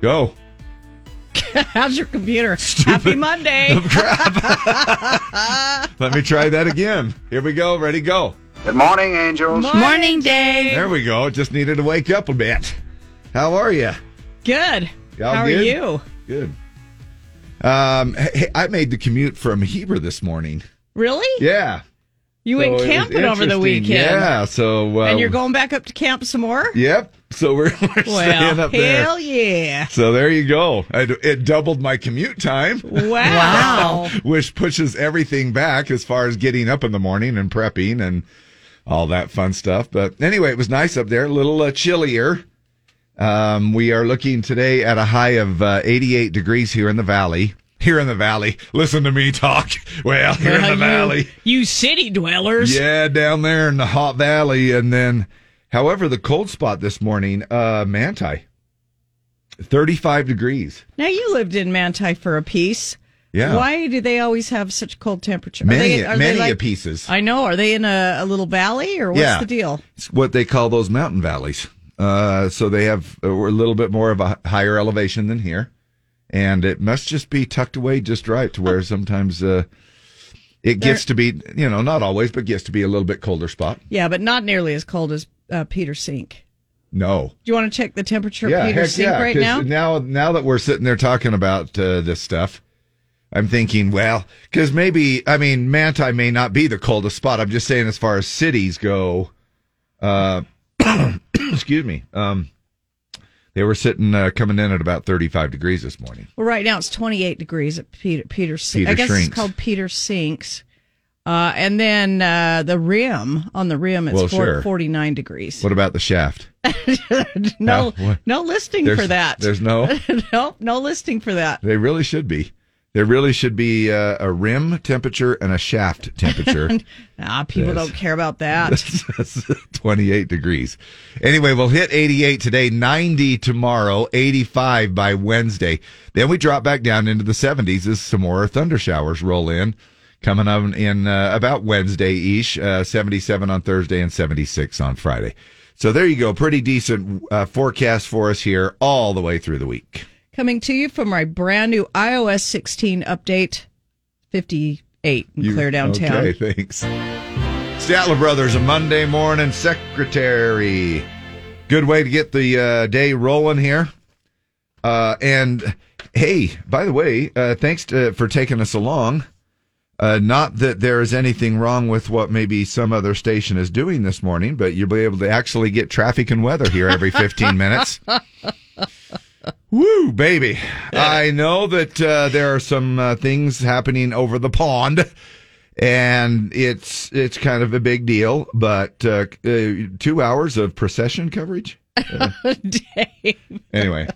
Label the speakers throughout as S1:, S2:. S1: Go.
S2: How's your computer? Happy Monday.
S1: Let me try that again. Here we go. Ready, go.
S3: Good morning, angels.
S2: Morning, Dave.
S1: There we go. Just needed to wake up a bit. How are you?
S2: Good.
S1: Y'all
S2: How are
S1: good?
S2: you?
S1: Good. Um, hey, I made the commute from Heber this morning.
S2: Really?
S1: Yeah.
S2: You
S1: So
S2: went
S1: it was
S2: camping over the
S1: interesting.
S2: weekend.
S1: Yeah. So. Uh,
S2: And you're going back up to camp some more?
S1: Yep. So we're, we're staying
S2: Well,
S1: up there.
S2: hell yeah.
S1: So there you go. It, it doubled my commute time,
S2: Wow.
S1: which pushes everything back as far as getting up in the morning and prepping and all that fun stuff. But anyway, it was nice up there, a little uh, chillier. Um, we are looking today at a high of uh, 88 degrees here in the valley. Here in the valley. Listen to me talk. Well, here in
S2: Well,
S1: the
S2: you-
S1: valley.
S2: You city dwellers.
S1: Yeah, down there in the hot valley. And then, however, the cold spot this morning, uh, Manti, 35 degrees.
S2: Now you lived in Manti for a piece.
S1: Yeah.
S2: Why do they always have such cold temperature? Are
S1: Many,
S2: they- are they
S1: many
S2: like-
S1: a pieces.
S2: I know. Are they in a, a little valley or what's
S1: Yeah.
S2: the deal?
S1: It's what they call those mountain valleys. Uh, so they have a we're a little bit more of a higher elevation than here, and it must just be tucked away just right to where sometimes uh, it gets to be you know not always but gets to be a little bit colder spot.
S2: Yeah, but not nearly as cold as uh, Peter Sink.
S1: No,
S2: Do you want to check the temperature
S1: yeah,
S2: of Peter
S1: heck
S2: Sink
S1: yeah,
S2: right
S1: 'cause
S2: now?
S1: now now that we're sitting there talking about uh, this stuff. I'm thinking, well, because maybe I mean Manti may not be the coldest spot. I'm just saying, as far as cities go, uh, excuse me, um, they were sitting uh, coming in at about 35 degrees this morning.
S2: Well, right now it's 28 degrees at Peter Peter Sink.
S1: Peter
S2: I guess
S1: Shrinks.
S2: it's called Peter Sinks. Uh, and then uh, the rim on the rim, it's
S1: Well,
S2: four-
S1: sure.
S2: 49 degrees.
S1: What about the shaft?
S2: no,
S1: Now, what-
S2: no listing
S1: There's-
S2: for that.
S1: There's no.
S2: nope, no listing for that.
S1: They really should be. There really should be uh, a rim temperature and a shaft temperature.
S2: Ah, people
S1: Yes.
S2: don't care about that.
S1: 28 degrees. Anyway, we'll hit 88 today, 90 tomorrow, 85 by Wednesday. Then we drop back down into the 70s as some more thunder showers roll in, coming up in uh, about Wednesday ish, uh, 77 on Thursday and 76 on Friday. So there you go. Pretty decent uh, forecast for us here all the way through the week.
S2: Coming to you from my brand new iOS 16 update 58 in Clear Downtown.
S1: Okay, thanks. Statler Brothers, a Monday morning secretary. Good way to get the uh, day rolling here. Uh, and hey, by the way, uh, thanks to, for taking us along. Uh, not that there is anything wrong with what maybe some other station is doing this morning, but you'll be able to actually get traffic and weather here every 15 minutes. Woo, baby. I know that uh, there are some uh, things happening over the pond. And it's it's kind of a big deal, but uh, uh, two hours of procession coverage.
S2: Dave.
S1: Anyway,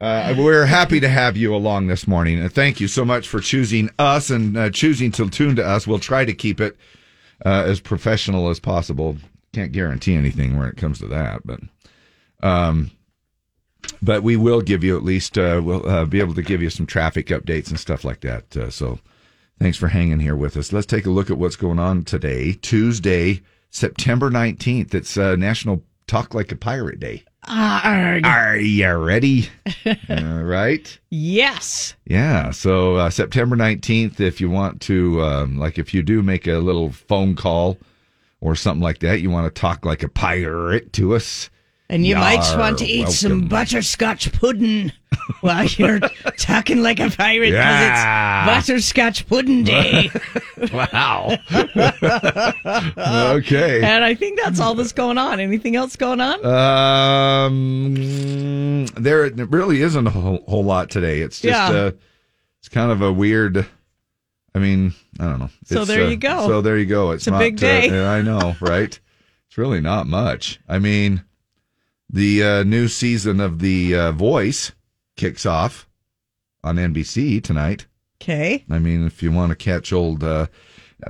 S1: uh, we're happy to have you along this morning, and thank you so much for choosing us and uh, choosing to tune to us. We'll try to keep it uh, as professional as possible. Can't guarantee anything when it comes to that, but um, but we will give you at least uh, we'll uh, be able to give you some traffic updates and stuff like that. Uh, so thanks for hanging here with us. Let's take a look at what's going on today, Tuesday, September nineteenth. It's uh, National Talk Like a Pirate Day.
S2: Arg.
S1: Are you ready? All right.
S2: Yes.
S1: Yeah. So uh, September 19th, if you want to, um, like, if you do make a little phone call or something like that, you want to talk like a pirate to us.
S2: And you might
S1: Yar,
S2: want to eat some
S1: welcome.
S2: butterscotch pudding while you're talking like a pirate 'cause
S1: Yeah.
S2: it's butterscotch pudding day.
S1: Wow. okay.
S2: and I think that's all that's going on. Anything else going on?
S1: Um, there really isn't a whole, whole lot today. It's just,
S2: Yeah.
S1: uh, it's kind of a weird. I mean, I don't know.
S2: So
S1: It's,
S2: there
S1: uh,
S2: you go.
S1: So there you go. It's,
S2: a
S1: not,
S2: big day.
S1: uh, I know, right? it's really not much. I mean, the uh, new season of The uh, Voice kicks off on NBC tonight.
S2: Okay.
S1: I mean, if you want to catch old uh,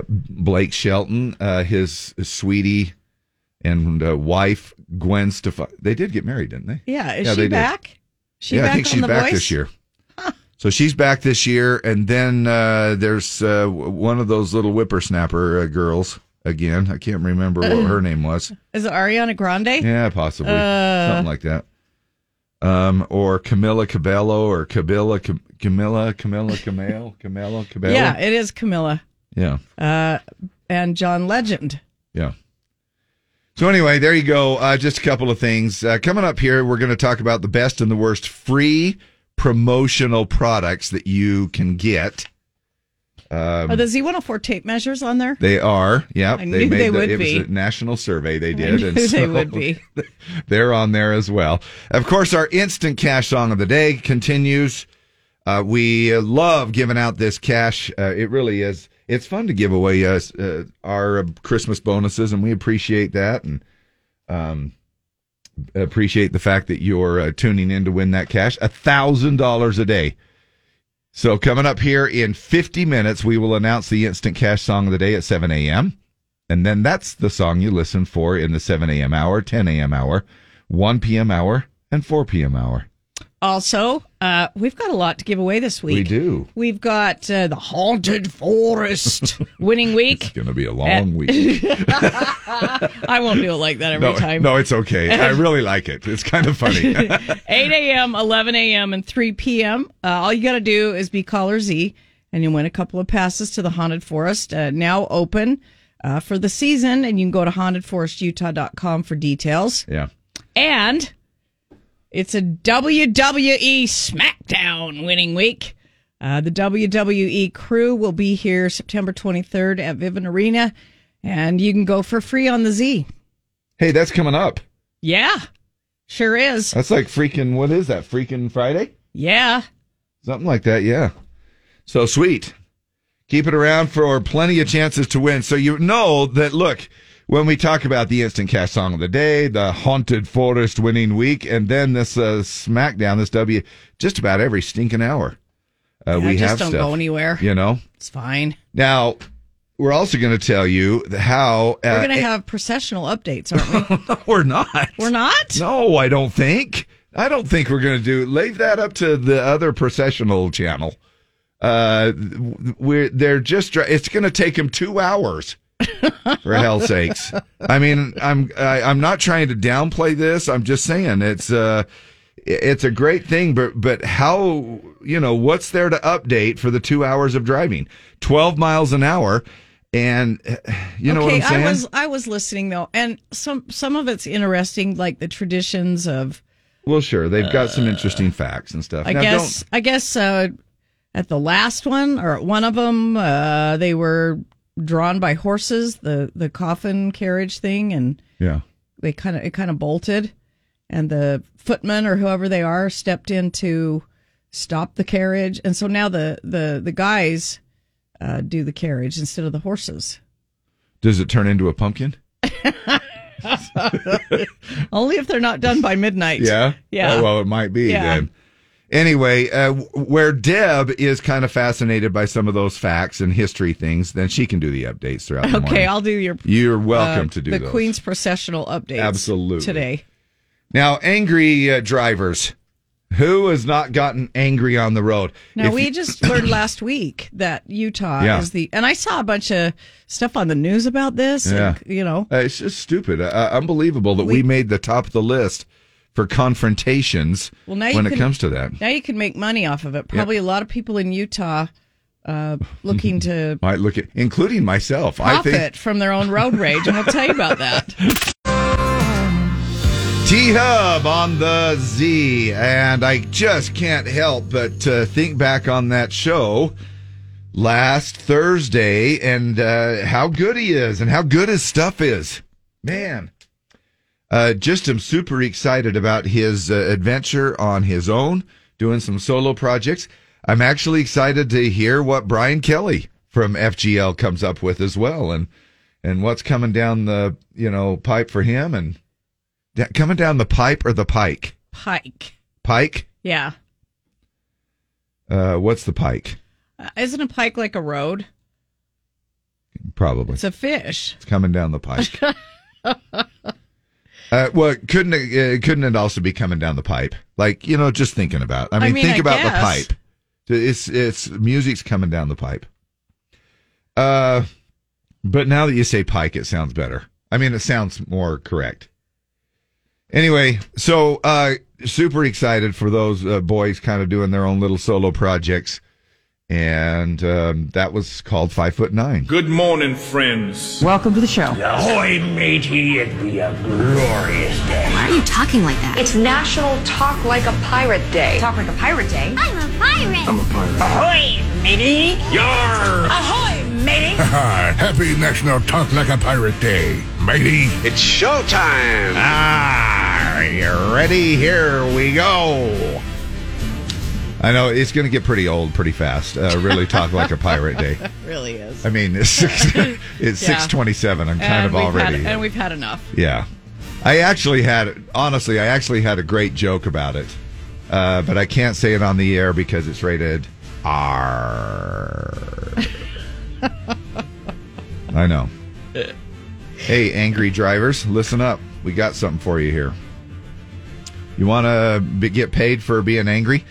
S1: Blake Shelton, uh, his sweetie and uh, wife Gwen Stefani, they did get married, didn't they?
S2: Yeah. Is
S1: Yeah, they
S2: she
S1: did.
S2: back? She
S1: yeah,
S2: back
S1: I think
S2: on
S1: she's
S2: the
S1: back
S2: voice?
S1: this year. So she's back this year, and then uh, there's uh, w- one of those little whippersnapper uh, girls again. I can't remember what her name was.
S2: Is it Ariana Grande?
S1: Yeah, possibly
S2: Uh.
S1: something like that. um, or Camilla Cabello or Cabilla Cam- Camilla Camilla Camille Camilla Cabello.
S2: Yeah, it is Camilla
S1: yeah,
S2: uh, and John Legend.
S1: yeah. So anyway, there you go. Uh, just a couple of things uh, coming up here. We're going to talk about the best and the worst free promotional products that you can get. Um,
S2: Are the Z104 tape measures on there?
S1: They are. Yep.
S2: I knew
S1: the,
S2: they would
S1: it
S2: be.
S1: was a national survey they
S2: I
S1: did.
S2: knew
S1: and
S2: they
S1: so
S2: would be.
S1: They're on there as well. Of course, our instant cash song of the day continues. Uh, we uh, love giving out this cash. Uh, it really is. It's fun to give away uh, s- uh, our uh, Christmas bonuses, and we appreciate that. And um, appreciate the fact that you're uh, tuning in to win that cash a thousand dollars a day so coming up here in 50 minutes we will announce the instant cash song of the day at 7 a.m and then that's the song you listen for in the 7 a.m hour 10 a.m hour 1 p.m hour and 4 p.m hour
S2: Also, uh, we've got a lot to give away this week.
S1: we do
S2: We've got uh, the Haunted Forest winning week.
S1: gonna be a long week
S2: I won't do it like that every
S1: no,
S2: time.
S1: no it's okay i really like it it's kind of funny
S2: 8 a.m., 11 a.m., and 3 p.m. Uh, all you got to do is be caller Z, and you win a couple of passes to the Haunted Forest, uh, now open uh, for the season. And you can go to hauntedforestutah.com for details.
S1: yeah
S2: And it's a WWE SmackDown winning week. Uh, the WWE crew will be here September 23rd at Vivint Arena, and you can go for free on the Z.
S1: hey that's coming up
S2: Yeah, sure is.
S1: that's like freaking what is that freaking friday
S2: Yeah.
S1: Something like that, yeah. So sweet. Keep it around for plenty of chances to win. So you know that, look, when we talk about the instant cash song of the day, the haunted forest winning week, and then this uh, SmackDown, this W, just about every stinking hour. Uh,
S2: I
S1: we
S2: just
S1: have
S2: don't
S1: stuff,
S2: go anywhere.
S1: You know?
S2: It's fine.
S1: Now, we're also going to tell you the- how. Uh,
S2: We're going to have processional updates, aren't we?
S1: we're not.
S2: We're not?
S1: No, I don't think. I don't think we're going to do. Leave that up to the other processional channel. Uh, we're they're just. dr- It's going to take them two hours. For hell's sakes! I mean, I'm I, I'm not trying to downplay this. I'm just saying it's uh it's a great thing, but but how you know what's there to update for the two hours of driving? Twelve miles an hour, and uh, you know
S2: okay,
S1: what I'm saying?
S2: I was I was listening though, and some some of it's interesting, like the traditions of
S1: well, sure, they've got some interesting facts and stuff.
S2: uh, I
S1: Now, don't-
S2: guess I guess uh, at the last one or at one of them, uh, they were drawn by horses, the the coffin carriage thing, and
S1: Yeah.
S2: they kind of it kind of bolted, and the footman or whoever they are stepped in to stop the carriage, and so now the the the guys uh, do the carriage instead of the horses.
S1: Does it turn into a pumpkin?
S2: Only if they're not done by midnight. yeah.
S1: Oh, well, it might be
S2: Yeah.
S1: then. Anyway, uh, w- where Deb is kind of fascinated by some of those facts and history things, then she can do the updates throughout the
S2: okay,
S1: morning.
S2: I'll do your uh,
S1: You're welcome to do
S2: the
S1: those.
S2: Queen's processional updates
S1: Absolutely.
S2: today.
S1: Now, angry uh, drivers. Who has not gotten angry on the road?
S2: Now
S1: If
S2: we
S1: you-
S2: just learned last week that Utah
S1: Yeah.
S2: is the, and I saw a bunch of stuff on the news about this.
S1: Yeah.
S2: And, you know,
S1: Uh, it's just stupid. Uh, unbelievable that we, made the top of the list for confrontations
S2: Well, now you
S1: when it
S2: can-
S1: comes to that.
S2: now you can make money off of it. Probably a lot of people in Utah uh, looking to
S1: Might look at, including myself. I
S2: profit
S1: think
S2: from their own road rage, and we'll tell you about that.
S1: T Hub on the Z, and I just can't help but uh, think back on that show last Thursday and uh, how good he is and how good his stuff is. Man, uh, just am super excited about his uh, adventure on his own, doing some solo projects. I'm actually excited to hear what Brian Kelly from FGL comes up with as well, and and what's coming down the you know pipe for him and da- coming down the pipe or the pike
S2: Pike,
S1: pike.
S2: yeah,
S1: Uh, what's the pike?
S2: uh, isn't a pike like a road?
S1: Probably.
S2: It's a fish.
S1: It's coming down the pike. Uh, well, couldn't it, uh, couldn't it also be coming down the pipe? Like you know, just thinking about. I mean,
S2: mean,
S1: think
S2: I
S1: about
S2: guess.
S1: the pipe. It's it's music's coming down the pipe. Uh, but now that you say pike, it sounds better. I mean, it sounds more correct. Anyway, so uh, super excited for those uh, boys kind of doing their own little solo projects. And um, that was called Five Foot Nine.
S3: Good morning, friends.
S2: Welcome to the show.
S4: Ahoy, matey! It'd be a glorious day.
S5: Why are you talking like that?
S6: It's National Talk Like a Pirate Day. Talk Like a Pirate Day?
S5: I'm a pirate.
S4: Ahoy, matey! Yar!
S6: Ahoy, matey!
S7: Happy National Talk Like a Pirate Day, matey.
S8: It's showtime.
S1: Ah, are you ready? Here we go. I know it's going to get pretty old pretty fast. Uh, really talk like a pirate day.
S2: really is.
S1: I mean, it's six, it's
S2: Yeah.
S1: six twenty-seven. I'm kind
S2: and
S1: of
S2: we've
S1: already.
S2: Had, and we've had enough.
S1: Yeah. I actually had, honestly, I actually had a great joke about it, uh, but I can't say it on the air because it's rated R. I know. Hey, angry drivers, listen up. We got something for you here. You want to get paid for being angry?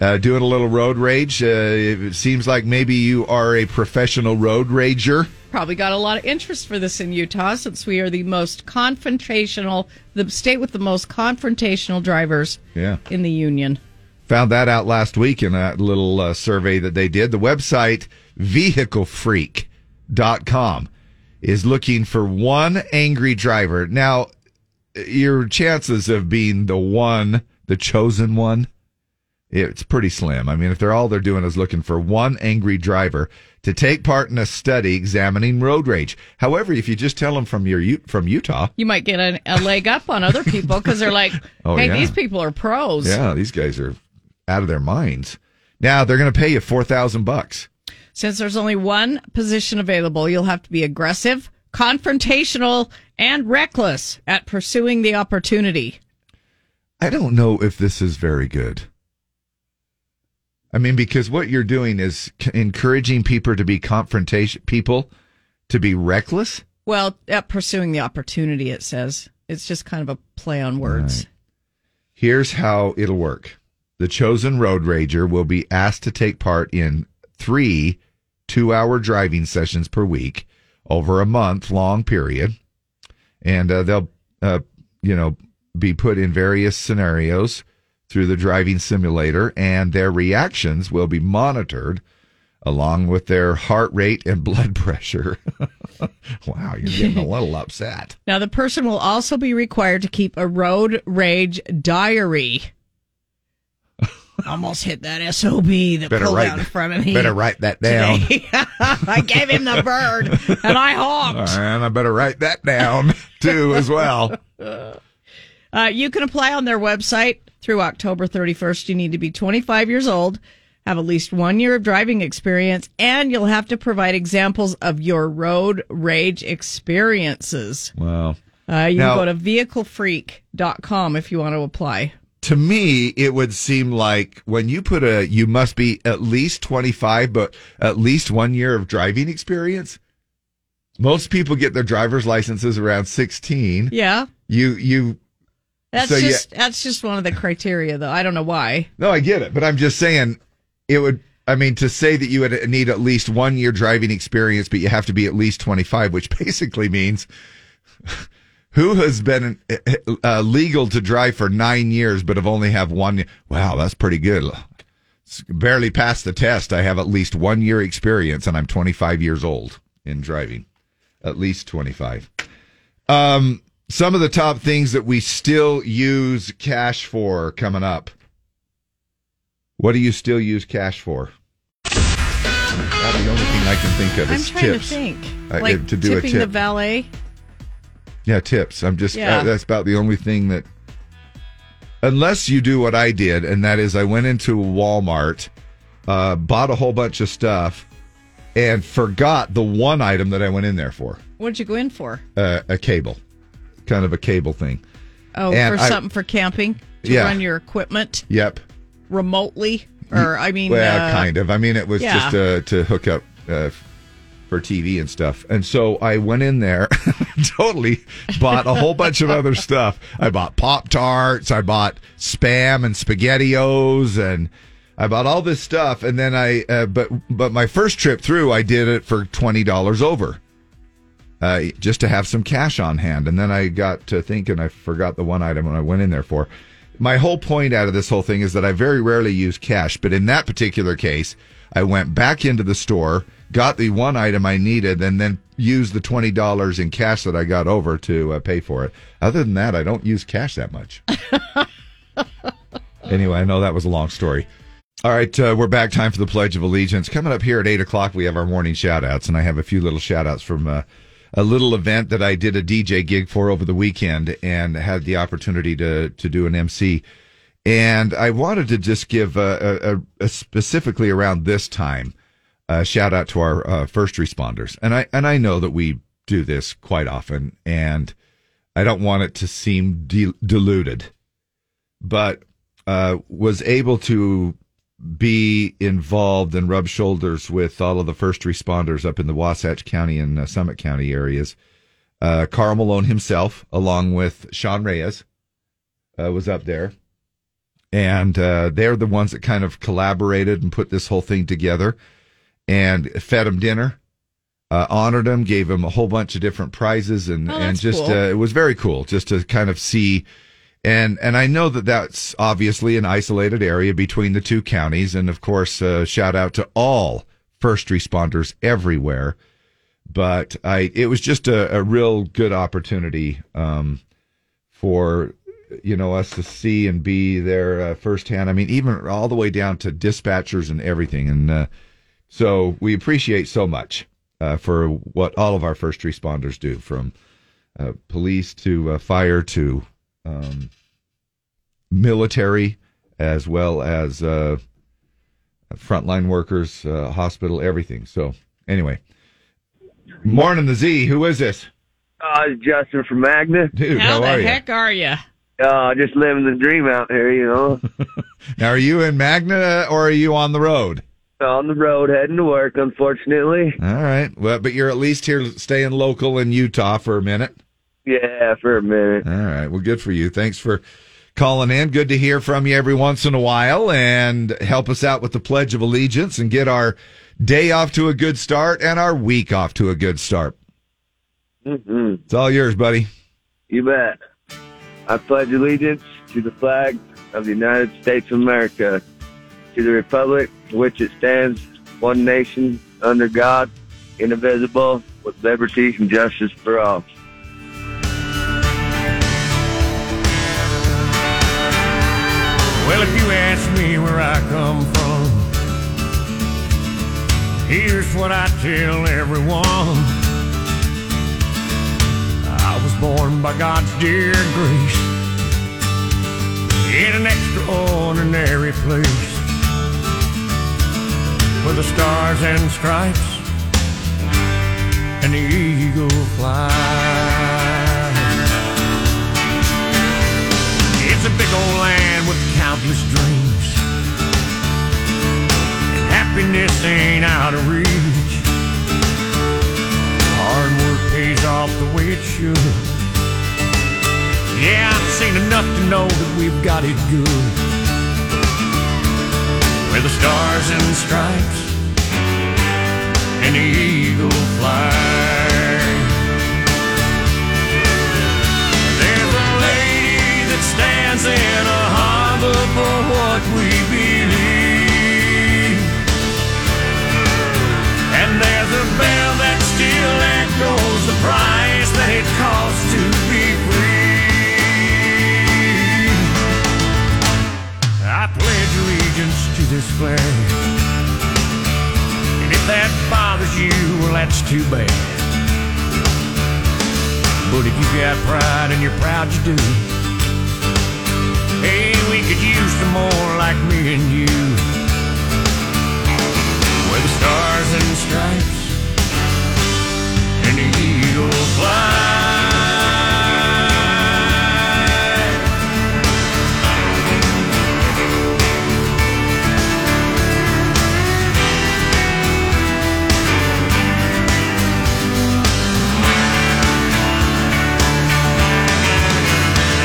S1: Uh, doing a little road rage? Uh, it seems like maybe you are a professional road rager.
S2: Probably got a lot of interest for this in Utah since we are the most confrontational, the state with the most confrontational drivers
S1: Yeah.
S2: in the union.
S1: Found that out last week in that little uh, survey that they did. The website vehiclefreak.com is looking for one angry driver. Now, your chances of being the one, the chosen one, it's pretty slim. I mean, if they're all they're doing is looking for one angry driver to take part in a study examining road rage. However, if you just tell them from your U- from Utah,
S2: You might get an, a leg up on other people because they're like,
S1: Oh,
S2: hey,
S1: yeah.
S2: these people are pros.
S1: yeah, these guys are out of their minds. Now they're going to pay you 4,000 bucks.
S2: Since there's only one position available, you'll have to be aggressive, confrontational, and reckless at pursuing the opportunity.
S1: I don't know if this is very good. I mean, because what you're doing is c- encouraging people to be confrontation people to be reckless.
S2: Well, at pursuing the opportunity, it says. It's just kind of a play on words.
S1: Here's how it'll work: the chosen road rager will be asked to take part in three two-hour driving sessions per week over a month-long period, and uh, they'll, uh, you know, be put in various scenarios through the driving simulator, and their reactions will be monitored along with their heart rate and blood pressure. wow, you're getting a little upset.
S2: Now, the person will also be required to keep a road rage diary. Almost hit that SOB that
S1: Better
S2: pulled
S1: write-
S2: out in front of me.
S1: Better write that down.
S2: today. I gave him the bird and I honked.
S1: And I better write that down too as well.
S2: Uh, you can apply on their website through October 31st. You need to be 25 years old, have at least one year of driving experience, and you'll have to provide examples of your road rage experiences.
S1: Wow.
S2: Uh, you
S1: Now-
S2: can go to vehiclefreak.com if you want to apply.
S1: To me, it would seem like when you put a, you must be at least 25, but at least one year of driving experience. Most people get their driver's licenses around 16.
S2: Yeah.
S1: You, you,
S2: That's
S1: So, yeah.
S2: just that's just one of the criteria though. I don't know why.
S1: no, I get it, but I'm just saying it would, I mean, to say that you would need at least one year driving experience, but you have to be at least 25, which basically means who has been uh, legal to drive for nine years but have only have one year? wow that's pretty good It's barely passed the test i have at least one year experience and i'm 25 years old in driving at least 25 um, some of the top things that we still use cash for coming up what do you still use cash for About the only thing i can think of
S2: I'm
S1: is
S2: trying
S1: tips
S2: to think.
S1: I-
S2: like
S1: to do a
S2: tipping the
S1: tip.
S2: valet.
S1: Yeah, tips. I'm just
S2: Yeah.
S1: uh, that's about the only thing that unless you do what I did and that is I went into Walmart, uh bought a whole bunch of stuff and forgot the one item that I went in there for.
S2: What'd you go in for?
S1: Uh, a cable. Kind of a cable thing.
S2: Oh,
S1: And
S2: for
S1: I-
S2: something for camping to
S1: Yeah.
S2: run your equipment
S1: Yep.
S2: remotely, or I mean,
S1: Well,
S2: uh,
S1: kind of. I mean, it was
S2: yeah.
S1: just uh, to hook up uh, for TV and stuff. And so I went in there, totally bought a whole bunch of other stuff. I bought Pop Tarts, I bought Spam and SpaghettiOs, and I bought all this stuff. And then I, uh, but but my first trip through, I did it for twenty dollars over. Uh, just to have some cash on hand, and then I got to thinking I forgot the one item when I went in there for. my whole point out of this whole thing is that I very rarely use cash, but in that particular case, I went back into the store, got the one item I needed, and then used the twenty dollars in cash that I got over to uh, pay for it. Other than that, I don't use cash that much. anyway, I know that was a long story. All right, uh, we're back. Time for the Pledge of Allegiance. Coming up here at 8 o'clock, we have our morning shout outs, and I have a few little shout outs from uh, a little event that I did a DJ gig for over the weekend and had the opportunity to, to do an MC. And I wanted to just give uh, a, a, a specifically around this time a shout out to our uh, first responders. And I, and I know that we do this quite often, and I don't want it to seem de- diluted but uh, was able to be involved and rub shoulders with all of the first responders up in the Wasatch County and uh, Summit County areas. Uh, Carl Malone himself, along with Sean Reyes, uh, was up there. And uh, they're the ones that kind of collaborated and put this whole thing together and fed him dinner, uh, honored him, gave him a whole bunch of different prizes. And,
S2: Oh,
S1: and
S2: that's
S1: just,
S2: cool.
S1: uh, it was very cool just to kind of see and and I know that that's obviously an isolated area between the two counties, and of course, uh, shout out to all first responders everywhere. But I, it was just a, a real good opportunity um, for you know us to see and be there uh, firsthand. I mean, even all the way down to dispatchers and everything, and uh, so we appreciate so much uh, for what all of our first responders do, from uh, police to uh, fire to um, military, as well as uh, frontline workers, uh, hospital, everything. So anyway, morning the Z. Who is this,
S9: Uh, it's Justin from Magna.
S1: dude?
S2: How,
S1: How,
S2: the
S1: are
S2: heck are you?
S9: Uh, just living the dream out here, you know.
S1: you? Now, are you in Magna or are you on the road?
S9: On the road heading to work, unfortunately.
S1: All right, well, but you're at least here, staying local in Utah for a minute.
S9: Yeah, for a minute.
S1: All right. Well, good for you. Thanks for calling in. Good to hear from you every once in a while and help us out with the Pledge of Allegiance and get our day off to a good start and our week off to a good start.
S9: Mm-hmm.
S1: It's all yours, buddy.
S9: You bet. I pledge allegiance to the flag of the United States of America, to the republic for which it stands, one nation, under God, indivisible, with liberty and justice for all.
S4: Well, if you ask me where I come from, here's what I tell everyone. I was born by God's dear grace in an extraordinary place where the stars and stripes and the eagle flies. It's a big old land with countless dreams. And happiness ain't out of reach. Hard work pays off the way it should. Yeah, I've seen enough to know that we've got it good. Where the stars and stripes and the eagle flies. There's a lady that stands in a harbor for what we believe. And there's a bell that still echoes the price that it costs to be free. I pledge allegiance to this flag. And if that bothers you, well, that's too bad. But if you got pride and you're proud you do, hey, we could use some more like me and you. Where the stars and stripes and the eagle fly.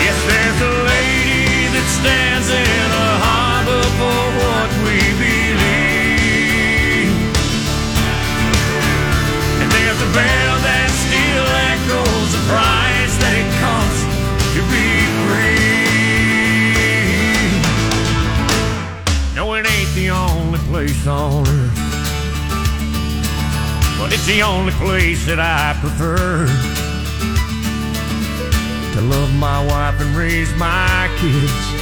S4: Yes, there's a lady that stands in a harbor for what we believe. And there's a bell that still echoes. the only place on earth. But it's the only place that I prefer to love my wife and raise my kids.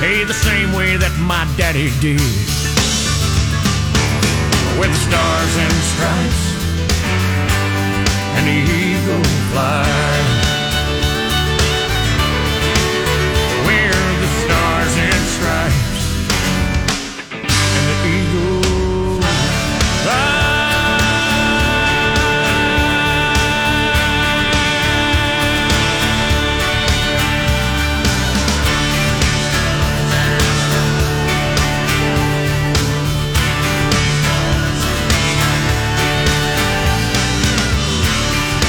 S4: Hey, the same way that my daddy did. With the stars and stripes and the eagle flies. We're the stars and stripes and the eagle flies.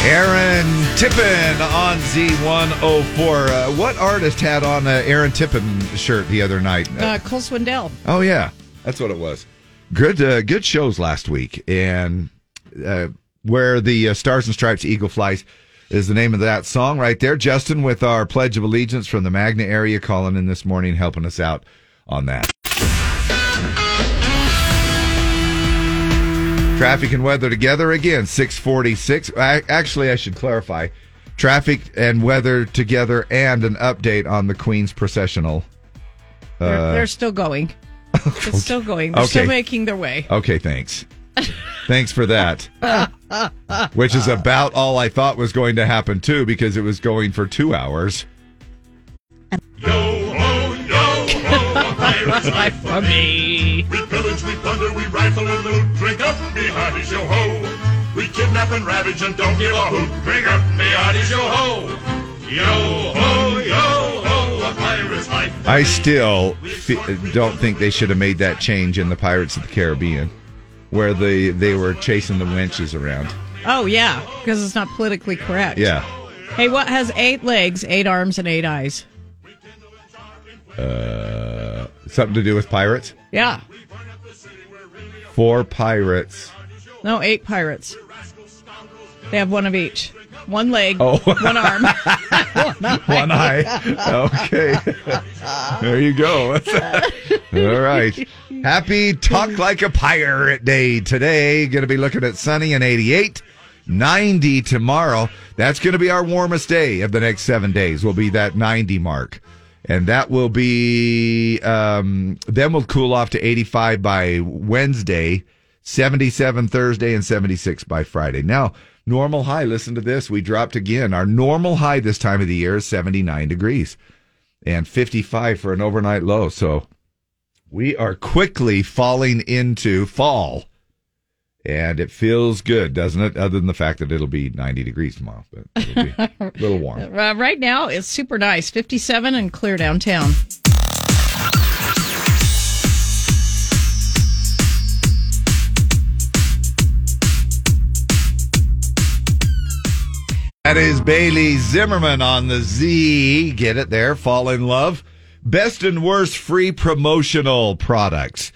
S1: Aaron Tippin on Z104. Uh, what artist had on a Aaron Tippin shirt the other night?
S2: Uh, Cole Swindell.
S1: Oh yeah, that's what it was. Good, uh, good shows last week, and uh, where the uh, stars and stripes eagle flies is the name of that song right there. Justin with our pledge of allegiance from the Magna area calling in this morning, helping us out on that. Traffic and weather together again, 646. I, actually, I should clarify. Traffic and weather together and an update on the Queen's processional.
S2: They're,
S1: Uh,
S2: they're still going. It's still going. They're still
S1: Okay.
S2: making their way.
S1: Okay, thanks. thanks for that. Which is about all I thought was going to happen too, because it was going for two hours.
S4: Yo ho, yo ho, a pirate's life for me. We pillage, we plunder, we rifle and loot. Drink up, me hearties, yo ho. We kidnap and ravage and don't give a hoot. Drink up, me hearties, yo ho. Yo ho, yo ho, a pirate's life.
S1: I still f- don't think they should have made that change in the Pirates of the Caribbean, where the they were chasing the wenches around.
S2: Oh yeah, because it's not politically correct.
S1: Yeah,
S2: Hey, what has eight legs, eight arms, and eight eyes?
S1: uh, something to do with pirates.
S2: Yeah.
S1: Four pirates.
S2: No, eight pirates. They have one of each. One leg,
S1: Oh.
S2: one arm. Uh,
S1: one eye. Okay. there you go. All right. Happy Talk Like a Pirate Day today. Going to be looking at sunny and 88, 90 tomorrow. That's going to be our warmest day of the next seven days, will be that 90 mark. And that will be, um, then we'll cool off to 85 by Wednesday. 77 Thursday and 76 by Friday. Now, normal high, listen to this. We dropped again. Our normal high this time of the year is 79 degrees and 55 for an overnight low. So we are quickly falling into fall. And it feels good, doesn't it? Other than the fact that it'll be 90 degrees tomorrow, but it'll be a little warm.
S2: Uh, right now, it's super nice. 57 and clear downtown.
S1: That is Bailey Zimmerman on the Z. Get it there. Fall in love. Best and worst free promotional products.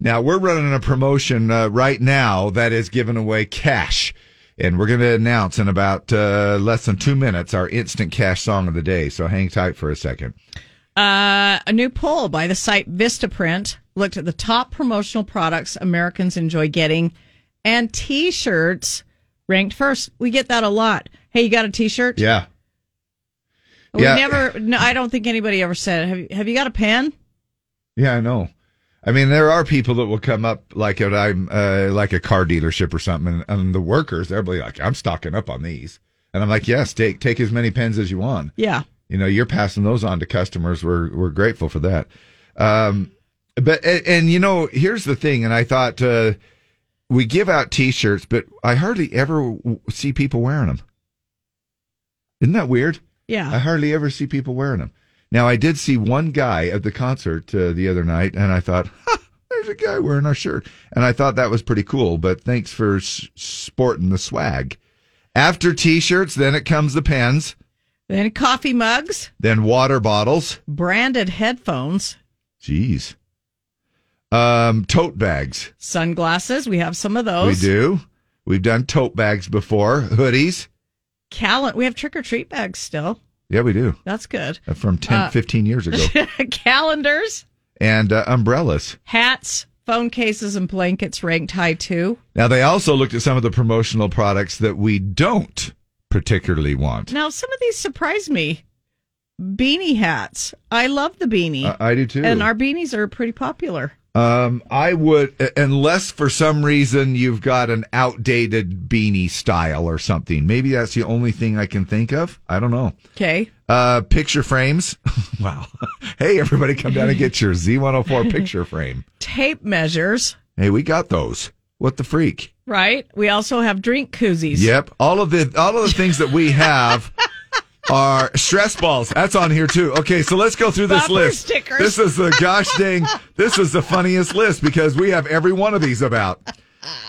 S1: Now we're running a promotion uh, right now that is giving away cash. And we're going to announce in about uh, less than two minutes our instant cash song of the day. So hang tight for a second.
S2: Uh, a new poll by the site Vistaprint looked at the top promotional products Americans enjoy getting, and t shirts ranked first. We get that a lot. Hey, you got a t shirt?
S1: Yeah.
S2: We
S1: Yeah.
S2: never, no, I don't think anybody ever said, have you, have you got a pen?
S1: Yeah, I know. I mean, there are people that will come up like at I'm uh, like a car dealership or something, and, and the workers they'll be like, "I'm stocking up on these," and I'm like, "Yes, take take as many pens as you want."
S2: Yeah.
S1: You know, you're passing those on to customers. We're we're grateful for that. Um, but and, and you know, here's the thing, and I thought uh, we give out T-shirts, but I hardly ever w- see people wearing them. Isn't that weird? I
S2: Yeah.
S1: hardly ever see people wearing them. Now, I did see one guy at the concert uh, the other night, and I thought, ha, there's a guy wearing our shirt. And I thought that was pretty cool, but thanks for s- sporting the swag. After t shirts, then it comes the pens,
S2: Then coffee mugs,
S1: then water bottles.
S2: branded headphones,
S1: Jeez. Um, tote bags.
S2: sunglasses. We have some of those.
S1: We do. We've done tote bags before. Hoodies.
S2: Calen- we have trick or treat bags still.
S1: Yeah, we do.
S2: That's good.
S1: From 10,
S2: Uh,
S1: 15 years ago.
S2: Calendars.
S1: and uh, umbrellas.
S2: Hats, phone cases, and blankets ranked high too.
S1: Now, they also looked at some of the promotional products that we don't particularly want.
S2: Now, some of these surprise me. Beanie hats. I love the beanie.
S1: Uh, I- I do too.
S2: And our beanies are pretty popular.
S1: Um, I would, unless for some reason you've got an outdated beanie style or something. Maybe that's the only thing I can think of. I don't know.
S2: Okay.
S1: Uh, picture frames. wow. hey, everybody, come down and get your Z104 picture frame.
S2: Tape measures,
S1: Hey, we got those. What the freak?
S2: right? We also have drink koozies.
S1: Yep. All of the all of the things that we have are stress balls. That's on here too. Okay, so let's go through this
S2: Bumper
S1: list.
S2: stickers.
S1: This is the gosh dang. This is the funniest list because we have every one of these about.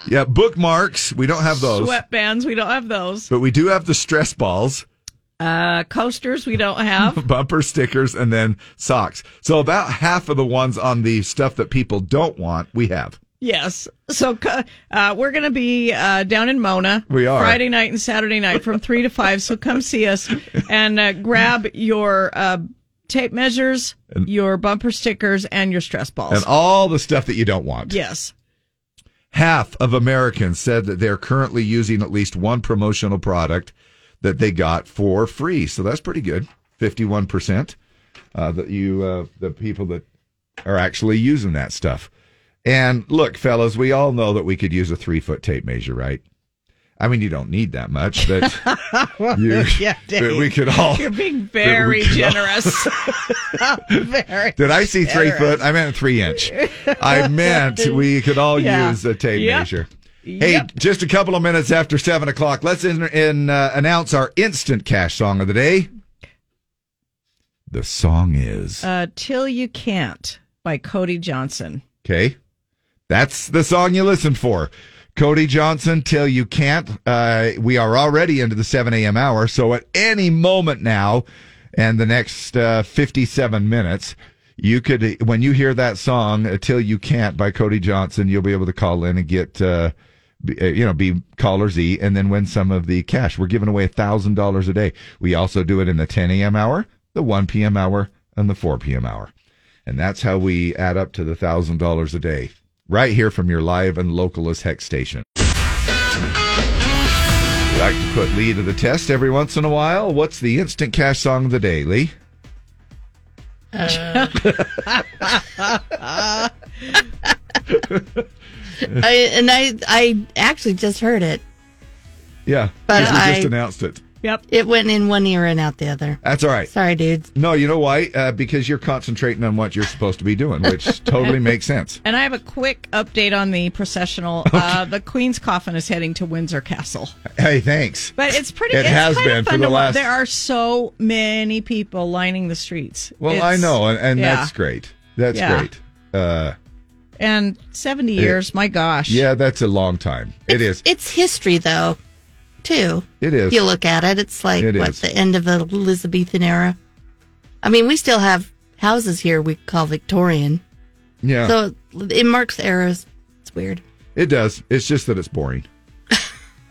S1: Yeah, bookmarks. We don't have those,
S2: Sweatbands, we don't have those.
S1: but we do have the stress balls,
S2: Uh, coasters, we don't have.
S1: bumper stickers, and then socks. So about half of the ones on the stuff that people don't want, we have.
S2: yes. So co- uh, we're going to be uh, down in Mona.
S1: We are.
S2: Friday night and Saturday night from 3 to 5. So come see us and uh, grab your uh, tape measures, your bumper stickers, and your stress balls.
S1: And all the stuff that you don't want.
S2: yes.
S1: Half of Americans said that they're currently using at least one promotional product that they got for free. So that's pretty good. 51% uh, that you, uh, the people that are actually using that stuff. And look, fellas, we all know that we could use a three foot tape measure, right? I mean, you don't need that much, but you,
S2: Yeah,
S1: but
S2: Dave.
S1: we could all.
S2: You're being
S1: that we
S2: very
S1: could all-
S2: generous. very.
S1: Did I see three foot? I meant three inch. I meant we could all
S2: Yeah.
S1: use a tape
S2: Yep.
S1: measure. Hey,
S2: Yep.
S1: just a couple of minutes after seven o'clock, let's in, in, uh, announce our instant cash song of the day. The song is
S2: Uh, Till You Can't by Cody Johnson.
S1: okay. That's the song you listen for. Cody Johnson, Till You Can't. Uh, we are already into the 7 a.m. hour. So at any moment now and the next uh, 57 minutes, you could, when you hear that song, uh, Till You Can't by Cody Johnson, you'll be able to call in and get, uh, be, uh, you know, be caller Z and then win some of the cash. We're giving away $1,000 a day. We also do it in the 10 a.m. hour, the 1 p.m. hour, and the 4 p.m. hour. And that's how we add up to the $1,000 a day. Right here from your live and local as heck station. We like to put Lee to the test every once in a while. What's the instant cash song of the day, Lee?
S10: I, and I, I actually just heard it.
S1: Yeah,
S10: But
S1: because we just
S10: I-
S1: announced it.
S2: Yep.
S10: It went in one ear and out the other.
S1: That's all right.
S10: Sorry, dudes.
S1: No, you know why? Uh, because you're concentrating on what you're supposed to be doing, which totally makes sense.
S2: And I have a quick update on the processional. Uh, the Queen's coffin is heading to Windsor Castle,
S1: Hey, thanks.
S2: but it's pretty.
S1: It
S2: it's
S1: has
S2: kind of
S1: been for
S2: fun
S1: the
S2: to
S1: last-
S2: Watch. There are so many people lining the streets.
S1: Well,
S2: It's-
S1: I know, and, and
S2: yeah.
S1: that's great. That's
S2: Yeah.
S1: great. Uh,
S2: And seventy years, my gosh.
S1: yeah, that's a long time. It is.
S10: It's history, though, too.
S1: It is.
S10: If you look at it, it's like
S1: It
S10: what
S1: is.
S10: the end of the Elizabethan era. I mean, we still have houses here we call Victorian,
S1: Yeah.
S10: so it marks eras. It's weird.
S1: It does. It's just that it's boring.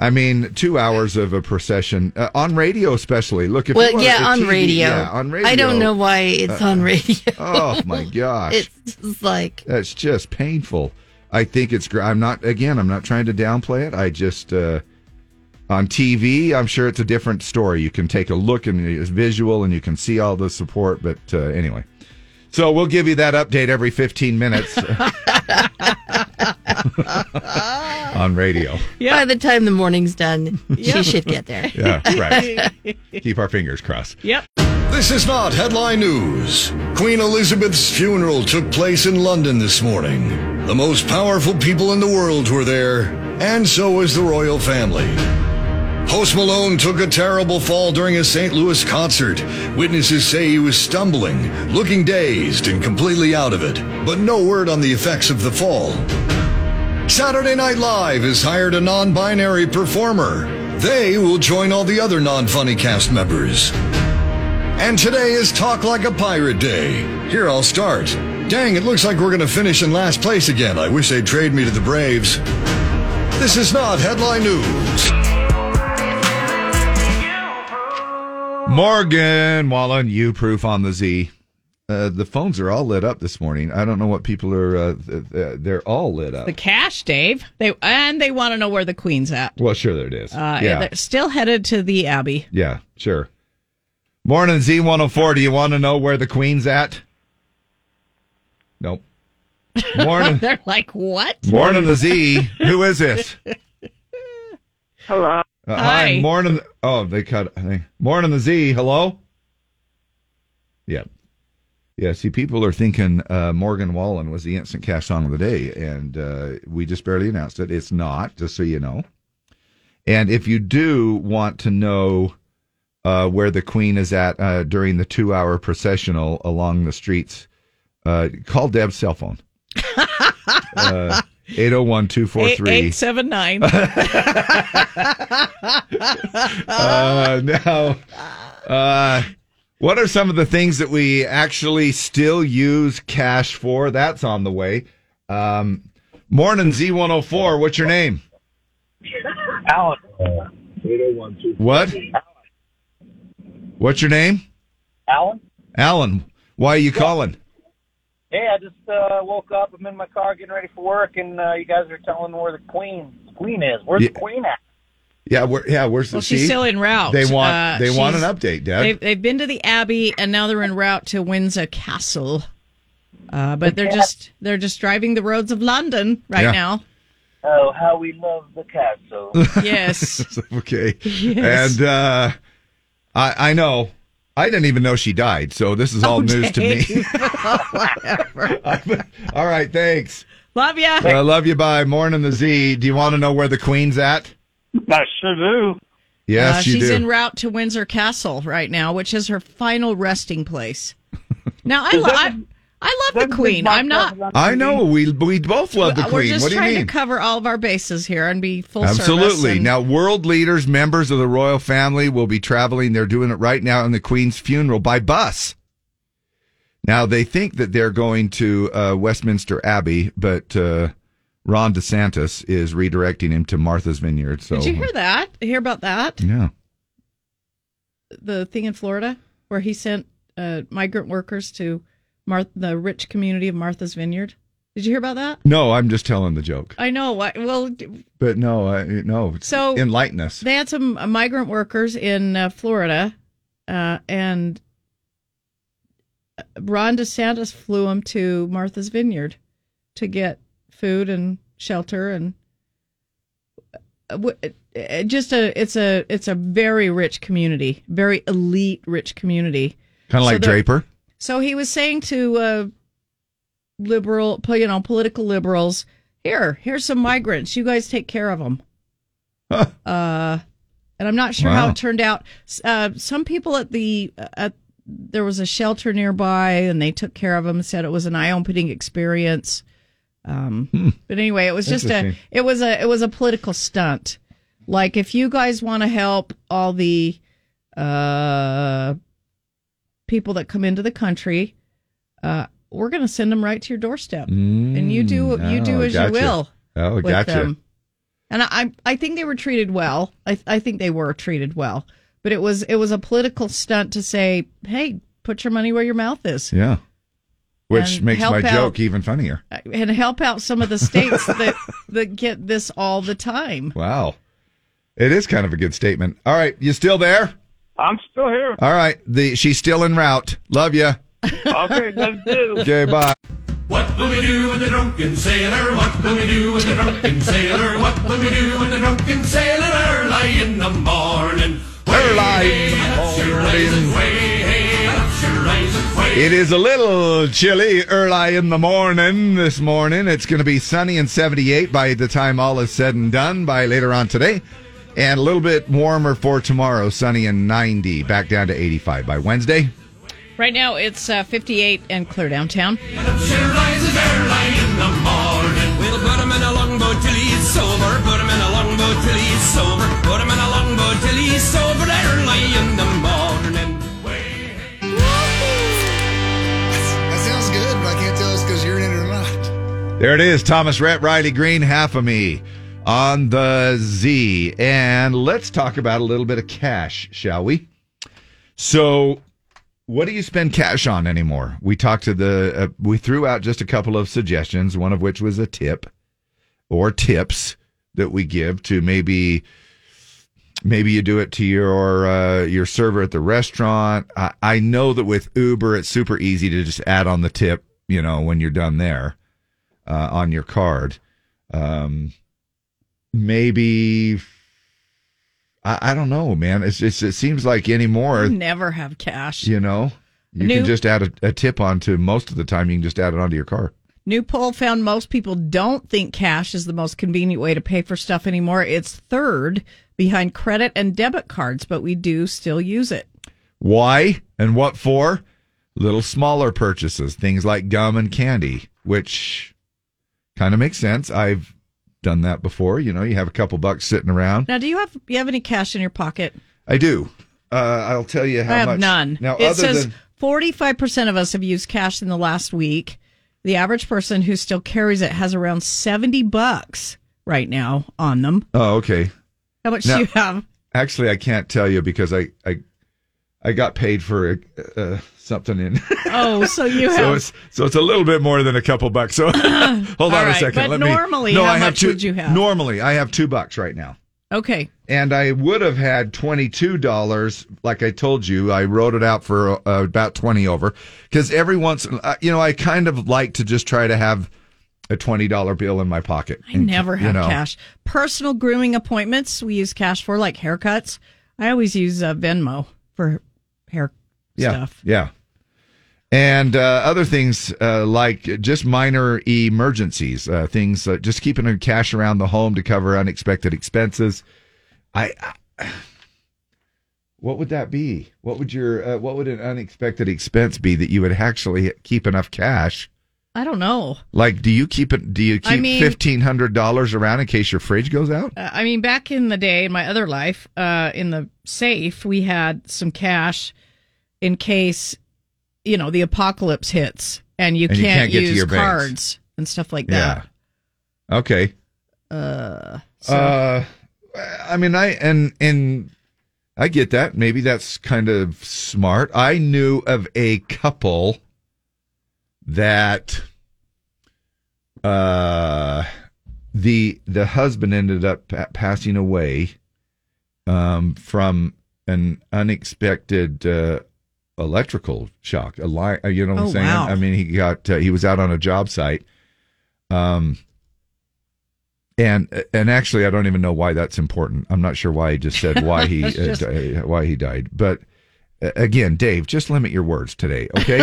S1: I mean, two hours of a procession uh, on radio, especially. Look, if you
S10: Well,
S1: want
S10: yeah,
S1: a
S10: on
S1: TV
S10: radio.
S1: yeah, on radio. Uh-uh.
S10: I don't know why it's on radio.
S1: Oh my gosh,
S10: It's just like
S1: that's just painful. I think it's. gr- I'm not. Again, I'm not trying to downplay it. I just uh, on TV. I'm sure it's a different story. You can take a look and it's visual, and you can see all the support. But uh, anyway, so we'll give you that update every 15 minutes on radio.
S10: by the time the morning's done, she should get there.
S1: Yeah, right. Keep our fingers crossed.
S2: Yep.
S7: This is not headline news. Queen Elizabeth's funeral took place in London this morning. The most powerful people in the world were there, and so was the royal family. Post Malone took a terrible fall during a St. Louis concert. Witnesses say he was stumbling, looking dazed, and completely out of it, but no word on the effects of the fall. Saturday Night Live has hired a non binary performer. They will join all the other non funny cast members. And today is Talk Like a Pirate Day. Here, I'll start. Dang, it looks like we're going to finish in last place again. I wish they'd trade me to the Braves. This is not headline news.
S1: Morgan Wallen, you proof on the Z. Uh, the phones are all lit up this morning. I don't know what people are. Uh, th- th- they're all lit up.
S2: The cash, Dave. They and they want to know where the queen's at.
S1: Well, sure, there it is.
S2: Uh,
S1: yeah,
S2: They're still headed to the Abbey.
S1: yeah, sure. Morning Z104. Do you want to know where the queen's at? Nope. Morning.
S2: they're like, what?
S1: Morning the Z. Who is this?
S11: Hello.
S1: Uh, hi. Morning. Oh, they cut. Hey. Morning the Z. Hello. Yeah. Yeah. See, people are thinking uh, Morgan Wallen was the instant cash song of the day, and uh, we just barely announced it. It's not, just so you know. And if you do want to know uh, where the Queen is at uh, during the two-hour processional along the streets, uh, call Deb's cell phone. Uh, Eight zero one two four
S2: Eight- eight
S1: three.
S2: seven nine.
S1: Uh, now, uh, what are some of the things that we actually still use cash for? That's on the way. Um, morning Z104. What's your name?
S11: Alan.
S1: What? What's your name?
S11: Alan?
S1: Alan. Why are you calling?
S11: Hey, I just uh, woke up. I'm in my car getting ready for work, and uh, you guys are telling where the queen queen is. Where's
S1: Yeah.
S11: the queen at?
S1: Yeah, we're, yeah. Where's
S2: Well,
S1: the?
S2: she's
S1: see?
S2: still en route.
S1: They want.
S2: Uh,
S1: they want an
S2: she's-
S1: update, Deb.
S2: They've, they've been to the Abbey and now they're en route to Windsor Castle. Uh, but they're just they're just driving the roads of London right
S1: Yeah.
S2: now.
S11: Oh, how we love the castle.
S2: Yes.
S1: okay.
S11: Yes.
S1: And uh, I, I know. I didn't even know she died, so this is all news to me. all right, thanks.
S2: Love ya.
S1: I love you. Bye. Morning, the Z. Do you want to know where the Queen's at?
S11: I sure do.
S1: Yes,
S2: Uh,
S1: you
S2: she's
S1: do.
S2: en route to Windsor Castle right now, which is her final resting place. Now I,
S11: Is
S2: lo-
S11: that-
S2: I, I love the Queen. I'm not.
S1: I know. We we both love the
S2: We're
S1: Queen.
S2: just
S1: What do you
S2: trying
S1: mean?
S2: to cover all of our bases here and be full service.
S1: Absolutely.
S2: and-
S1: Now, world leaders, members of the royal family will be traveling. They're doing it right now in the Queen's funeral by bus. Now, they think that they're going to uh, Westminster Abbey, but uh, Ron DeSantis is redirecting him to Martha's Vineyard. So,
S2: Did you hear that? Hear about that?
S1: Yeah.
S2: The thing in Florida where he sent uh, migrant workers to Mar- the rich community of Martha's Vineyard. Did you hear about that?
S1: No, I'm just telling the joke.
S2: I know. I, well, d-
S1: But no, I, no.
S2: So-
S1: enlighten us.
S2: they had some uh, migrant workers in uh, Florida, uh, and Ron DeSantis flew them to Martha's Vineyard to get food and shelter and uh, w- uh, just a it's a it's a very rich community, very elite rich community.
S1: Kind of
S2: So
S1: like
S2: they're-
S1: Draper.
S2: so he was saying to uh, liberal, po- you know, political liberals, here, here's some migrants. You guys take care of them. uh, and I'm not sure how
S12: Wow.
S2: it turned out. S- Uh, some people at the uh, at there was a shelter nearby, and they took care of them. Said it was an eye opening experience. Um,
S1: Hmm.
S2: But anyway, it was just a
S12: Interesting.
S2: it was a it was a political stunt. Like if you guys want to help all the uh, people that come into the country, uh, we're going to send them right to your doorstep, and you do you do
S1: Hmm. oh,
S2: as
S1: gotcha.
S2: you will.
S1: Oh,
S2: with
S1: gotcha.
S2: them. And I I- I think they were treated well. I I think they were treated well, but it was it was a political stunt to say, hey, put your money where your mouth is.
S1: Yeah. Which
S2: And
S1: makes
S2: help
S1: my
S2: out-
S1: joke even funnier.
S2: And help out some of the states that, that get this all the time.
S1: Wow. It is kind of a good statement. All right. You still there?
S11: I'm still here.
S1: All right. The she's still en route. Love you.
S11: Okay, let's do.
S1: Okay, bye.
S4: What will we do with the drunken sailor? What will we do with the drunken sailor? What will we do with the drunken sailor early in the morning? Early
S1: It is a little chilly early in the morning this morning. It's going to be sunny and 78 by the time all is said and done by later on today. And a little bit warmer for tomorrow, sunny and 90, back down to 85 by Wednesday.
S2: Right now it's uh, 58 and clear downtown.
S4: in the morning. We'll put him in a longboat till he's sober. Put him in a longboat till he's sober. Put him in a longboat till he's sober early in the morning.
S7: That sounds good, but I can't tell us because you're in it or not.
S1: There it is, Thomas Rhett, Riley Green, half of me on the Z. And let's talk about a little bit of cash, shall we? So What do you spend cash on anymore? We talked to the. Uh, we threw out just a couple of suggestions. One of which was a tip, or tips that we give to maybe, maybe you do it to your uh, your server at the restaurant. I, I know that with Uber, it's super easy to just add on the tip. You know, when you're done there, uh, on your card. Um, maybe I, I don't know, man. It's, it's it seems like anymore,
S2: I never have cash.
S1: you know, you
S2: New-
S1: can just add a, a tip onto most of the time. You can just add it onto your car.
S2: New poll found most people don't think cash is the most convenient way to pay for stuff anymore. It's third behind credit and debit cards, but we do still use it.
S1: Why and what for? Little smaller purchases, things like gum and candy, which kind of makes sense. I've done that before. You know, you have a couple bucks sitting around.
S2: Now, do you have you have any cash in your pocket?
S1: I do. Uh, I'll tell you how
S2: I have
S1: much.
S2: none.
S1: Now,
S2: it
S1: other
S2: says
S1: than
S2: forty-five percent of us have used cash in the last week. The average person who still carries it has around seventy bucks right now on them.
S1: oh, okay.
S2: How much
S1: Now-
S2: do you have?
S1: Actually, I can't tell you because I I, I got paid for uh, something in.
S2: Oh, so you have.
S1: so it's so it's a little bit more than a couple bucks. So hold
S2: All
S1: on a
S2: right,
S1: second.
S2: but
S1: Let me-
S2: normally,
S1: no,
S2: how
S1: I have
S2: much
S1: two,
S2: would you have?
S1: Normally, I have two bucks right now,
S2: okay.
S1: and I would have had twenty two dollars. Like I told you, I wrote it out for uh, about twenty over because every once, uh, you know, I kind of like to just try to have a twenty dollar bill in my pocket.
S2: I never have cash. Personal grooming appointments we use cash for, like haircuts. I always use uh, Venmo for hair
S1: yeah,
S2: stuff.
S1: Yeah. And uh, other things uh, like just minor emergencies, uh, things uh, just keeping your cash around the home to cover unexpected expenses. I, I what would that be? What would your uh, what would an unexpected expense be that you would actually keep enough cash?
S2: I don't know.
S1: Like, do you keep it? Do you
S2: I
S1: keep
S2: mean-
S1: fifteen hundred dollars around in case your fridge goes out?
S2: Uh, I mean, back in the day, in my other life, uh, in the safe, we had some cash in case, you know, the apocalypse hits and you,
S1: And you
S2: can't,
S1: can't get to
S2: use
S1: your banks.
S2: cards and stuff like that.
S1: Okay.
S2: Uh, so-
S1: Uh, I mean, I and and I get that. Maybe that's kind of smart. I knew of a couple that uh the the husband ended up pa- passing away um from an unexpected uh electrical shock a line you know what i'm
S12: Oh,
S1: saying
S12: wow.
S1: i mean he got uh, he was out on a job site um and and actually, I don't even know why that's important. I'm not sure why he just said why he uh,
S2: That's just-
S1: di- why he died. But uh, again, Dave, just limit your words today, okay?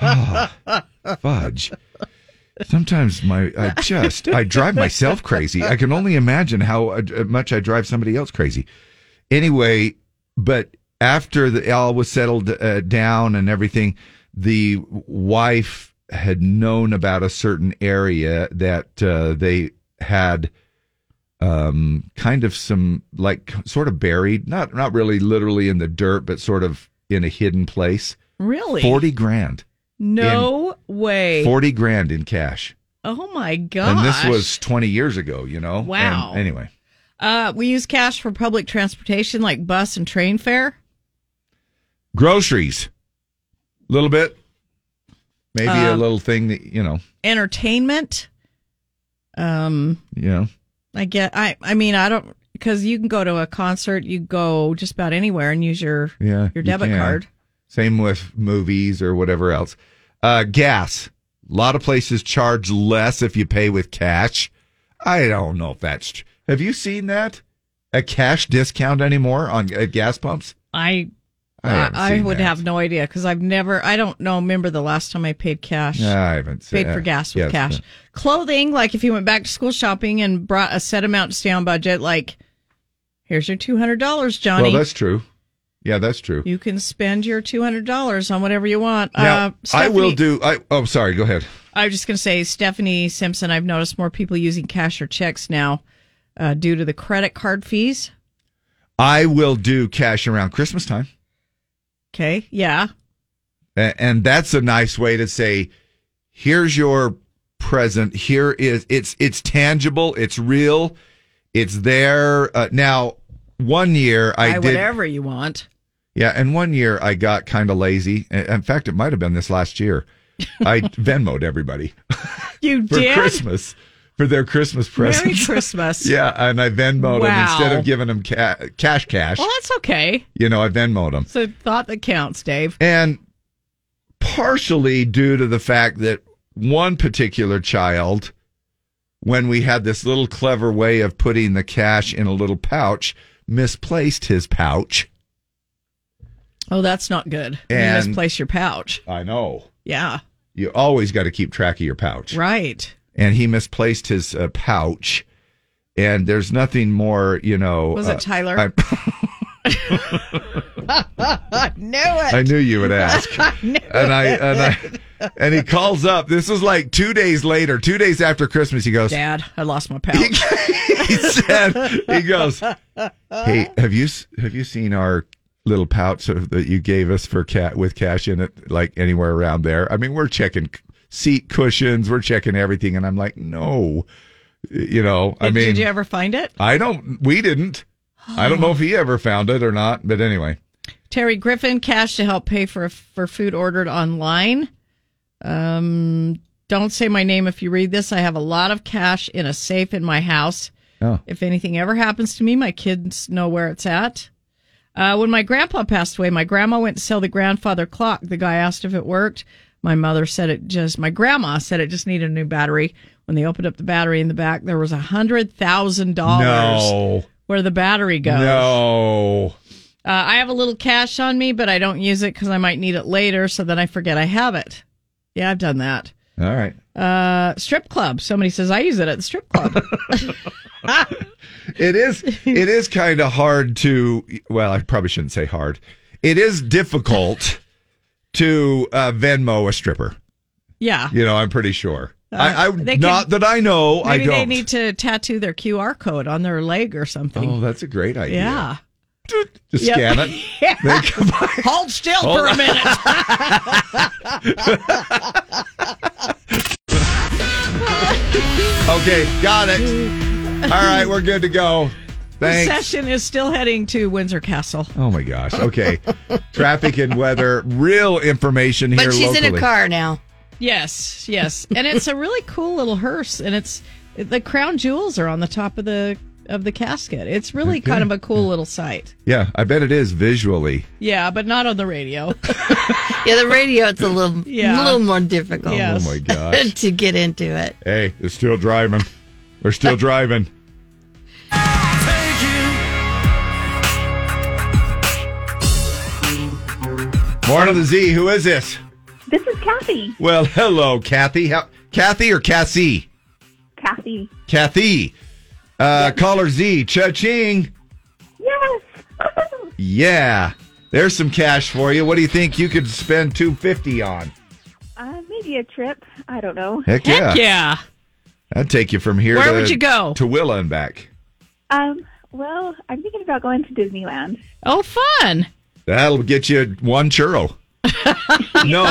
S1: Ah, Fudge. Sometimes my I just I drive myself crazy. I can only imagine how uh, much I drive somebody else crazy. Anyway, but after the all was settled uh, down and everything, the wife had known about a certain area that uh, they had um, kind of some like sort of buried, not not really literally in the dirt, but sort of in a hidden place.
S2: really?
S1: Forty grand.
S2: No way.
S1: Forty grand in cash.
S2: Oh my gosh.
S1: And this was twenty years ago, you know?
S2: Wow.
S1: And anyway.
S2: Uh, we use cash for public transportation like bus and train fare.
S1: Groceries. A little bit. Maybe a
S2: Uh,
S1: little thing that you know,
S2: Entertainment. Um,
S1: you know.
S2: I get. I. I mean, I don't because you can go to a concert. You go just about anywhere and use your
S1: Yeah. you
S2: your debit
S1: can.
S2: card.
S1: Same with movies or whatever else. Uh, gas. A lot of places charge less if you pay with cash. I don't know if that's. tr- Have you seen that? A cash discount anymore on at gas pumps?
S2: I.
S1: I
S2: I,
S1: haven't
S2: I
S1: seen
S2: would
S1: that.
S2: have no idea because I've never. I don't know. Remember the last time I paid cash?
S1: No, I haven't seen-
S2: paid for gas
S1: uh, yes,
S2: with cash.
S1: uh,
S2: Clothing, like if you went back to school shopping and brought a set amount to stay on budget, like here's your two hundred dollars, Johnny.
S1: Well, that's true. Yeah, that's true.
S2: You can spend your two hundred dollars on whatever you want.
S1: Now,
S2: uh,
S1: I will
S2: Stephanie-
S1: do. I oh, sorry. Go ahead.
S2: I was just going to say, Stephanie Simpson. I've noticed more people using cash or checks now uh, due to the credit card fees.
S1: I will do cash around Christmas time,
S2: Okay, yeah,
S1: A- and that's a nice way to say, "Here's your present. Here is it's it's tangible. It's real. It's there." Uh, now, one year I
S2: buy
S1: did.
S2: whatever you want.
S1: Yeah, and one year I got kind of lazy. In fact, it might have been this last year. I Venmoed everybody
S2: You
S1: for
S2: did?
S1: Christmas for their Christmas presents.
S2: Merry Christmas.
S1: yeah, and I Venmoed them
S2: Wow.
S1: instead of giving them ca- cash, cash.
S2: Well, that's okay.
S1: you know, I Venmoed them.
S2: It's a thought that counts, Dave.
S1: And partially due to the fact that one particular child, when we had this little clever way of putting the cash in a little pouch, misplaced his pouch.
S2: Oh, that's not good.
S1: And-
S2: you misplace your pouch.
S1: I know.
S2: Yeah.
S1: You always got to keep track of your pouch.
S2: Right.
S1: And he misplaced his uh, pouch. And there's nothing more, you know.
S2: Was it
S1: uh,
S2: Tyler?
S1: I-
S2: I knew it.
S1: uh, I knew you would ask.
S2: I knew
S1: and I
S2: it.
S1: and I and he calls up. This was like two days later, two days after Christmas. He goes,
S2: Dad, I lost my pouch.
S1: he said, he goes, "Hey, have you s- have you seen our little pouch of, that you gave us for cat with cash in it? Like anywhere around there? I mean, we're checking c- seat cushions, we're checking everything." And I'm like, "No, you know, I
S2: Did-
S1: mean,
S2: did you ever find it?
S1: I don't. We didn't. I don't know if he ever found it or not. But anyway,
S2: Terry Griffin, cash to help pay for for food ordered online. Um, don't say my name if you read this. I have a lot of cash in a safe in my house.
S1: Oh.
S2: If anything ever happens to me, my kids know where it's at. Uh, when my grandpa passed away, my grandma went to sell the grandfather clock. The guy asked if it worked. My mother said it just. My grandma said it just needed a new battery. When they opened up the battery in the back, there was a hundred thousand dollars.
S1: no,
S2: Where the battery goes.
S1: no.
S2: Uh, I have a little cash on me, but I don't use it because I might need it later, so then I forget I have it. Yeah, I've done that.
S1: All right.
S2: Uh, strip club. Somebody says I use it at the strip club.
S1: it is it is kind of hard to well i probably shouldn't say hard it is difficult to uh, venmo a stripper
S2: yeah.
S1: you know i'm pretty sure i, I
S2: Uh, they
S1: not
S2: could-
S1: that i know i
S2: Maybe
S1: don't
S2: they need to tattoo their QR code on their leg or something.
S1: oh that's a great idea
S2: yeah.
S1: just
S2: Yep.
S1: scan it
S2: Yeah. Hold still
S1: Hold
S2: for a
S1: on.
S2: minute.
S1: okay got it all right we're good to go
S2: The
S1: thanks
S2: session is still heading to Windsor Castle.
S1: oh my gosh okay traffic and weather real information here
S10: But she's in a
S1: locally.
S10: car now.
S2: Yes, yes, and it's a really cool little hearse, and it's the crown jewels are on the top of the of the casket. It's really kind of a cool little sight.
S1: yeah i bet it is visually
S2: Yeah, but not on the radio.
S10: Yeah, the radio it's a little a
S2: Yeah.
S10: little more difficult.
S1: Yes. Oh, my gosh.
S10: to get into it.
S1: hey it's still driving we're still driving Morning of the Z, who is this?
S12: This is Kathy.
S1: Well, hello, Kathy. How, Kathy or Cassie?
S12: Kathy.
S1: Kathy. Uh, Caller Z, cha-ching.
S12: Yes.
S1: Yeah. There's some cash for you. What do you think you could spend 250 on?
S12: Uh, maybe a trip. I don't know.
S1: Heck yeah. I'd take you from here
S12: Where
S1: to,
S12: would you go?
S1: To Willa and back.
S12: Um. Well, I'm thinking about going to Disneyland.
S2: Oh, fun.
S1: That'll get you one churro. no.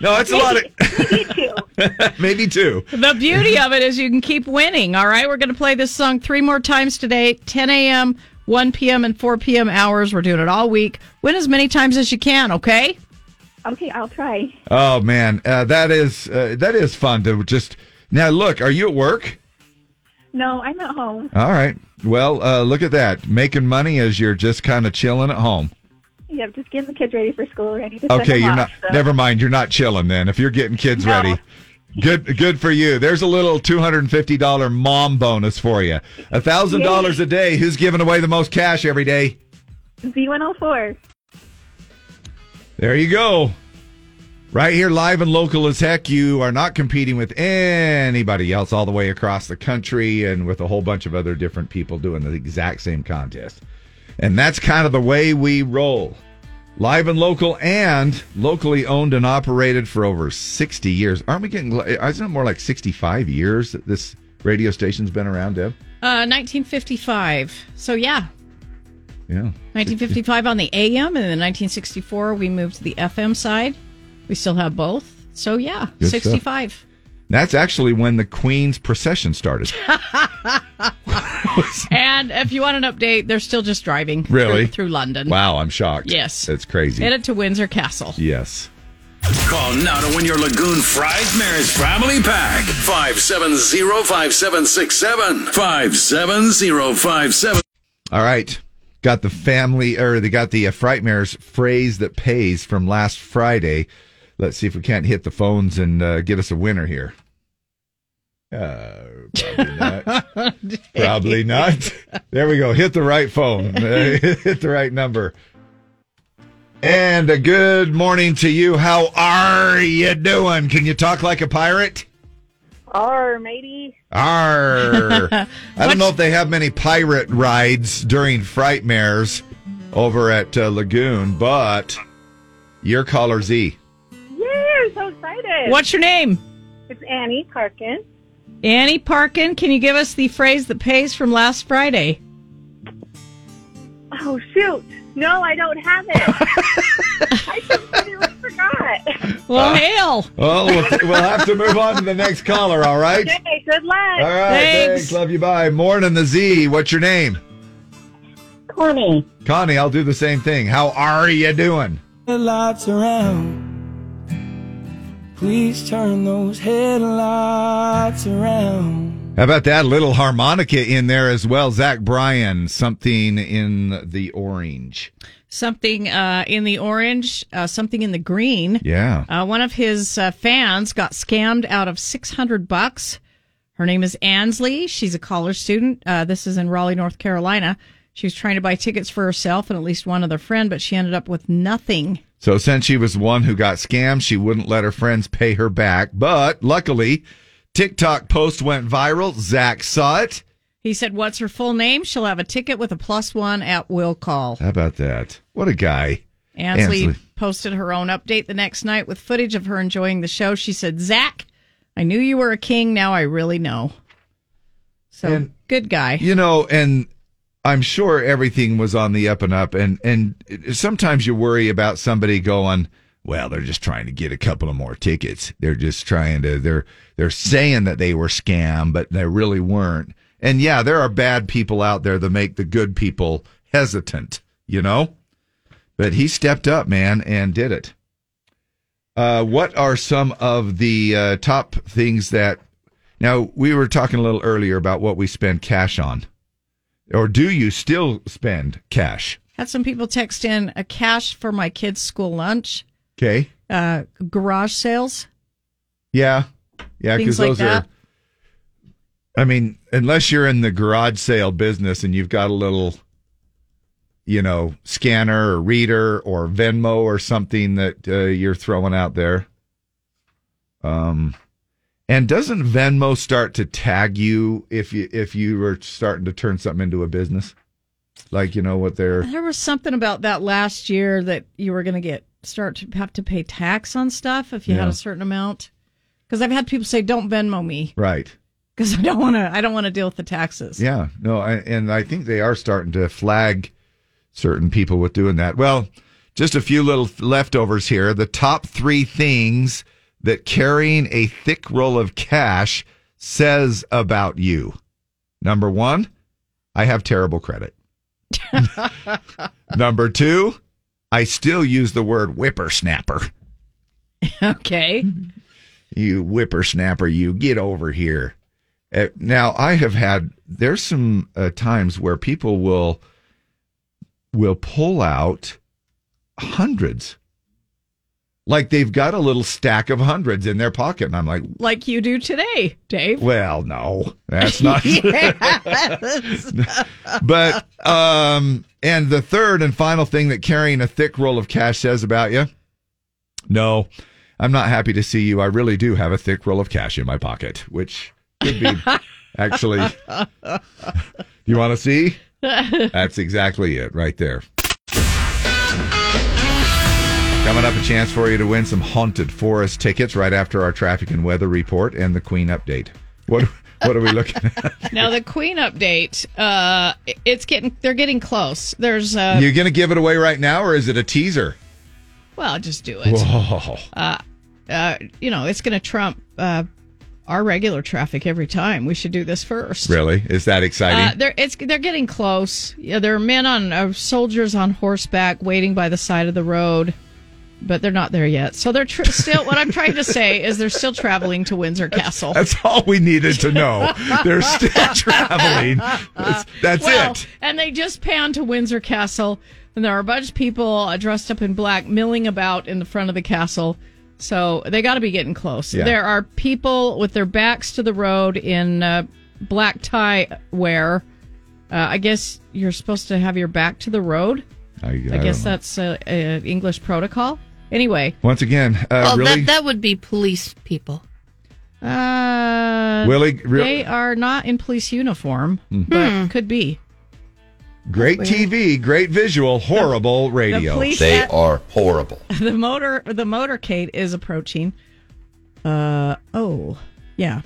S1: No, it's a lot of maybe two.
S2: The beauty of it is you can keep winning. All right, we're going to play this song three more times today: 10 a.m., 1 p.m., and 4 p.m. hours. We're doing it all week. Win as many times as you can. Okay.
S12: Okay, I'll try.
S1: Oh man, uh, that is uh, that is fun to just now look. Are you at work?
S12: No, I'm at home.
S1: All right. Well, uh, look at that, making money as you're just kind of chilling at home.
S12: Yep, just getting the kids ready for school. Ready to send
S1: Okay,
S12: them
S1: you're not.
S12: off, so-
S1: Never mind, you're not chilling then. If you're getting kids
S12: No.
S1: ready, good, good for you. There's a little two hundred and fifty dollar mom bonus for you. A thousand dollars a day. Who's giving away the most cash every day?
S12: Z104.
S1: There you go. Right here, live and local as heck. You are not competing with anybody else all the way across the country and with a whole bunch of other different people doing the exact same contest. And that's kind of the way we roll. Live and local and locally owned and operated for over 60 years. Aren't we getting, isn't it more like 65 years that this radio station's been around, Deb?
S2: Uh, 1955. So yeah,
S1: Yeah.
S2: 1955 on the AM, and then 1964 we moved to the FM side. We still have both. So yeah,
S1: Good stuff.
S2: 65.
S1: That's actually when the Queen's procession started.
S2: and if you want an update, they're still just driving
S1: Really?
S2: through, through London.
S1: Wow, I'm shocked.
S2: Yes.
S1: That's crazy.
S2: Headed to Windsor Castle.
S1: yes.
S13: Call now to win your Lagoon Fries Mares Family Pack. 570-5767. 570-57.
S1: All right. Got the family, or they got the uh, Frightmares phrase that pays from last Friday. Let's see if we can't hit the phones and uh, get us a winner here. Uh, probably not. probably not. There we go. Hit the right phone. Uh, hit the right number. And a good morning to you. How are you doing? Can you talk like a pirate?
S14: Or matey.
S1: Arr. I don't know if they have many pirate rides during Frightmares over at uh, Lagoon, but your E. caller Z.
S14: Yay, I'm so excited.
S2: What's your name?
S14: It's Annie Karkin.
S2: Annie Parkin, can you give us the phrase that pays from last Friday?
S14: Oh, shoot. No, I don't have it. I completely forgot.
S1: Well,
S2: hail.
S1: Well, we'll we'll have to move on to the next caller, all right?
S14: Okay, good luck.
S1: All right. Thanks. Love you. Bye. Morning, the Z. What's your name?
S14: Connie.
S1: Connie, I'll do the same thing. How are you doing?
S15: Headlights around. Please turn those headlights around.
S1: How about that little harmonica in there as well? Zach Bryan, something in the orange.
S2: Something uh, in the orange, uh, something in the green.
S1: Yeah.
S2: Uh, one of his uh, fans got scammed out of 600 bucks. Her name is Ansley. She's a college student. Uh, this is in Raleigh, North Carolina. She was trying to buy tickets for herself and at least one other friend, but she ended up with nothing.
S1: So since she was the one who got scammed, she wouldn't let her friends pay her back. But luckily, TikTok post went viral. Zach saw it.
S2: He said, What's her full name? She'll have a ticket with a plus one at will call.
S1: How about that? What a guy.
S2: Ansley,
S1: Ansley.
S2: posted her own update the next night with footage of her enjoying the show. She said, Zach, I knew you were a king. Now I really know. So
S1: And-
S2: good guy.
S1: You know, and I'm sure everything was on the up and up. And and sometimes you worry about somebody going, well, they're just trying to get a couple of more tickets. They're just trying to. They're they're saying that they were scammed, but they really weren't. And yeah, there are bad people out there that make the good people hesitant. You know, but he stepped up, man, and did it. Uh, what are some of the uh, top things that? Now we were talking a little earlier about what we spend cash on, or do you still spend cash?
S2: Had some people text in a cash for my kids' school lunch,
S1: Okay,
S2: uh, garage sales.
S1: yeah, yeah, because
S2: Things like
S1: those
S2: that.
S1: are. I mean, unless you're in the garage sale business and you've got a little, you know, scanner or reader or Venmo or something that uh, you're throwing out there. Um, and doesn't Venmo start to tag you if you if you were starting to turn something into a business, like you know what they're
S2: There was something about that last year that you were going to get start to have to pay tax on stuff if you had
S1: Yeah.
S2: a certain amount. Because I've had people say, "Don't Venmo me,"
S1: right.
S2: because I don't want to. I don't want to deal with the taxes.
S1: Yeah, no, I, and I think they are starting to flag certain people with doing that. Well, just a few little leftovers here. The top three things that carrying a thick roll of cash says about you. Number one, I have terrible credit. Number two, I still use the word whippersnapper.
S2: okay.
S1: You whippersnapper, you get over here. Uh, now, I have had there's some uh, times where people will will pull out hundreds, like they've got a little stack of hundreds in their pocket, and I'm like,
S2: like you do today, Dave.
S1: well, no, that's not.
S2: Yes.
S1: but um, and the third and final thing that carrying a thick roll of cash says about you, no, I'm not happy to see you. I really do have a thick roll of cash in my pocket, which could be actually. You want to see? That's exactly it right there. Coming up, a chance for you to win some haunted forest tickets right after our traffic and weather report and the Queen update. What what are we looking at?
S2: now the Queen update. Uh, it's getting. They're getting close. There's. Uh,
S1: You're going to give it away right now, or is it a teaser?
S2: well, just do it.
S1: Whoa.
S2: Uh, uh, you know, it's going to trump uh, our regular traffic every time. We should do this first.
S1: Really? Is that exciting?
S2: Uh, they're it's they're getting close. Yeah, there are men on uh, soldiers on horseback waiting by the side of the road, but they're not there yet. So they're tr- still. what I'm trying to say is they're still traveling to Windsor Castle.
S1: that's all we needed to know. They're still traveling. That's, that's
S2: well,
S1: it.
S2: And they just pan to Windsor Castle, and there are a bunch of people uh, dressed up in black milling about in the front of the castle. So they got to be getting close.
S16: Yeah.
S2: There are people with their backs to the road in uh, black tie wear. Uh, I guess you're supposed to have your back to the road.
S1: I,
S2: I, guess
S1: don't know.
S2: that's uh, uh, English protocol. Anyway,
S1: Once again, uh,
S10: well,
S1: really?
S10: that, that would be police people.
S2: uh,
S1: Willie, real-
S2: they are not in police uniform,
S1: Hmm.
S2: but could be.
S1: great TV, great visual, horrible radio.
S2: police They at-
S1: are horrible.
S2: the motor the motorcade is approaching. Uh oh, yeah.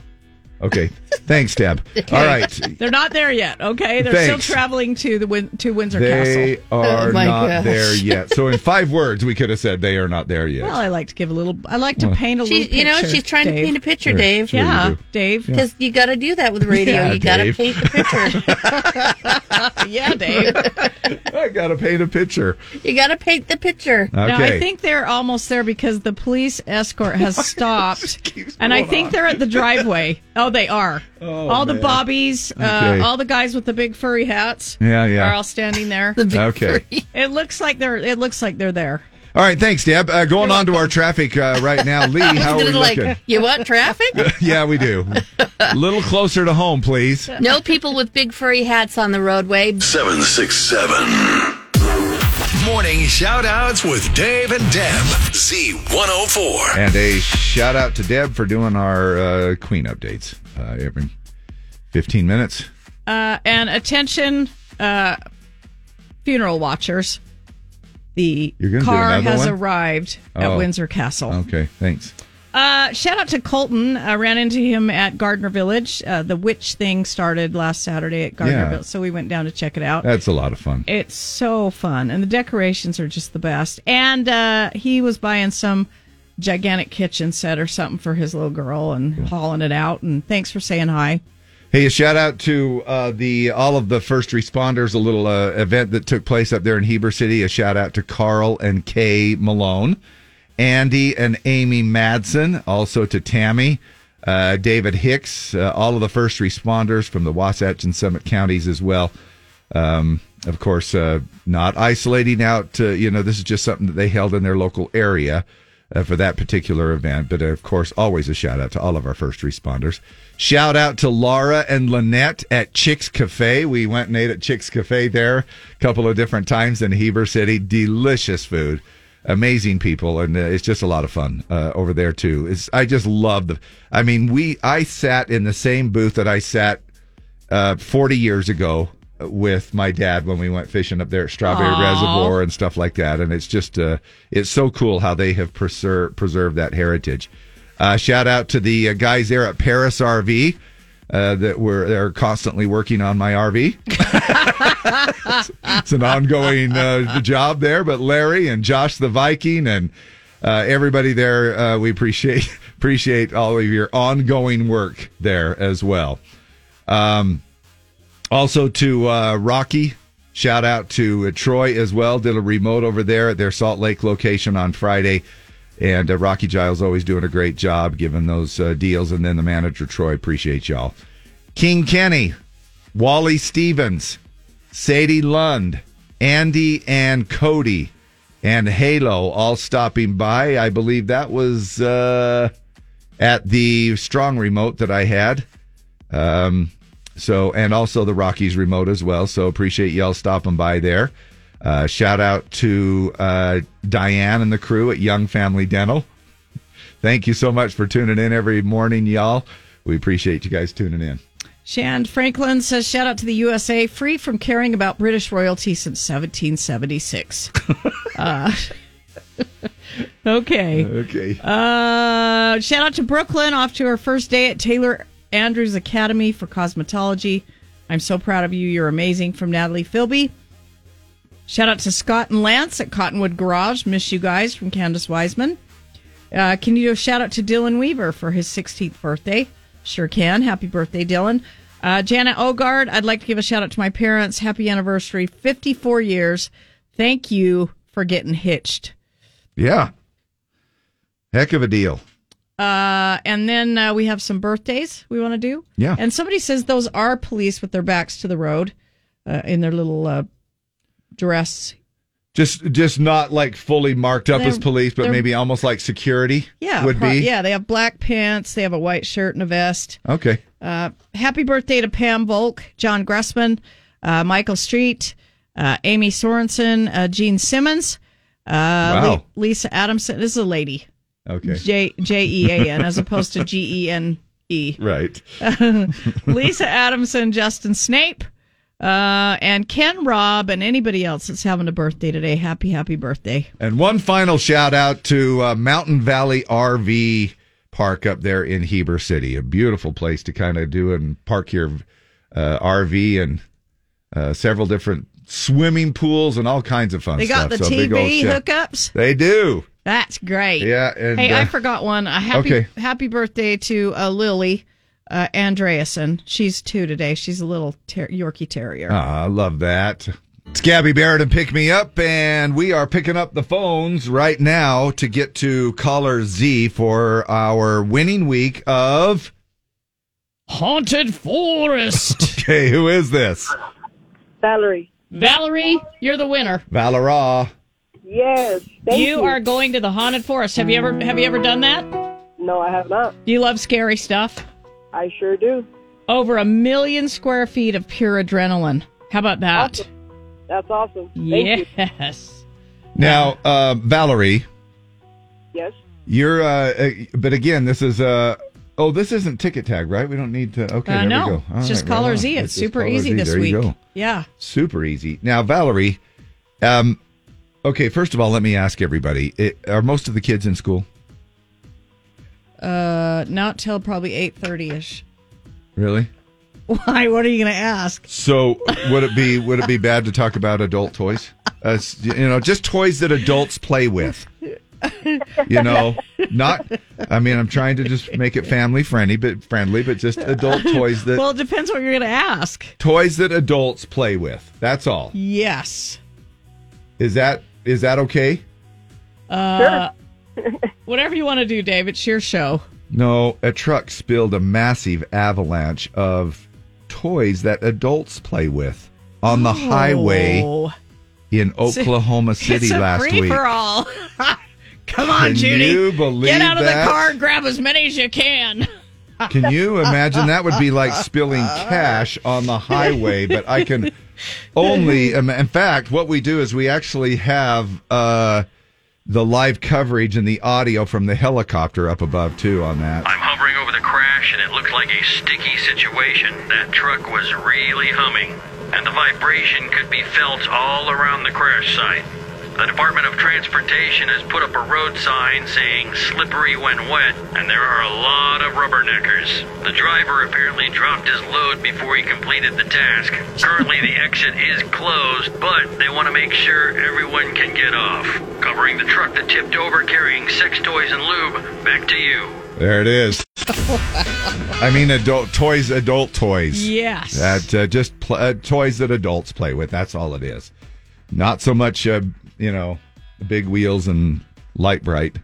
S1: Okay. Thanks, Deb. All right.
S2: They're not there yet. Okay, they're
S1: Thanks.
S2: still traveling to the Win- to Windsor
S1: They
S2: Castle.
S1: are not there yet. So in five words, we could have said they are not there yet.
S2: Well, I like to give a little. I like to
S1: Well.
S2: paint a
S10: She-
S2: little.
S10: you know,
S2: picture,
S10: she's trying to
S2: Dave.
S10: paint a picture, Sure, Dave. sure you
S2: yeah,
S10: do.
S2: Dave.
S10: Because you got to do that with radio.
S1: Yeah,
S10: you got to
S1: Dave.
S10: paint the picture.
S2: yeah, Dave.
S1: I got to paint a picture.
S10: You got to paint the picture.
S2: Now I
S1: Okay.
S2: think they're almost there because the police escort has stopped, and I
S10: going
S2: think
S10: on?
S2: they're at the driveway. Oh, they are.
S10: Oh,
S2: all the
S10: man.
S2: bobbies,
S1: Okay.
S2: uh, all the guys with the big furry hats.
S1: Yeah, yeah.
S2: Are all standing there.
S1: big Okay.
S2: It looks like they're. It looks like they're there.
S1: All right. Thanks, Deb. Uh, going on to our traffic uh, right now. Lee, how are we
S10: like,
S1: looking?
S10: you want traffic?
S1: yeah, we do. A little closer to home, please.
S10: No people with big furry hats on the roadway.
S13: 767. Morning shout outs with Dave and Deb. Z104.
S1: And a shout out to Deb for doing our uh, Queen updates uh, every 15 minutes.
S2: Uh, and attention, uh, funeral watchers. The
S1: You're gonna do
S2: car
S1: another
S2: has
S1: one?
S2: arrived
S1: Oh.
S2: at Windsor Castle.
S1: Okay, thanks.
S2: Uh, shout out to Colton. I ran into him at Gardner Village. Uh, the witch thing started last Saturday at Gardner
S1: Yeah.
S2: Village, so we went down to check it out.
S1: That's a lot of fun.
S2: It's so fun, and the decorations are just the best. And uh, he was buying some gigantic kitchen set or something for his little girl and hauling it out. And thanks for saying hi.
S1: Hey, a shout out to uh, the all of the first responders. A little uh, event that took place up there in Heber City. A shout out to Carl and Kay Malone, Andy and Amy Madsen, also to Tammy, uh, David Hicks. Uh, all of the first responders from the Wasatch and Summit counties as well. Um, of course, uh, not isolating out. Uh, you know, this is just something that they held in their local area uh, for that particular event. But uh, of course, always a shout out to all of our first responders. Shout out to Laura and Lynette at Chicks Cafe. We went and ate at Chicks Cafe there a couple of different times in Heber City. Delicious food. Amazing people, and uh, it's just a lot of fun uh, over there too. It's, I just love the. I mean, we I sat in the same booth that I sat uh, 40 years ago with my dad when we went fishing up there at Strawberry
S17: Aw.
S1: Reservoir and stuff like that. And it's just, uh, it's so cool how they have preser- preserved that heritage. Uh, shout out to the uh, guys there at Paris RV uh, that were they're constantly working on my RV. it's an ongoing uh, job there. But Larry and Josh the Viking and uh, everybody there, uh, we appreciate appreciate all of your ongoing work there as well. Um, also to uh, Rocky. Shout out to uh, Troy as well. Did a remote over there at their Salt Lake location on Friday. And uh, Rocky Giles always doing a great job giving those uh, deals. And then the manager, Troy, appreciate y'all. King Kenny, Wally Stevens, Sadie Lund, Andy and Cody, and Halo all stopping by. I believe that was uh, at the strong remote that I had. Um, so, and also the Rockies remote as well. So appreciate y'all stopping by there. Uh, shout out to uh, Diane and the crew at Young Family Dental. Thank you so much for tuning in every morning, y'all. We appreciate you guys tuning in.
S2: Shan Franklin says, shout out to the USA, free from caring about British royalty since 1776. uh, okay.
S1: Okay.
S2: Uh, shout out to Brooklyn, off to her first day at Taylor Andrews Academy for Cosmetology. I'm so proud of you. You're amazing. From Natalie Philby. Shout out to Scott and Lance at Cottonwood Garage. Miss you guys from Candace Wiseman. Uh, can you do a shout out to Dylan Weaver for his 16th birthday? Sure can. Happy birthday, Dylan. Uh, Janet Ogard, I'd like to give a shout out to my parents. Happy anniversary, 54 years. Thank you for getting hitched.
S1: Yeah. Heck of a deal.
S2: Uh, and then uh, we have some birthdays we want to do.
S1: Yeah.
S2: And somebody says those are police with their backs to the road uh, in their little uh, dress.
S1: Just just not like fully marked up
S2: They're-
S1: as police, but
S2: they're-
S1: maybe almost like security
S2: Yeah.
S1: would
S2: pro-
S1: be.
S2: Yeah. They have black pants. They have a white shirt and a vest.
S1: Okay.
S2: Uh, happy birthday to Pam Volk, John Gressman, uh, Michael Street, uh, Amy Sorensen, uh, Gene Simmons, uh,
S1: Wow.
S2: Le- Lisa Adamson. This is a lady.
S1: Okay.
S2: J J E A N as opposed to G E N E.
S1: Right.
S2: Lisa Adamson, Justin Snape, uh, and Ken Robb, and anybody else that's having a birthday today. Happy, happy birthday.
S1: And one final shout out to uh, Mountain Valley RV Park up there in Heber City. A beautiful place to kind of do and park your uh, RV and uh, several different swimming pools and all kinds of fun
S2: They
S1: stuff.
S2: got the
S1: So big old
S2: TV
S1: shout-
S2: hookups.
S1: They do.
S2: That's great.
S1: Yeah, and,
S2: hey, I
S1: uh,
S2: forgot one. A happy
S1: okay.
S2: happy birthday to uh, Lily uh, Andreasen. She's two today. She's a little ter- Yorkie Terrier.
S1: Ah, I love that. It's Gabby Barrett and Pick Me Up, and we are picking up the phones right now to get to caller Z for our winning week of
S16: Haunted Forest.
S1: Okay, who is this?
S16: Valerie. Valerie, you're the winner.
S1: Valera.
S16: Yes.
S2: you, are going to the haunted forest. Have you ever have you ever done that? No, I have not. Do you love scary stuff? I sure do. Over a million square feet of pure adrenaline. How about that?
S16: That's awesome.
S2: Yes.
S1: Now, uh, Valerie,
S16: Yes.
S1: you're. Uh, uh, but again, this is. Uh, oh, this isn't ticket tag, right? We don't need to. Okay,
S2: Uh,
S1: there
S2: no.
S1: we go.
S2: It's
S1: All
S2: just
S1: right,
S2: caller
S1: right
S2: Z.
S1: on.
S2: It's super
S1: caller
S2: easy this
S1: There you
S2: week.
S1: go.
S2: Yeah.
S1: Super easy. Now, Valerie. Um, okay, first of all, let me ask everybody: it, Are most of the kids in school?
S2: Uh, not till probably eight thirty ish.
S1: Really?
S2: Why? What are you going to ask?
S1: So would it be would it be bad to talk about adult toys? Uh, s- you know, just toys that adults play with. You know, not. I mean, I'm trying to just make it family friendly, but friendly, but just adult toys that
S2: well, it depends what you're going to ask.
S1: toys that adults play with. That's all.
S2: Yes.
S1: Is that is that okay?
S2: Uh, whatever you want to do, Dave. It's your show.
S1: No, a truck spilled a massive avalanche of toys that adults play with on the highway
S2: Oh.
S1: in Oklahoma City
S2: it's a
S1: last
S2: free
S1: week.
S2: for all. Come on,
S1: Can
S2: Judy.
S1: you believe
S2: Get out of
S1: that?
S2: the car and grab as many as you can.
S1: Can you imagine that would be like spilling cash on the highway? But I can only. im- In fact, what we do is we actually have uh, the live coverage and the audio from the helicopter up above too on that.
S17: I'm hovering over the crash, and it looks like a sticky situation. That truck was really humming, and the vibration could be felt all around the crash site. The Department of Transportation has put up a road sign saying slippery when wet, and there are a lot of rubberneckers. The driver apparently dropped his load before he completed the task. Currently, the exit is closed, but they want to make sure everyone can get off. Covering the truck that tipped over carrying sex toys and lube, back to you.
S1: There it is. I mean, adult toys, adult toys.
S17: Yes.
S1: That uh, just pl- uh, toys that adults play with. That's all it is. Not so much, uh, you know, big wheels and light bright.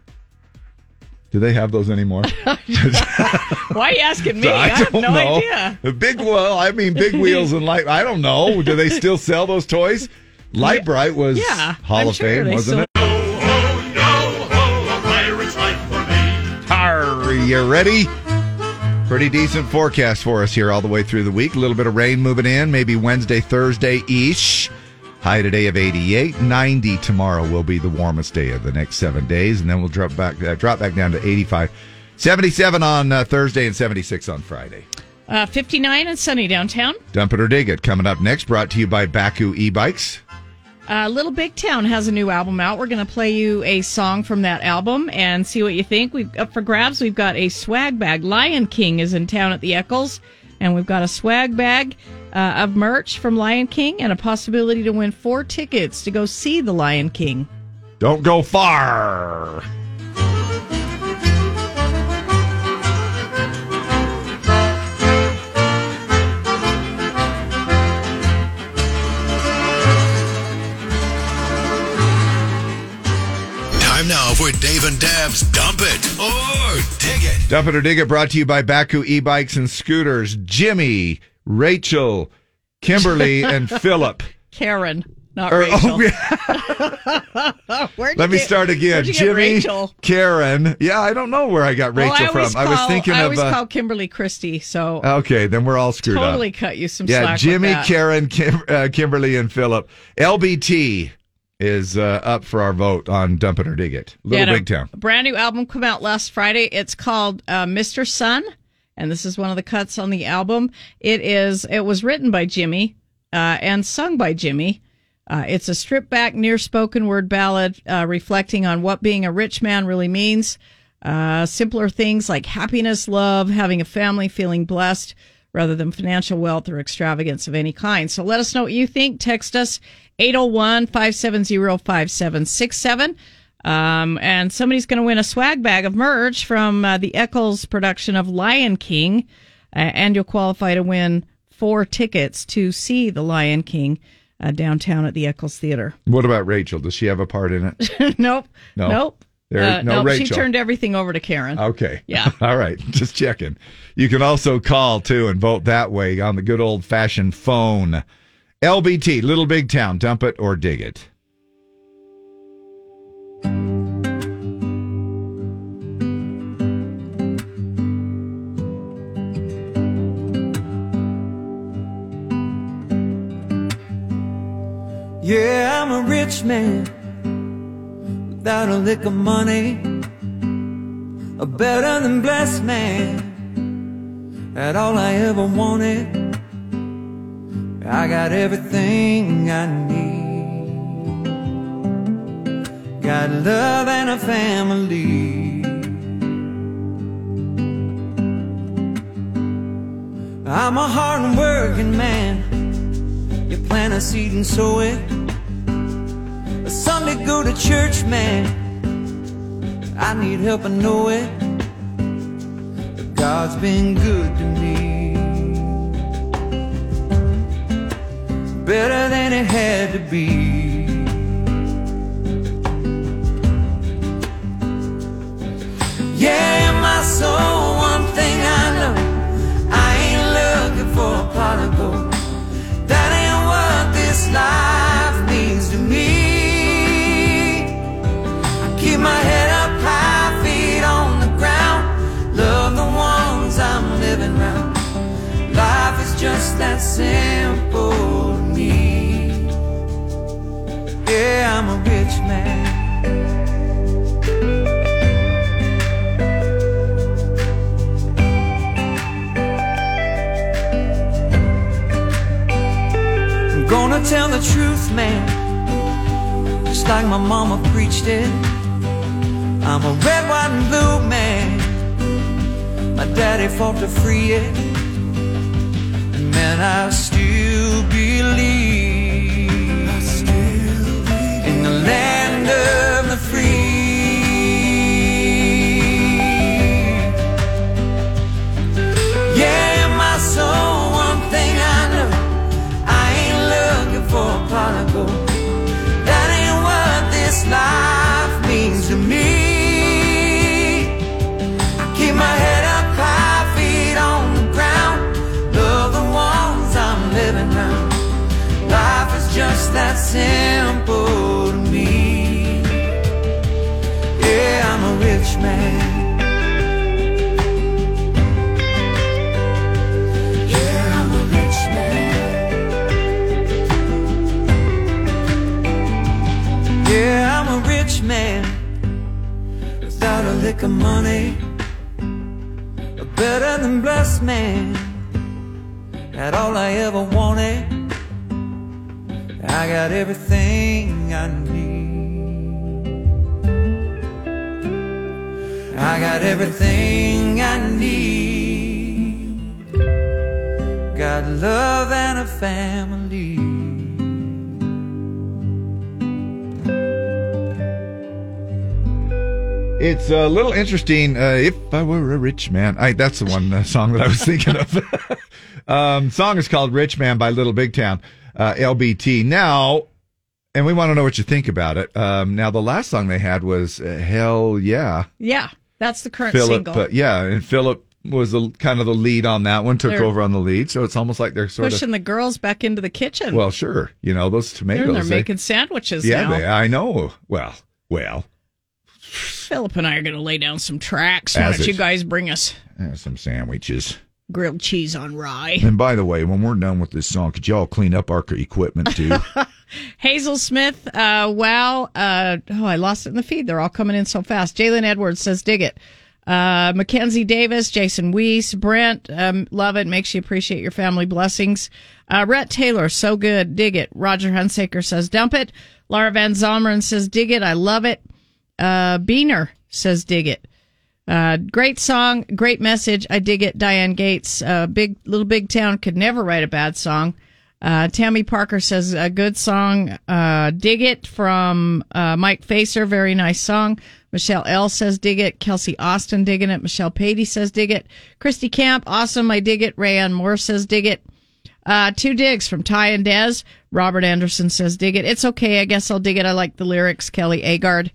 S1: Do they have those anymore?
S2: Why are you asking me?
S1: I,
S2: I, have
S1: don't
S2: no
S1: know.
S2: idea.
S1: Big well, I mean big wheels and light. I don't know. Do they still sell those toys? Light Bright was
S4: Yeah,
S1: Hall
S4: I'm
S1: of
S4: sure
S1: Fame,
S4: they
S1: wasn't
S4: still- Pirate's life for me.
S1: it? Are you ready? Pretty decent forecast for us here all the way through the week. A little bit of rain moving in, maybe Wednesday, Thursday ish. High today of 88, 90 tomorrow will be the warmest day of the next seven days, and then we'll drop back uh, drop back down to 85, 77 on uh, Thursday, and 76 on Friday.
S2: Uh, 59 and sunny downtown.
S1: Dump it or dig it. Coming up next, brought to you by Baku e-bikes.
S2: Uh, Little Big Town has a new album out. We're going to play you a song from that album and see what you think. We've up for grabs. We've got a swag bag. Lion King is in town at the Eccles, and we've got a swag bag uh, of merch from Lion King and a possibility to win four tickets to go see the Lion King.
S1: Don't go far.
S13: Jeff's Dump It or Dig It.
S1: Dump it or dig it brought to you by Baku e bikes and scooters. Jimmy, Rachel, Kimberly, and Philip.
S2: Karen, not
S1: Or-
S2: Rachel.
S1: oh,
S2: Where'd
S1: Let
S2: you
S1: me
S2: get-
S1: start again.
S2: where'd you get
S1: Jimmy,
S2: Rachel?
S1: Karen. Yeah, I don't know where I got
S2: Well,
S1: Rachel
S2: I
S1: from.
S2: always
S1: I was
S2: call-
S1: thinking
S2: I
S1: of.
S2: always
S1: uh,
S2: call Kimberly Christie, so
S1: Okay, then we're all screwed
S2: totally
S1: up.
S2: cut you some
S1: yeah,
S2: slack. with
S1: Jimmy,
S2: that.
S1: Karen, Kim, uh, Kimberly, and Philip. LBT is uh, up for our vote on Dump It or Dig It.
S2: They
S1: Little
S2: had a
S1: Big Town.
S2: Brand new album come out last Friday. It's called uh, Mr. Sun, and this is one of the cuts on the album. It is. It was written by Jimmy uh, and sung by Jimmy. Uh, it's a stripped back, near spoken word ballad uh, reflecting on what being a rich man really means. Uh, simpler things like happiness, love, having a family, feeling blessed, rather than financial wealth or extravagance of any kind. So let us know what you think. Text us 801 570 5767. Um, and somebody's going to win a swag bag of merch from uh, the Eccles production of Lion King. Uh, and you'll qualify to win four tickets to see the Lion King uh, downtown at the Eccles Theater.
S1: What about Rachel? Does she have a part in it?
S2: nope.
S1: No.
S2: Nope.
S1: There-
S2: Uh,
S1: no
S2: nope. She
S1: Rachel. Uh,
S2: turned everything over to Karen.
S1: Okay.
S2: Yeah.
S1: All right. Just checking. You can also call too and vote that way on the good old fashioned phone. LBT, Little Big Town, dump it or dig it.
S15: Yeah, I'm a rich man without a lick of money. A better than blessed man at all I ever wanted. I got everything I need. Got love and a family. I'm a hard working man. You plant a seed and sow it. A Sunday go to church, man. I need help, I know it. But God's been good to me. Better than it had to be. Yeah, my soul, one thing I know. I ain't looking for a pot of gold. That ain't what this life means to me. I keep my head up high, feet on the ground. Love the ones I'm living round. Life is just that simple to me. Yeah, I'm a rich man. I'm gonna tell the truth, man. Just like my mama preached it. I'm a red, white, and blue man. My daddy fought to free it. And man, I still believe. In the land of the free. Yeah, my soul, one thing I know. I ain't looking for a prodigal. That ain't what this life means to me. I keep my head up high, feet on the ground. Love the ones I'm living now. Life is just that simple to me. Yeah, I'm a rich man. Yeah, I'm a rich man. Yeah, I'm a rich man without a lick of money. A better than blessed man at all I ever wanted. I got everything I need. I got everything I need. Got love and a family.
S1: It's a little interesting. Uh, if I were a rich man, I, that's the one uh, song that I was thinking of. um, song is called "Rich Man" by Little Big Town, uh, LBT. Now, and we want to know what you think about it. Um, now, the last song they had was uh, "Hell Yeah."
S2: Yeah, that's the current
S1: Philip,
S2: single.
S1: uh, yeah, and Philip was the, kind of the lead on that one. Took
S2: They're-
S1: over on the lead, so it's almost like they're sort
S2: Pushing the girls back into the kitchen.
S1: of well, sure, you know those
S2: they're, in
S1: tomatoes.
S2: there
S1: they-
S2: making sandwiches
S1: yeah,
S2: now.
S1: They, I know. Well, well,
S2: Philip and I are going to lay down some tracks.
S1: As
S2: Why don't
S1: it-
S2: you guys bring us
S1: uh, some sandwiches.
S2: grilled cheese on rye?
S1: And by the way, when we're done with this song, could y'all clean up our equipment too?
S2: Hazel Smith, uh, wow. Uh, oh, I lost it in the feed. They're all coming in so fast. Jalen Edwards says, dig it. Uh, Mackenzie Davis, Jason Weiss, Brent, um, love it. Makes you appreciate your family blessings. Uh, Rhett Taylor, so good. Dig it. Roger Hunsaker says, dump it. Laura Van Zomeren says, dig it. I love it. Uh, Beener says, dig it. Uh, great song, great message. I dig it. Diane Gates, uh, big little big town could never write a bad song. Uh, Tammy Parker says a good song. Uh, dig it from uh, Mike Facer, very nice song. Michelle L says dig it. Kelsey Austin digging it. Michelle Patey says dig it. Christy Camp, awesome. I dig it. Rayanne Moore says dig it. Uh, two digs from Ty and Dez. Robert Anderson says, dig it. It's okay. I guess I'll dig it. I like the lyrics. Kelly Agard.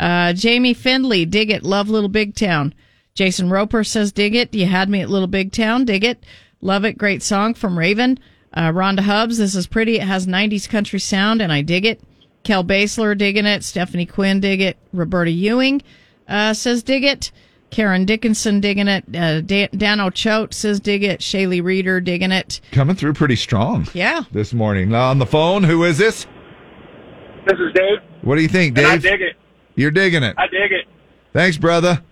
S2: Uh, Jamie Findley, dig it. Love Little Big Town. Jason Roper says, dig it. You had me at Little Big Town. Dig it. Love it. Great song from Raven. Uh, Rhonda Hubs, this is pretty. It has 90s country sound and I dig it. Kel Basler digging it. Stephanie Quinn dig it. Roberta Ewing uh, says dig it. Karen Dickinson digging it. Uh, Dan- Dan Ochoate says dig it. Shaylee Reeder digging it.
S1: Coming through pretty strong.
S2: Yeah.
S1: This morning. Now on the phone, who is this?
S11: This is Dave.
S1: What do you think, Dave?
S11: And I dig it.
S1: You're digging it.
S11: I dig it.
S1: Thanks, brother.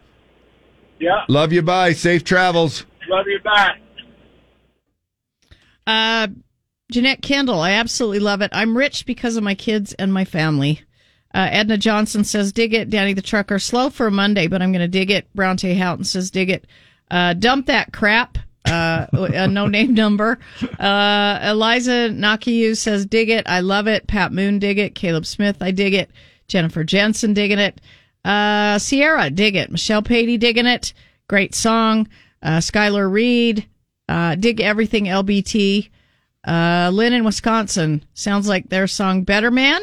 S11: Yeah.
S1: Love you. Bye. Safe travels.
S11: Love you. Bye.
S2: Uh, Jeanette Kendall, I absolutely love it. I'm rich because of my kids and my family. Uh, Edna Johnson says, dig it. Danny the Trucker, slow for a Monday, but I'm going to dig it. Bronte Houghton says, dig it. Uh, dump that crap. Uh, a no name number. Uh, Eliza Nakiu says, dig it. I love it. Pat Moon, dig it. Caleb Smith, I dig it. Jennifer Jensen, digging it. Uh, Sierra, dig it. Michelle Patey, digging it. Great song. Uh, Skylar Reed, uh, dig everything LBT. Uh, Lynn in Wisconsin sounds like their song "Better Man."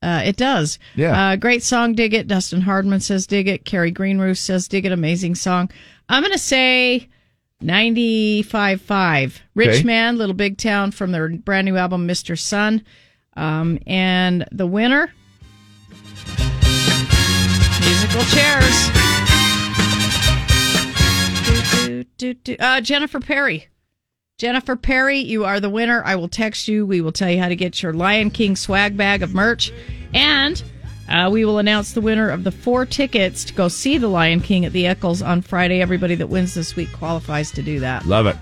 S2: Uh, it does.
S18: Yeah.
S2: Uh, great song. Dig it. Dustin Hardman says dig it. Carrie Greenroof says dig it. Amazing song. I'm gonna say ninety-five five. Rich
S18: Okay.
S2: Man, Little Big Town from their brand new album Mr. Sun. Um, and the winner, musical chairs. Do, do, do, do. Uh, Jennifer Perry. Jennifer Perry, you are the winner. I will text you. We will tell you how to get your Lion King swag bag of merch. And uh, we will announce the winner of the four tickets to go see the Lion King at the Eccles on Friday. Everybody that wins this week qualifies to do that.
S1: Love it.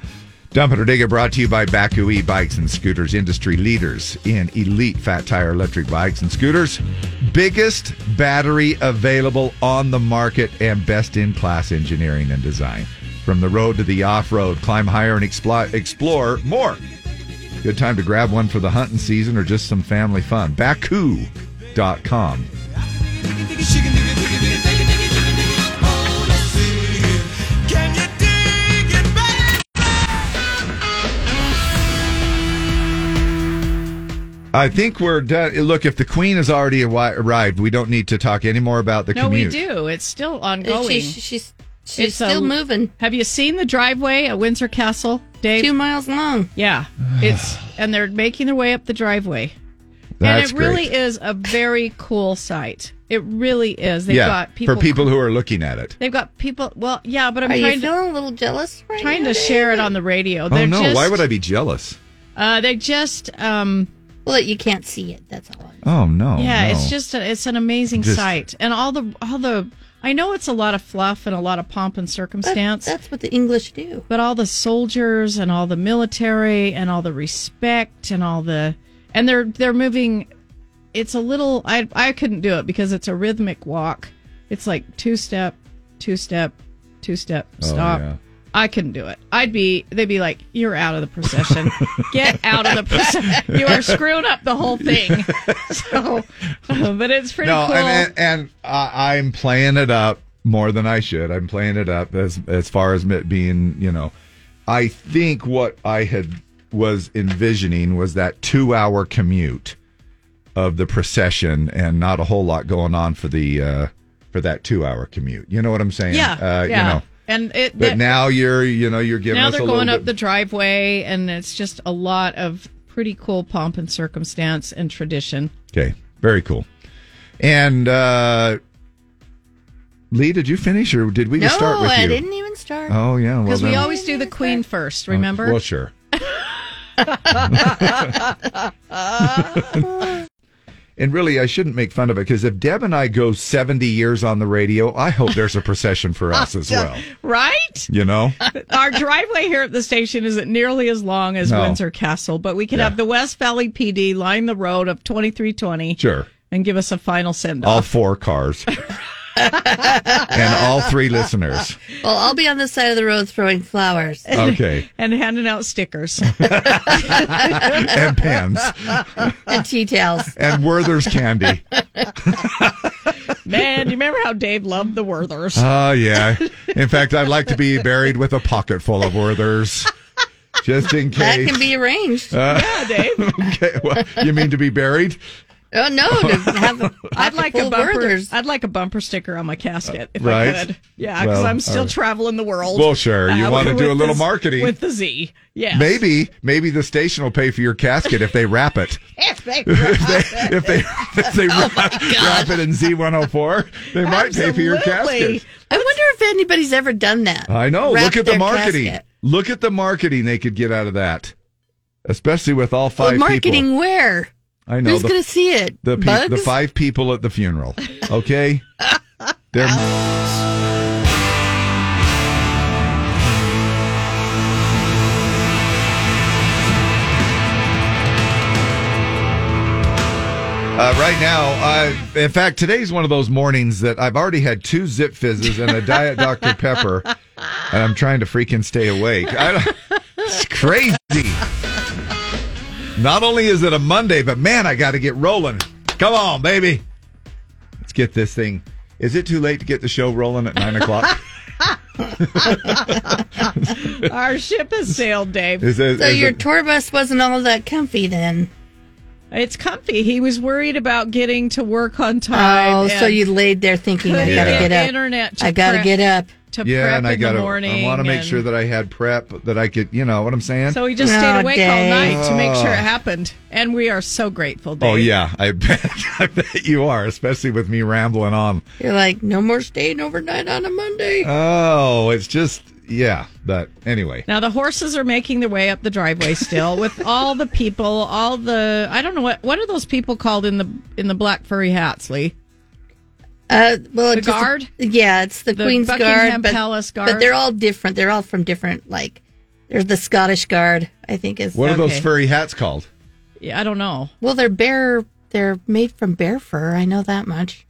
S1: Dump It or Dig It brought to you by Baku E Bikes and Scooters, industry leaders in elite fat tire electric bikes and scooters. Biggest battery available on the market and best in class engineering and design. From the road to the off road, climb higher and explore, explore more. Good time to grab one for the hunting season or just some family fun. Baku.com.
S19: Oh,
S1: I think we're done. Look, if the Queen has already awi- arrived, we don't need to talk any more about the
S2: no,
S1: commute.
S2: we do. It's still ongoing.
S10: She- she's- she's
S2: um,
S10: still
S2: moving. Have you seen the driveway at Windsor Castle, Dave? Two miles long. Yeah, it's and they're making their way up the driveway.
S1: That's
S2: and it really
S1: great.
S2: is a very cool sight. It really is. They've
S1: yeah,
S2: got people
S1: for people who are looking at it.
S2: They've got people. Well, yeah, but I'm
S10: Are you
S2: trying
S10: feeling
S2: to a little jealous. Right trying to share it on the radio.
S1: oh
S2: They're
S1: no!
S2: Just,
S1: Why would I be jealous?
S2: Uh, they just um. Well, you can't see it. That's all.
S1: Oh no!
S2: yeah,
S1: no.
S2: it's just a, it's an amazing
S1: Just-
S2: sight, and all the all the. I know it's a lot of fluff and a lot of pomp and circumstance. that's what the English do. But all the soldiers and all the military and all the respect and all the and they're they're moving. It's a little. I I couldn't do it because it's a rhythmic walk. It's like two step, two step, two step,
S18: Oh,
S2: stop.
S18: yeah.
S2: I couldn't do it. I'd be. They'd be like, "You're out of the procession. Get out of the procession. You are screwing up the whole thing." So, but it's pretty
S1: no,
S2: cool.
S1: and and, and I, I'm playing it up more than I should. I'm playing it up as as far as it being, you know, I think what I had was envisioning was that two hour commute of the procession and not a whole lot going on for the uh, for that two hour commute. You know what I'm saying?
S2: Yeah,
S1: Uh,
S2: yeah.
S1: You know.
S2: and it.
S1: But now you're you know you're giving
S2: now
S1: us
S2: they're
S1: a
S2: going
S1: little
S2: up the driveway, and it's just a lot of pretty cool pomp and circumstance and tradition.
S1: bit. Okay, very cool. And uh, Lee, did you finish or did we
S2: No,
S1: just start with
S2: I
S1: you?
S2: didn't
S10: even start.
S1: Oh yeah, well
S2: Because we
S1: then-
S2: always do the queen first,
S1: Oh,
S2: remember?
S1: Well, sure. And really, I shouldn't make fun of it because if Deb and I go 70 years on the radio, I hope there's a procession for us as well.
S2: Right?
S1: You know?
S2: Our driveway here at the station isn't nearly as long as
S1: No.
S2: Windsor Castle, but we could have the West Valley PD line the road of 2320
S1: Sure.
S2: and give us a final send
S1: All
S2: off.
S1: four cars and all three listeners.
S10: Well, I'll be on the side of the road throwing flowers.
S1: Okay.
S2: And handing out stickers.
S1: and pens
S10: and tea towels.
S1: and Werther's candy.
S2: Man, do you remember how Dave loved the Werthers?
S1: Oh, yeah. In fact, I'd like to be buried with a pocket full of Werther's just in
S10: That
S1: case.
S10: can be arranged.
S1: Uh,
S10: yeah, Dave.
S1: okay. Well, you mean to be buried?
S10: Oh no, to have a,
S2: I'd like a
S10: full
S2: bumper.
S10: Werther's.
S2: I'd like a bumper sticker on my casket if
S1: Right.
S2: I could. Yeah, because
S1: Well,
S2: I'm still
S1: all right.
S2: traveling the world.
S1: Well, sure. You wanna do
S2: with
S1: a little
S2: this-
S1: marketing.
S2: with the Z. Yeah,
S1: Maybe, maybe the station will pay for your casket if they wrap it.
S2: If they,
S1: if they, if they, if they
S10: Oh,
S1: wrap, wrap it in Z104, they might pay for your casket.
S10: I wonder if anybody's ever done that.
S1: I know.
S10: Wrap
S1: Look at the
S10: their
S1: marketing.
S10: casket.
S1: Look at the marketing they could get out of that, especially with all five
S10: Well, marketing
S1: people.
S10: where?
S1: I know
S10: Who's
S1: the-
S10: gonna see it?
S1: The pe-
S10: Bugs?
S1: the five people at the funeral. Okay, they're Uh, right now, I, in fact, today's one of those mornings that I've already had two zip fizzes and a diet Dr Pepper, and I'm trying to freaking stay awake. I don't, it's crazy. Not only is it a Monday, but man, I got to get rolling. Come on, baby, let's get this thing. Is it too late to get the show rolling at nine o'clock?
S2: our ship has sailed, Dave.
S1: Is it-
S10: so your tour bus wasn't all that comfy then.
S2: It's comfy. He was worried about getting to work on time.
S10: Oh, so
S2: and
S10: you laid there thinking I
S2: couldn't
S10: gotta
S1: get
S10: get up.
S2: internet to
S10: I gotta
S2: prep-
S10: get up.
S2: to
S1: yeah,
S2: prep
S1: and I
S2: in the
S1: got. I
S2: morning
S1: want to make
S2: and-
S1: sure that I had prep that I could. You know what I'm saying?
S2: So he just
S10: Oh,
S2: stayed awake all
S10: Dave.
S2: night to make sure it
S1: Oh.
S2: happened, and we are so grateful, Dave.
S1: Oh yeah, I bet I bet you are, especially with me rambling on.
S10: You're like, no more staying overnight on a Monday.
S1: Oh, it's just yeah, but anyway.
S2: Now the horses are making their way up the driveway still with all the people, all the I don't know what what are those people called in the in the black furry hats, Lee?
S10: Uh, well,
S2: The
S10: just-
S2: guard?
S10: yeah, it's the,
S2: The
S10: Queen's
S2: Buckingham
S10: Guard, but,
S2: Palace
S10: but
S2: Guard?
S10: they're all different. They're all from different. Like, there's the Scottish Guard. I think is
S1: What are those furry hats called?
S2: Yeah, I don't know.
S10: Well, they're bear. They're made from bear fur. I know that much.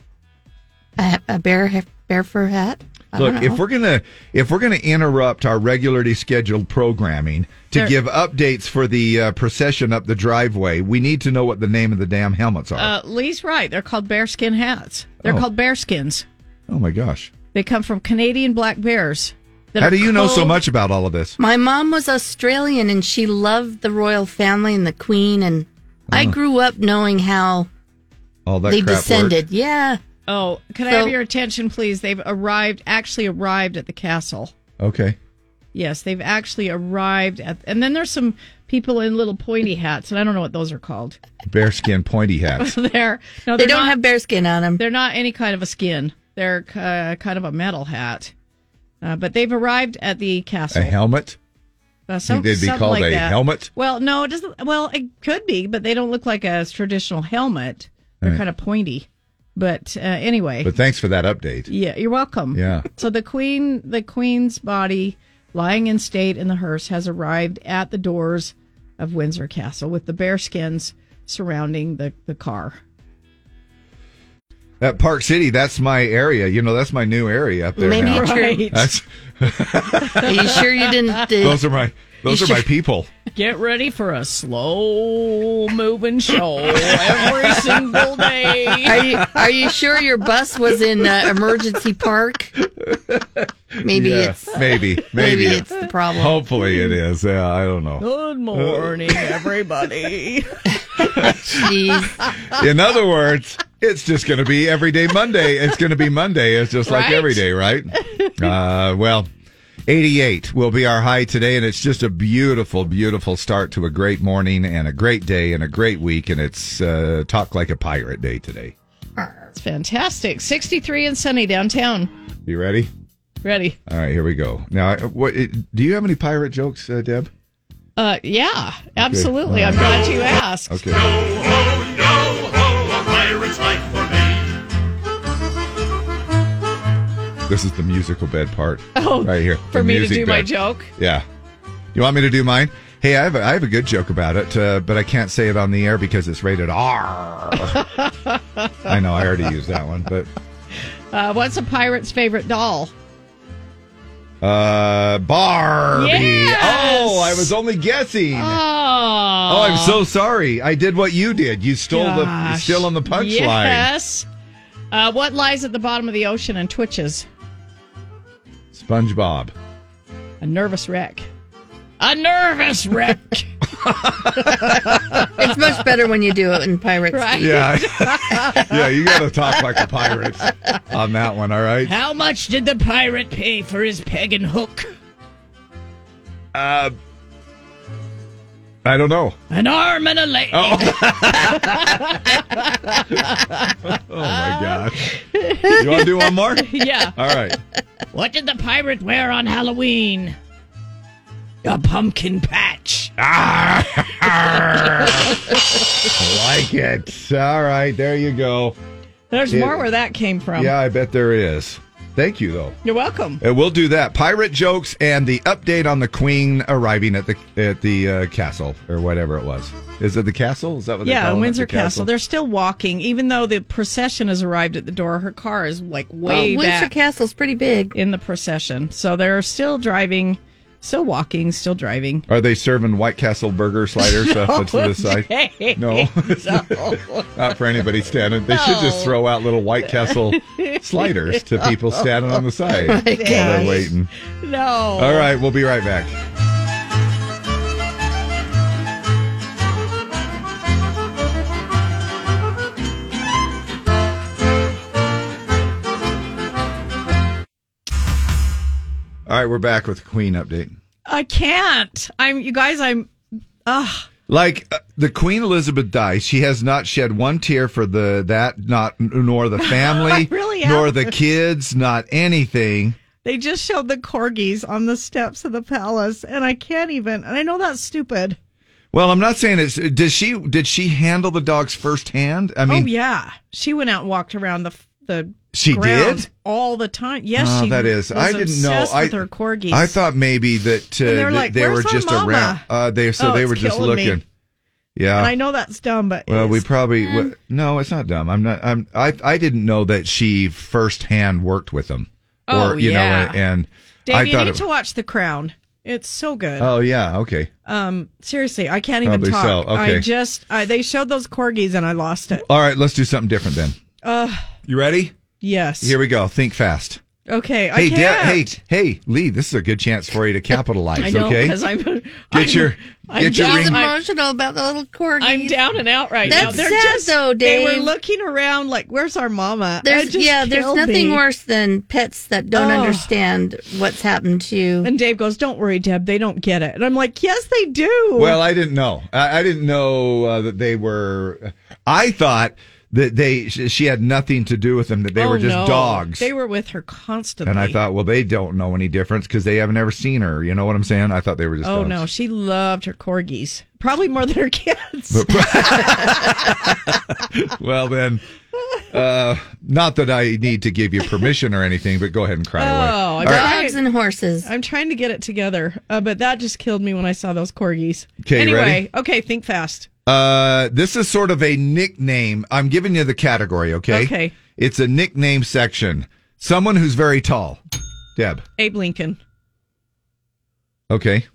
S10: A, a bear ha- bear fur hat. I
S1: Look,
S10: don't
S1: if
S10: know.
S1: we're gonna if we're gonna interrupt our regularly scheduled programming to
S2: There-
S1: give updates for the uh, procession up the driveway, we need to know what the name of the damn helmets are.
S2: Uh, Lee's right. They're called bearskin hats. They're
S1: Oh.
S2: called bearskins.
S1: oh my gosh!
S2: They come from Canadian black bears. that
S1: How
S2: are
S1: do you know so
S2: clothed-
S1: much about all of this?
S10: My mom was Australian and she loved the royal family and the Queen, and I
S1: Oh.
S10: grew up knowing how
S1: All that
S10: they
S1: crap work?
S10: descended. Yeah.
S2: Oh, can I
S10: So-
S2: have your attention, please? They've arrived, actually arrived at the castle.
S1: Okay.
S2: Yes, they've actually arrived at, and then there's some people in little pointy hats, and I don't know what those are called.
S1: Bearskin pointy hats.
S2: they're no,
S10: They
S2: they're
S10: don't
S2: not-
S10: have bear skin on them.
S2: They're not any kind of a skin. They're uh, kind of a metal hat. Uh, but they've arrived at the castle.
S1: A helmet?
S2: Uh, some-
S1: They'd be
S2: something
S1: called
S2: like
S1: a
S2: that.
S1: helmet?
S2: Well, no, it doesn't. Well, it could be, but they don't look like a traditional helmet. They're
S1: Right.
S2: kind of pointy. But uh, anyway,
S1: But thanks for that update.
S2: yeah, you're welcome.
S1: Yeah.
S2: So the queen, the queen's body, lying in state in the hearse, has arrived at the doors of Windsor Castle with the bearskins surrounding the the car.
S1: At Park City, that's my area. You know, that's my new area up there.
S10: Maybe
S1: now.
S10: it's your- Right.
S1: That's,
S10: Are you sure you didn't? Do-
S1: those are my those are my people.
S2: Get ready for a slow moving show every single day.
S10: Are you, are you sure your bus was in uh, emergency park? Maybe
S1: Yeah,
S10: it's
S1: maybe maybe, Oh.
S10: maybe it's the problem.
S1: Hopefully it is. Yeah, I don't know.
S2: Good morning, everybody.
S1: In other words, it's just going to be every day Monday. It's going to be Monday. It's just like
S2: Right?
S1: every day, right? Uh, well, 88 will be our high today, and it's just a beautiful, beautiful start to a great morning and a great day and a great week. And it's uh, Talk Like a Pirate Day today.
S2: It's fantastic. 63 and sunny downtown.
S1: You ready?
S2: Ready?
S1: All right, here we go. Now, I- what it- do you have any pirate jokes, uh, Deb?
S2: Uh, yeah, absolutely.
S1: All
S2: I'm
S1: right.
S2: glad you asked.
S1: Okay.
S4: Pirate's life for me.
S1: This is the musical bed part.
S2: Oh,
S1: right here
S2: for
S1: The
S2: me to
S1: music
S2: do my joke?
S1: Yeah. You want me to do mine? Hey, I have a, I have a good joke about it, uh, but I can't say it on the air because it's rated R. I know I already used that one, but
S2: Uh, what's a pirate's favorite doll?
S1: uh, Barbie.
S2: Yes!
S1: Oh, I was only guessing.
S2: Oh,
S1: Oh, I'm so sorry. I did what you did. You stole the
S2: Gosh.
S1: still on the punchline.
S2: Yes. Uh, what lies at the bottom of the ocean and twitches?
S1: SpongeBob.
S2: A nervous wreck. A nervous wreck.
S10: it's much better when you do it in pirates.
S2: Right.
S1: Yeah. yeah, you got to talk like a pirate on that one, all right?
S2: How much did the pirate pay for his peg and hook?
S1: Uh, I don't know.
S2: An arm and a leg.
S1: Oh. Oh my gosh. You want to do one more?
S2: Yeah.
S1: All right.
S2: What did the pirate wear on Halloween? A pumpkin patch.
S1: I like it. All right, there you go.
S2: There's
S1: It-
S2: more where that came from.
S1: Yeah, I bet there is. Thank you though.
S2: You're welcome.
S1: Uh, We'll do that. Pirate jokes and the update on the Queen arriving at the at the uh, castle or whatever it was. Is it the castle? Is that what they
S2: Yeah,
S1: call it?
S2: Windsor
S1: The
S2: Castle. They're still walking, even though the procession has arrived at the door. Her car is like way
S10: Oh, Windsor
S2: back
S10: Castle's pretty big
S2: in the procession, so they're still driving, still walking, still driving.
S1: Are they serving White Castle burger sliders up into the side?
S2: Okay.
S1: No.
S2: No.
S1: Not for anybody standing. They should just
S2: No.
S1: throw out little White Castle sliders to people standing on the side while they're
S2: gosh.
S1: waiting.
S2: no.
S1: All right, we'll be right back. All right, we're back with the Queen update.
S2: I can't. I'm. You guys. I'm. Ugh.
S1: Like uh, the Queen Elizabeth dies, she has not shed one tear for the that not nor the family,
S2: really
S1: nor
S2: haven't.
S1: the kids, not anything.
S2: They just showed the corgis on the steps of the palace, and I can't even. And I know that's stupid.
S1: Well, I'm not saying it's. Did she did she handle the dogs firsthand? I mean,
S2: oh yeah, she went out and walked around the the
S1: She
S2: grounds
S1: did?
S2: all the time. Yes,
S1: Oh,
S2: she
S1: that is.
S2: was
S1: I didn't know.
S2: obsessed
S1: I
S2: With her corgis.
S1: I thought maybe that uh,
S2: And they
S1: they
S2: were
S1: were,
S2: like,
S1: they were
S2: "Where's our
S1: just
S2: mama?"
S1: around. Uh, they so
S2: Oh,
S1: they
S2: it's
S1: were just
S2: killing me.
S1: looking. Yeah.
S2: and I know that's dumb, but
S1: uh, well, we
S2: it's-
S1: probably
S2: Mm.
S1: w- no. It's not dumb. I'm not. I'm. I. I didn't know that she firsthand worked with them.
S2: Oh,
S1: or you
S2: yeah.
S1: know, and
S2: Dave,
S1: I
S2: you
S1: thought.
S2: need
S1: It,
S2: to watch The Crown. It's so good.
S1: oh yeah. Okay.
S2: Um, seriously, I can't even
S1: Probably
S2: talk.
S1: so. Okay.
S2: I just I, they showed those corgis and I lost it.
S1: All right. Let's do something different then.
S2: Uh,
S1: You ready?
S2: yes.
S1: Here we go. Think fast.
S2: Okay, I
S1: hey,
S2: can't.
S1: Deb- hey, hey, Lee. This is a good chance for you to capitalize.
S2: I know
S1: okay.
S2: because I'm
S1: get your
S2: I'm
S1: get your
S2: down-
S1: ring.
S2: I'm-
S10: emotional about the little corgi.
S2: I'm down and out right now.
S10: That's
S2: They're
S10: sad
S2: just,
S10: though, Dave.
S2: They were looking around like, "Where's our mama?" That
S10: There's
S2: just
S10: yeah, there's
S2: killed
S10: nothing
S2: me.
S10: worse than pets that don't
S2: Oh.
S10: understand what's happened to you.
S2: And Dave goes, "Don't worry, Deb. They don't get it." And I'm like, "Yes, they do."
S1: Well, I didn't know. I, I didn't know uh, that they were. I thought that they sh- she had nothing to do with them. That they
S2: Oh,
S1: were just
S2: no.
S1: dogs.
S2: They were with her constantly.
S1: and I thought, well, they don't know any difference because they haven't ever seen her. You know what I'm saying? I thought they were just.
S2: oh
S1: dogs.
S2: no, she loved her corgis probably more than her kids.
S1: Well then, uh, not that I need to give you permission or anything, but go ahead and cry away.
S2: Oh,
S1: All right.
S10: Dogs and horses.
S2: I'm trying to get it together, uh, but that just killed me when I saw those corgis.
S1: 'Kay, you
S2: anyway,
S1: ready?
S2: okay, think fast.
S1: Uh, this is sort of a nickname. I'm giving you the category, okay?
S2: Okay.
S1: It's a nickname section. Someone who's very tall. Deb.
S2: Abe Lincoln.
S1: Okay.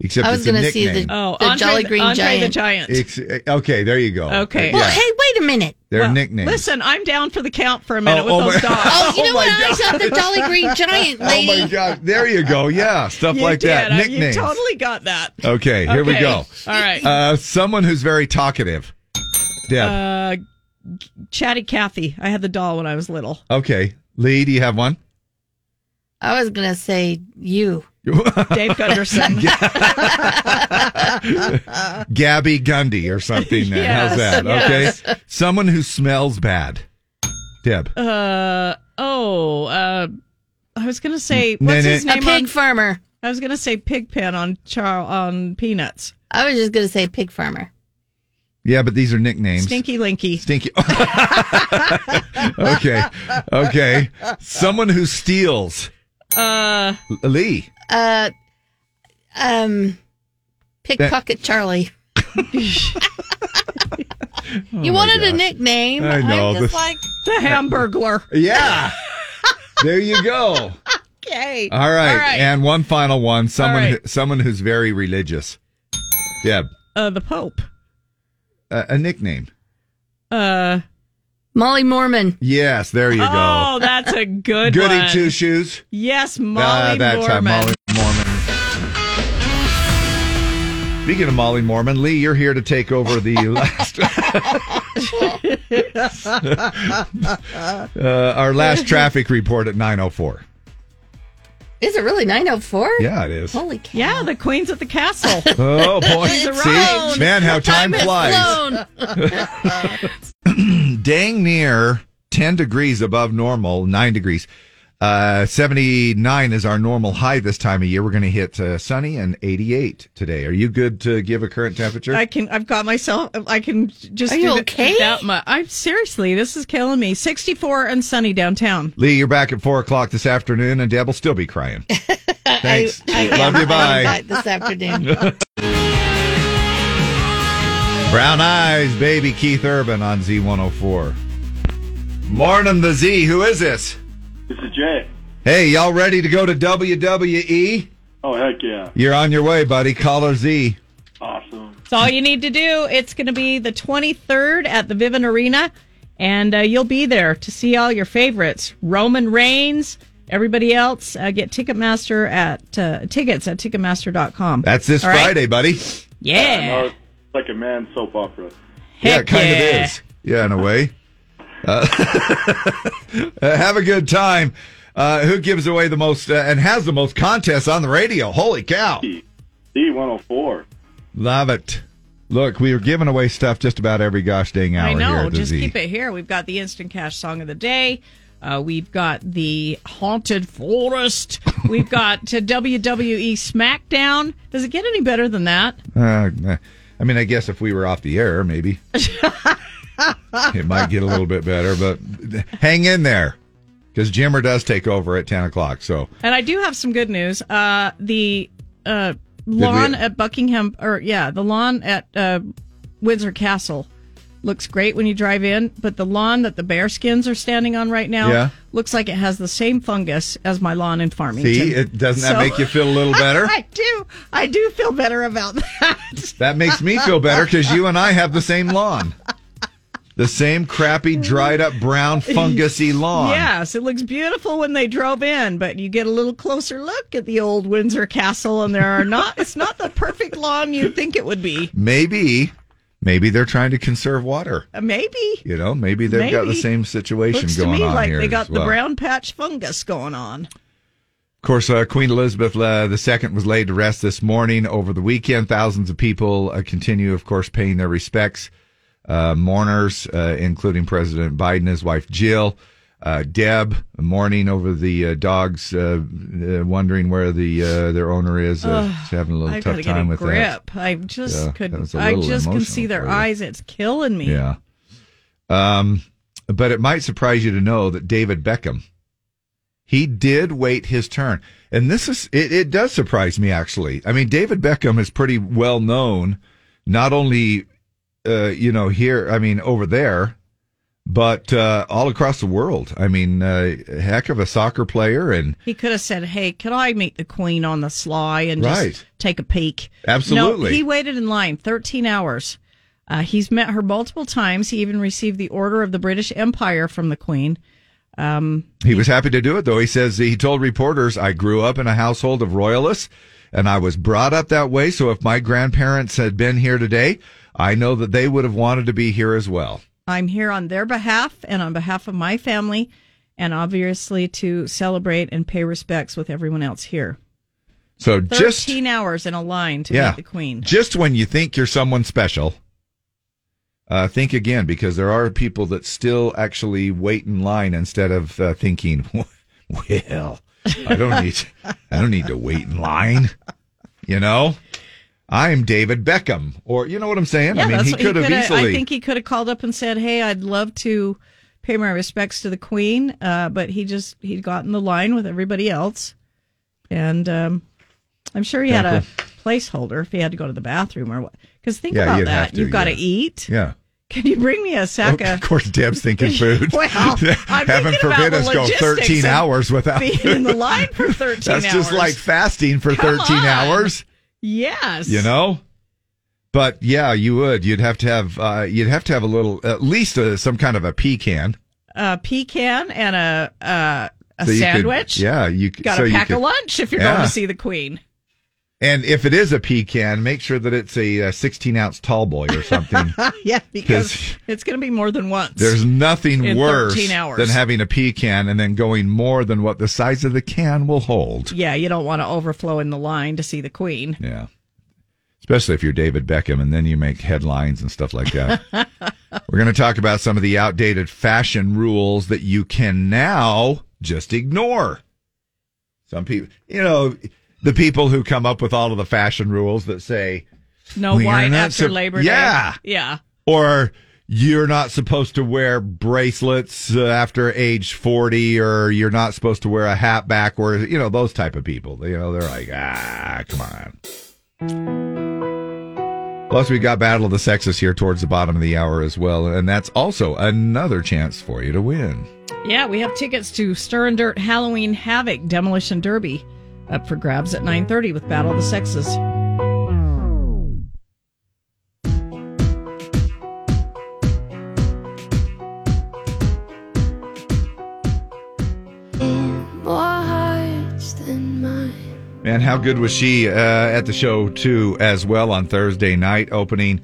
S1: Except
S10: I was
S1: going
S10: gonna
S1: to
S10: see the-
S2: Oh,
S10: The
S2: Andre
S10: Jolly
S2: the-
S10: Green
S2: Andre the
S10: Giant.
S2: Giant.
S1: Ex- okay, there you go.
S2: Okay.
S1: Yeah.
S10: Well, hey, wait Wait a minute.
S1: Their nicknames.
S2: Listen, I'm down for the count for a minute
S1: Oh,
S2: with
S1: oh
S2: those
S1: my-
S2: dogs.
S1: Oh, you know Oh what? my I
S10: always God. thought the Jolly Green Giant
S1: Oh my
S10: lady-
S1: God! There you go. Yeah, stuff
S2: You
S1: like that.
S2: did. Uh,
S1: Nicknames.
S2: You totally got that.
S1: Okay, here we
S2: Okay.
S1: go.
S2: All right.
S1: Uh, someone who's very talkative. Deb.
S2: Uh, G- Chatty Cathy. I had the doll when I was little.
S1: okay, Lee, do you have one?
S10: I was gonna say you,
S2: Dave Gunderson.
S1: Gabby Gundy or something. Then. How's
S2: Yes,
S1: that?
S2: yes.
S1: Okay. Someone who smells bad. Deb.
S2: Uh oh. Uh, I was gonna say
S1: Nah,
S2: what's
S1: nah.
S2: his
S1: A
S2: name?
S1: pig
S10: farmer.
S2: I was gonna say Pigpen on Char on Peanuts.
S10: I was just gonna say Pig Farmer.
S1: Yeah, but these are nicknames.
S2: Stinky Linky.
S1: Stinky. okay. Okay. Someone who steals.
S2: Uh,
S1: L- Lee.
S10: uh, um, pickpocket Charlie. you wanted a
S1: Oh gosh.
S10: nickname.
S1: I know,
S10: am just
S1: this-
S10: like
S2: the Hamburglar.
S1: Yeah. there you go.
S2: Okay.
S1: All right. And one final one. Someone
S2: All right.
S1: who, someone who's very religious. Deb.
S2: uh, the Pope.
S1: A, a nickname.
S2: Uh,
S10: Molly Mormon.
S1: Yes, there you go.
S2: Oh, that's a good
S1: Goody
S2: one.
S1: two shoes. Uh,
S2: Yes, Molly
S1: that's
S2: Mormon.
S1: right, Molly Mormon. Speaking of Molly Mormon, Lee, you're here to take over the last, uh, our last traffic report at 904.
S10: Is it really 904?
S1: Yeah, it is.
S10: Holy cow.
S2: Yeah, the Queen's at the castle.
S1: Oh boy!
S2: She's arrived.
S1: See, man, how time, flies. Dang near 10 degrees above normal, nine degrees. Uh, 79 is our normal high this time of year. We're going to hit uh, sunny and 88 today. Are you good to give a current temperature?
S2: I can. I've got myself. I can just.
S10: Are you
S2: do th-
S10: okay?
S2: That much. I'm seriously. This is killing me. 64 and sunny downtown.
S1: Lee, you're back at four o'clock this afternoon, and Deb will still be crying. Thanks.
S10: I am-
S1: Love you.
S10: I am
S1: Bye.
S10: back This afternoon.
S1: Brown eyes, baby Keith Urban on Z104. Morning, the Z. Who is this?
S18: This is Jay.
S1: Hey, y'all ready to go to WWE?
S18: Oh heck yeah!
S1: You're on your way, buddy. Caller Z.
S18: Awesome.
S2: That's all you need to do. It's going to be the 23rd at the Vivint Arena, and uh, you'll be there to see all your favorites. Roman Reigns, everybody else, uh, get Ticketmaster at uh, tickets at Ticketmaster.com.
S1: That's this
S2: All right?
S1: Friday, buddy.
S18: I
S2: Yeah.
S18: know, it's like a man soap opera.
S1: yeah,
S2: Heck
S1: it kind
S2: yeah.
S1: of is. Yeah, in a way. Uh, have a good time. Uh, who gives away the most uh, and has the most contests on the radio? Holy cow.
S18: D104.
S1: Love it. Look, we were giving away stuff just about every gosh dang hour
S2: I
S1: here
S2: know.
S1: at the
S2: Just
S1: Z.
S2: keep it here. We've got the instant cash song of the day. Uh, we've got the haunted forest. We've got to WWE SmackDown. Does it get any better than that?
S1: Uh, nah. I mean, I guess if we were off the air, maybe it might get a little bit better. But hang in there, because Jimmer does take over at ten o'clock. So
S2: And I do have some good news. Uh, the uh, lawn
S1: we-
S2: at Buckingham, or yeah, the lawn at uh, Windsor Castle looks great when you drive in, but the lawn that the bearskins are standing on right now
S1: Yeah.
S2: looks like it has the same fungus as my lawn in Farmington.
S1: see, it doesn't that
S2: So-
S1: make you feel a little better?
S2: I do. I do feel better about that.
S1: That makes me feel better because you and I have the same lawn, the same crappy, dried up, brown, fungusy lawn.
S2: Yes, it looks beautiful when they drove in, but you get a little closer look at the old Windsor Castle, and there are not. It's not the perfect lawn you think it would be.
S1: Maybe, maybe they're trying to conserve water.
S2: Uh, Maybe.
S1: You know, maybe they've got the
S2: Maybe.
S1: same situation
S2: Looks
S1: going
S2: to me
S1: on
S2: like
S1: here.
S2: they got
S1: as well.
S2: the brown patch fungus going on.
S1: Of course, uh, Queen Elizabeth uh, II was laid to rest this morning over the weekend. Thousands of people uh, continue, of course, paying their respects. Uh, mourners, uh, including President Biden, his wife Jill, uh, Deb, mourning over the uh, dogs, uh, uh, wondering where the uh, their owner is. Uh,
S2: Ugh,
S1: she's having a little
S2: I've
S1: tough
S2: gotta
S1: time
S2: get a
S1: with that.
S2: grip. I just
S1: Yeah, that
S2: could.
S1: was a
S2: I
S1: little
S2: just can
S1: emotional
S2: see
S1: for
S2: their
S1: you.
S2: eyes. It's killing me.
S1: Yeah. Um, but it might surprise you to know that David Beckham, he did wait his turn. And this is, it, it does surprise me actually. I mean, David Beckham is pretty well known, not only, uh, you know, here, I mean, over there, but, uh, all across the world. I mean, uh, heck of a soccer player and
S2: He could have said, "Hey, could I meet the Queen on the sly and
S1: Right.
S2: just take a peek?"
S1: Absolutely.
S2: No, he waited in line 13 hours. Uh, he's met her multiple times. He even received the Order of the British Empire from the Queen. Um,
S1: He was happy to do it, though. He says he told reporters, I grew up in a household of royalists and I was brought up that way. So if my grandparents had been here today, I know that they would have wanted to be here as well.
S2: I'm here on their behalf and on behalf of my family, and obviously to celebrate and pay respects with everyone else here.
S1: So
S2: 13
S1: just,
S2: hours in a line to
S1: yeah,
S2: meet the Queen.
S1: just when you think you're someone special, uh, think again because there are people that still actually wait in line instead of uh, thinking, well, I don't need, I don't need to wait in line. You know, I'm David Beckham, or you know what I'm saying? I mean, he
S2: what
S1: could have
S2: coulda-
S1: easily.
S2: I think he could have called up and said, "Hey, I'd love to pay my respects to the Queen," uh, but he just he got in the line with everybody else, and um, I'm sure he had a placeholder if he had to go to the bathroom or what. Because think
S1: Yeah,
S2: about
S1: you'd have
S2: that,
S1: to,
S2: you've got to
S1: yeah.
S2: eat.
S1: yeah.
S2: Can you bring me a sack
S1: Of
S2: of?
S1: course, Deb's thinking food.
S2: Well, I'm
S1: Heaven
S2: thinking about
S1: forbid
S2: the
S1: us go
S2: logistics
S1: 13
S2: of
S1: hours without
S2: being in the line for 13
S1: That's just
S2: hours.
S1: like fasting for
S2: Come
S1: 13
S2: on.
S1: hours.
S2: Yes,
S1: you know but yeah you would you'd have to have uh, you'd have to have a little at least uh some kind of a pecan
S2: a pecan and a uh, a
S1: So you could-
S2: sandwich.
S1: yeah, you could-
S2: got
S1: so
S2: to
S1: you
S2: pack a
S1: could-
S2: lunch if you're going
S1: Yeah.
S2: to see the Queen.
S1: and if it is a pecan make sure that it's a, uh 16 ounce tall boy or something
S2: yeah, because it's going to be more than once.
S1: there's nothing
S2: In
S1: worse
S2: 13 hours.
S1: than having a pecan and then going more than what the size of the can will hold
S2: Yeah, you don't want to overflow in the line to see the queen.
S1: yeah especially if you're david beckham and then you make headlines and stuff like that We're going to talk about some of the outdated fashion rules that you can now just ignore. Some people, you know, the people who come up with all of the fashion rules that say,
S2: No
S1: We are
S2: wine
S1: not
S2: after
S1: sup-
S2: Labor
S1: Yeah.
S2: Day. Yeah.
S1: or you're not supposed to wear bracelets uh, after age 40, or you're not supposed to wear a hat backwards, you know, those type of people. You know, they're like, ah, come on. Plus, we got Battle of the Sexes here towards the bottom of the hour as well, and that's also another chance for you to win.
S2: Yeah, we have tickets to Stir and Dirt Halloween Havoc Demolition Derby up for grabs at 9:30 with Battle of the Sexes.
S20: More hearts than mine.
S1: Man, how good was she uh, at the show, too, as well on Thursday night, opening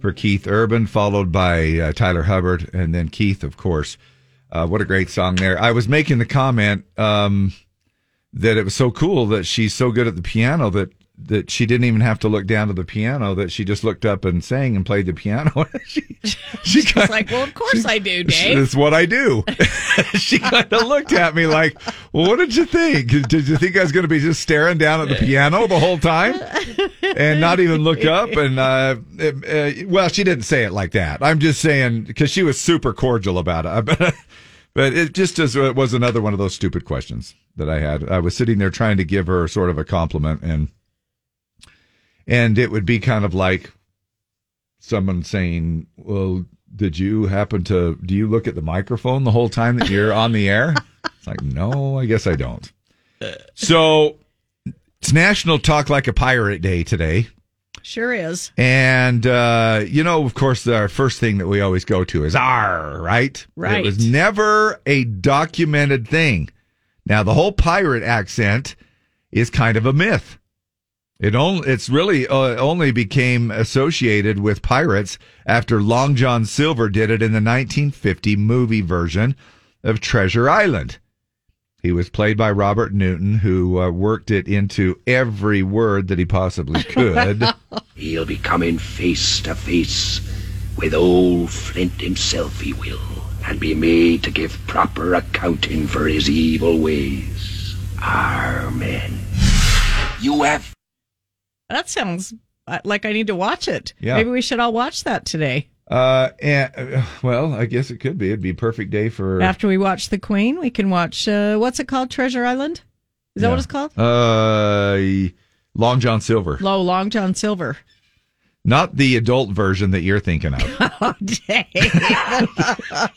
S1: for Keith Urban, followed by uh, Tyler Hubbard, and then Keith, of course. Uh, what a great song there. I was making the comment um, that it was so cool that she's so good at the piano that, that she didn't even have to look down to the piano, that she just looked up and sang and played the piano. She
S2: was like, "Well, of course I do, Dave."
S1: That's what I do. she kind of looked at me like, well, "What did you think? Did you think I was going to be just staring down at the piano the whole time and not even look up?" And uh, it- uh, well, she didn't say it like that. I'm just saying because she was super cordial about it. But it just as it was another one of those stupid questions that I had. I was sitting there trying to give her sort of a compliment, and and it would be kind of like someone saying, "Well, did you happen to do you look at the microphone the whole time that you're on the air?" It's like, "No, I guess I don't." So, it's National Talk Like a Pirate Day today.
S2: Sure is.
S1: And uh, you know, of course, our first thing that we always go to is R, right?
S2: Right.
S1: It was never a documented thing. Now, the whole pirate accent is kind of a myth. It only it's really uh, only became associated with pirates after Long John Silver did it in the 1950 movie version of Treasure Island. He was played by Robert Newton, who uh, worked it into every word that he possibly could.
S21: He'll be coming face to face with old Flint himself, he will, and be made to give proper accounting for his evil ways. Our men. You have.
S2: That sounds uh, like I need to watch it.
S1: Yeah.
S2: Maybe we should all watch that today.
S1: Uh, and, uh, well, I guess it could be. It'd be a perfect day for.
S2: After we watch The Queen, we can watch uh, what's it called? Treasure Island? Is that
S1: Yeah.
S2: what it's called?
S1: Uh, Long John Silver.
S2: Low Long John Silver.
S1: Not the adult version that you're thinking of.
S2: Oh, dang.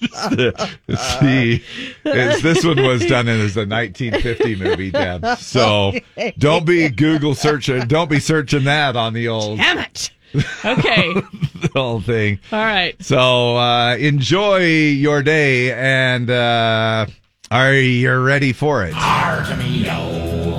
S1: It's the- it's- this one was done in as a 1950 movie, Deb. So don't be Google searching. Don't be searching that on the old.
S2: Damn it. Okay.
S1: the whole thing.
S16: All right.
S1: So uh, enjoy your day, and uh, are you ready for it?
S4: Yo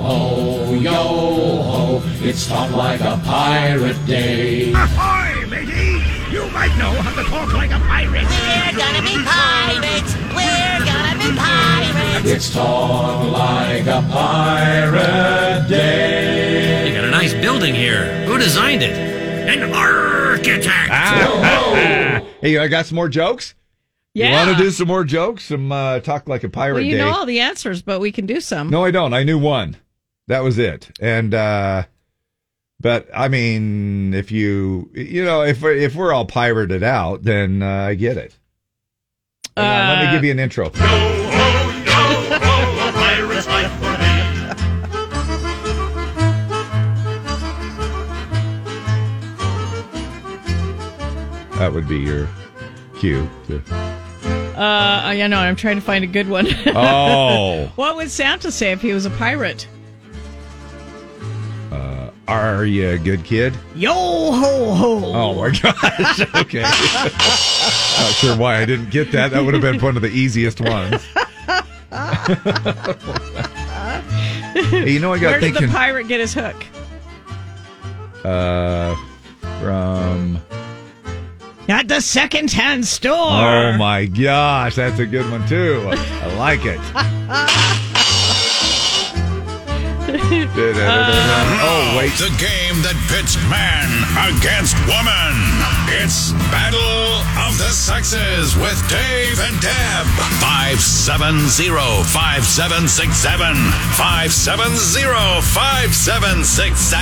S4: ho, yo ho, it's talk like a pirate day.
S15: Ahoy, matey! You might know how to talk like a pirate. We're gonna be pirates. We're gonna be pirates.
S4: It's talk like a pirate day.
S17: You got a nice building here. Who designed it? An architect.
S1: hey, I got some more jokes. You
S2: Yeah.
S1: want to do some more jokes? Some uh, talk like a pirate
S2: Well, you
S1: day.
S2: know all the answers, but we can do some.
S1: No, I don't. I knew one. That was it. And uh but I mean, if you you know, if we're- if we're all pirated out, then uh, I get it. Hang on, let me give you an intro.
S2: Uh,
S4: A pirate's life for me.
S1: That would be your cue. to-
S2: Uh, I know. I'm trying to find a good one.
S1: Oh.
S2: what would Santa say if he was a pirate?
S1: Uh, are you a good kid?
S2: Yo ho ho.
S1: Oh my gosh! Okay, not sure why I didn't get that. That would have been one of the easiest ones. Hey, you know, I got
S2: Where did
S1: thinking.
S2: the pirate get his hook?
S1: uh, from
S2: At the second-hand store.
S1: Oh my gosh, that's a good one too. I like it.
S4: Oh,
S1: wait.
S13: The game that pits man against woman. It's Battle of the Sexes with Dave and Deb. 570-5767. 570-5767.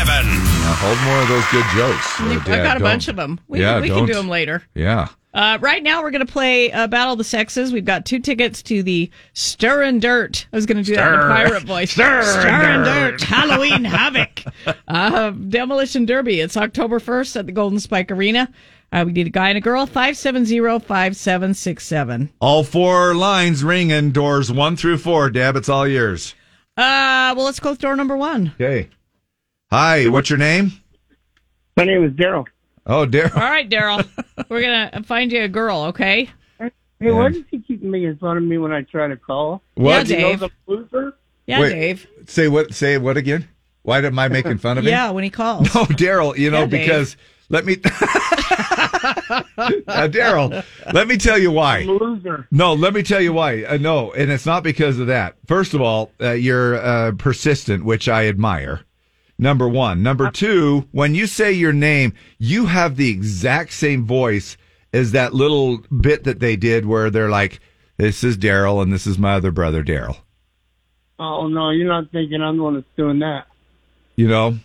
S1: Now hold more of those good jokes.
S2: I've
S1: Dad,
S2: got a
S1: don't-
S2: bunch of them. We,
S1: Yeah,
S2: we can do
S1: don't-
S2: them later.
S1: Yeah.
S2: Uh, right now, we're going to play uh, Battle of the Sexes. We've got two tickets to the Stir and Dirt. I was going to do that in a
S4: Stir.
S2: pirate voice.
S4: Stir and
S2: and
S4: Dirt.
S2: Dirt. Halloween Havoc. Uh, Demolition Derby. It's October 1st at the Golden Spike Arena. Uh, we need a guy and a girl. 570 5767.
S1: All four lines ringing, doors one through four. Deb, it's all yours.
S2: Uh, well, let's go with door number one.
S1: Okay. Hi, what's your name?
S22: My name is Daryl.
S1: Oh, Daryl.
S2: All right, Daryl. we're going to find you a girl, okay?
S22: Hey, why does he keep making fun of me when I try to call?
S1: What?
S22: He
S1: Yeah,
S22: knows
S2: Dave.
S22: I'm a loser.
S2: Yeah,
S1: Wait,
S2: Dave.
S1: Say what? Say what again? Why am I making fun of him?
S2: Yeah, when he calls.
S1: No, Daryl. You know
S2: Yeah, Dave.
S1: because let me. Now, Daryl, let me tell you why.
S22: I'm a loser.
S1: No, let me tell you why. Uh, no, and it's not because of that. First of all, uh, you're uh, persistent, which I admire. Number one. Number two, when you say your name, you have the exact same voice as that little bit that they did where they're like, this is Daryl and this is my other brother, Daryl.
S22: Oh no, you're not thinking I'm the one that's doing that.
S1: You know?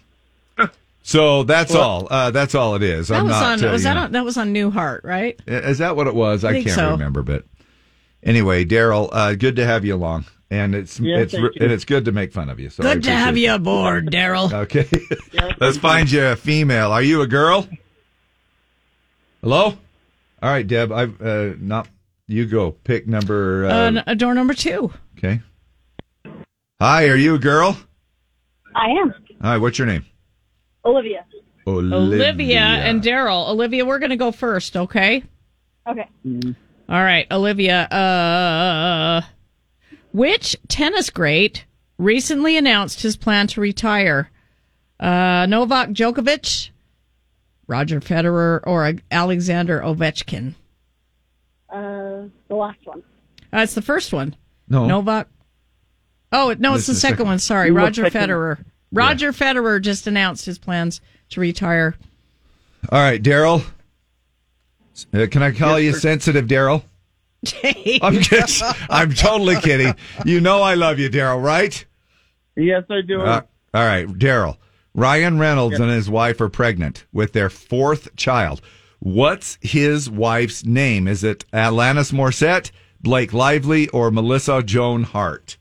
S1: So that's
S22: Well-
S1: all. Uh, that's all it is.
S2: That
S1: I'm
S2: was
S1: not.
S2: on.
S1: uh,
S2: was
S1: you
S2: that
S1: know.
S2: on? That was on Newhart, right?
S1: Is that what it was? I,
S2: I think
S1: can't
S2: so.
S1: remember, but anyway, Daryl, uh, good to have you along, and it's
S2: Yeah,
S1: it's
S2: thank you.
S1: and it's good to make fun of you. So I
S2: Good to have
S1: appreciate
S2: you
S1: it.
S2: aboard, Daryl.
S1: Okay, let's find you a female. Are you a girl? Hello. All right, Deb. I've uh, not. You go pick number. Uh,
S16: Um,
S2: Uh, n- door number two.
S1: okay. Hi, are you a girl?
S16: I am.
S1: All right, what's your name?
S16: Olivia.
S1: Olivia.
S2: Olivia, and Daryl. Olivia, we're going to go first, okay?
S16: Okay.
S2: All right, Olivia. Uh, which tennis great recently announced his plan to retire? Uh, Novak Djokovic, Roger Federer, or Alexander Ovechkin?
S16: Uh, the last one.
S2: Uh, it's the first one.
S16: No.
S2: Novak. Oh, no, it's
S16: This
S2: the
S16: is the
S2: second,
S16: second
S2: one.
S16: one.
S2: Sorry.
S16: You were
S2: Roger
S16: picking-
S2: Federer. Roger Federer just announced his plans to retire.
S1: All right, Daryl. Uh, can I call you sensitive, Daryl? I'm just, I'm totally kidding. You know I love you, Daryl, right?
S22: Yes, I do.
S1: Uh, all right, Daryl. Ryan Reynolds and his wife are pregnant with their fourth child. What's his wife's name? Is it Alanis Morissette, Blake Lively, or Melissa Joan Hart?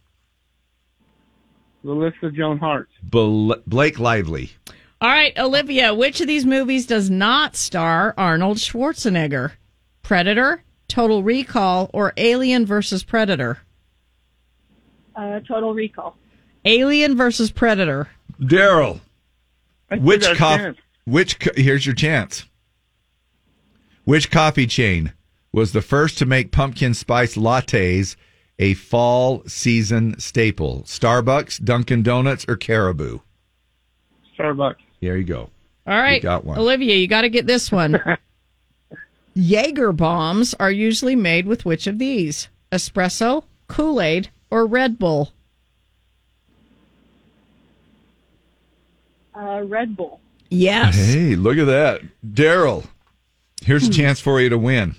S22: Melissa Joan Hart.
S1: Bel- Blake Lively.
S2: All right, Olivia, which of these movies does not star Arnold Schwarzenegger? Predator, Total Recall, or Alien versus Predator?
S16: Uh, Total Recall.
S2: Alien versus Predator.
S1: Daryl. Which
S2: our
S1: cop?
S2: chance.
S1: Which co- here's your chance. Which coffee chain was the first to make pumpkin spice lattes a fall season staple? Starbucks, Dunkin' Donuts, or Caribou?
S11: Starbucks.
S1: There you go.
S2: All right,
S1: got one.
S2: Olivia, you got to get this one. Jaeger bombs are usually made with which of these? Espresso, Kool Aid, or Red Bull?
S16: Uh, Red Bull.
S2: Yes.
S1: Hey, look at that. Daryl, here's a chance for you to win.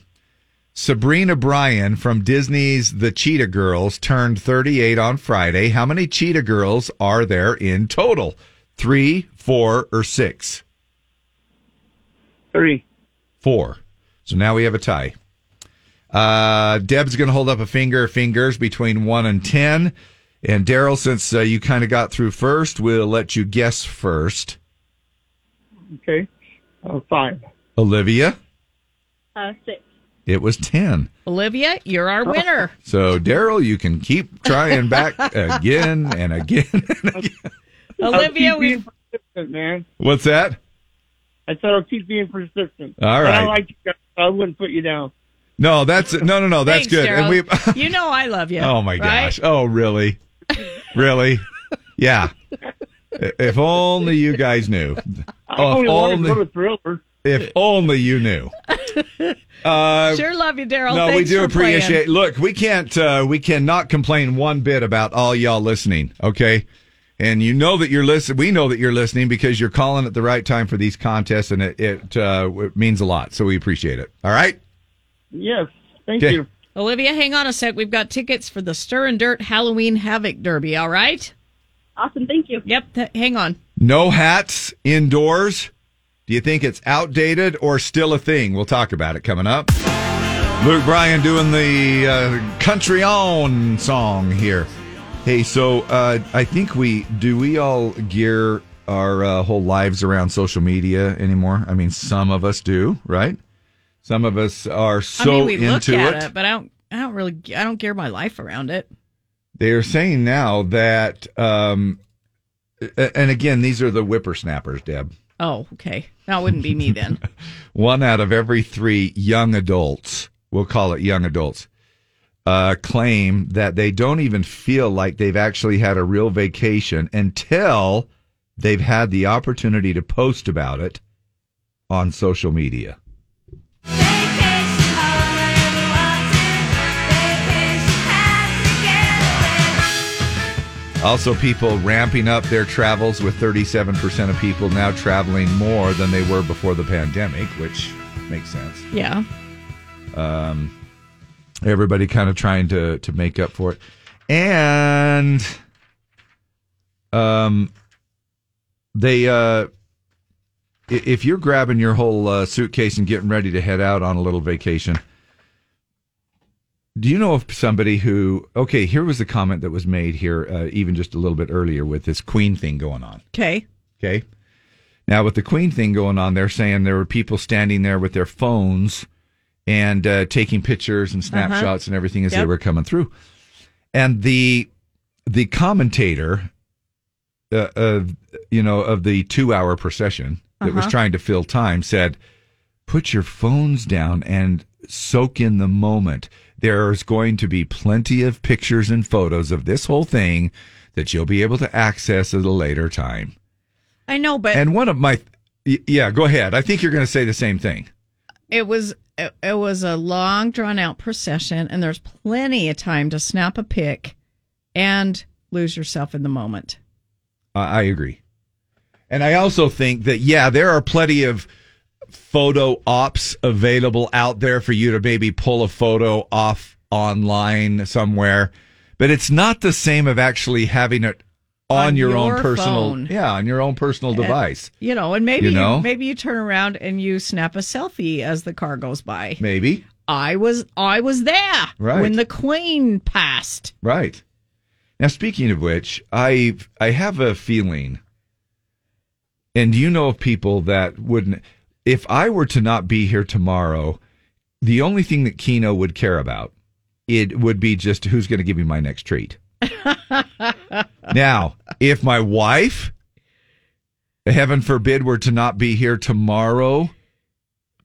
S1: Sabrina Bryan from Disney's The Cheetah Girls turned 38 on Friday. How many Cheetah Girls are there in total? Three, four, or six?
S11: Three.
S1: Four. So now we have a tie. Uh, Deb's going to hold up a finger, fingers between one and 10. And Daryl, since uh, you kind of got through first, we'll let you guess first.
S22: Okay. Uh, five.
S1: Olivia,
S16: Uh, six.
S1: it was 10.
S2: Olivia, you're our winner.
S1: So, Daryl, you can keep trying back again and again.
S2: Olivia, we
S22: Persistent, man.
S1: What's that?
S22: I said I'll keep being persistent. And
S1: All
S22: I
S1: right.
S22: like you guys. I wouldn't put you down.
S1: No, that's no, no, no. That's
S2: Thanks,
S1: good. And we.
S2: Daryl. you know I love you.
S1: Oh my
S2: right?
S1: gosh. Oh really? Really? Yeah. If only you guys knew.
S22: I
S1: Oh,
S22: only
S1: if
S22: wanted to go
S1: only.
S22: to Thriller.
S1: If only you knew. Uh,
S2: Sure love you, Daryl.
S1: No, we
S2: Thanks
S1: do
S2: for playing.
S1: appreciate. Look, we can't. Uh, we cannot complain one bit about all y'all listening. Okay, and you know that you're listening. We know that you're listening because you're calling at the right time for these contests, and it it, uh, it means a lot. So we appreciate it. All right.
S22: Yes. Thank
S1: Okay.
S22: you.
S2: Olivia, hang on a sec. We've got tickets for the Stir and Dirt Halloween Havoc Derby, all right? Awesome. Thank you. Yep. th- hang on.
S1: No hats indoors. Do you think it's outdated or still a thing? We'll talk about it coming up. Luke Bryan doing the uh, country on song here. Hey, so uh, I think we do we all gear our uh, whole lives around social media anymore? I mean, some of us do, right? Some of us are so
S2: I mean, we look
S1: into
S2: at it. but I don't. I don't really. I don't gear my life around it.
S1: they are saying now that, um, a- and again, these are the whippersnappers, Deb.
S2: Oh, okay. That wouldn't be me then.
S1: one out of every three young adults, we'll call it young adults, uh, claim that they don't even feel like they've actually had a real vacation until they've had the opportunity to post about it on social media. Also, people ramping up their travels with 37% of people now traveling more than they were before the pandemic, which makes sense.
S2: Yeah.
S1: um, everybody kind of trying to to make up for it, and um, they uh, i- if you're grabbing your whole uh, suitcase and getting ready to head out on a little vacation, do you know of somebody who? Okay, here was the comment that was made here, uh, even just a little bit earlier with this Queen thing going on.
S2: Okay.
S1: Okay. Now with the Queen thing going on, they're saying there were people standing there with their phones and uh, taking pictures and snapshots and everything as they
S3: Uh-huh. Yep.
S1: were coming through. And the the commentator, uh, of you know, of the two hour procession that was
S3: Uh-huh.
S1: trying to fill time said, "Put your phones down and soak in the moment. There's going to be plenty of pictures and photos of this whole thing." That you'll be able to access at a later time.
S2: I know, but
S1: And one of my, y- yeah, go ahead. I think you're going to say the same thing.
S2: it was it, it was a long, drawn out procession, and there's plenty of time to snap a pic and lose yourself in the moment.
S1: I I agree. And I also think that, yeah, there are plenty of photo ops available out there for you to maybe pull a photo off online somewhere, but it's not the same of actually having it on,
S2: On
S1: your, own
S2: your
S1: personal,
S2: phone. Eh.
S1: yeah, on your own personal device.
S2: And, you know, and maybe
S1: You
S2: you
S1: know?
S2: maybe you turn around and you snap a selfie as the car goes by.
S1: Maybe.
S2: I was I was there
S1: Right.
S2: when the Queen passed.
S1: Right. Now, speaking of which, I I have a feeling, and you know of people that wouldn't. If I were to not be here tomorrow, the only thing that Keno would care about it would be just who's going to give me my next treat. now, if my wife, heaven forbid, were to not be here tomorrow,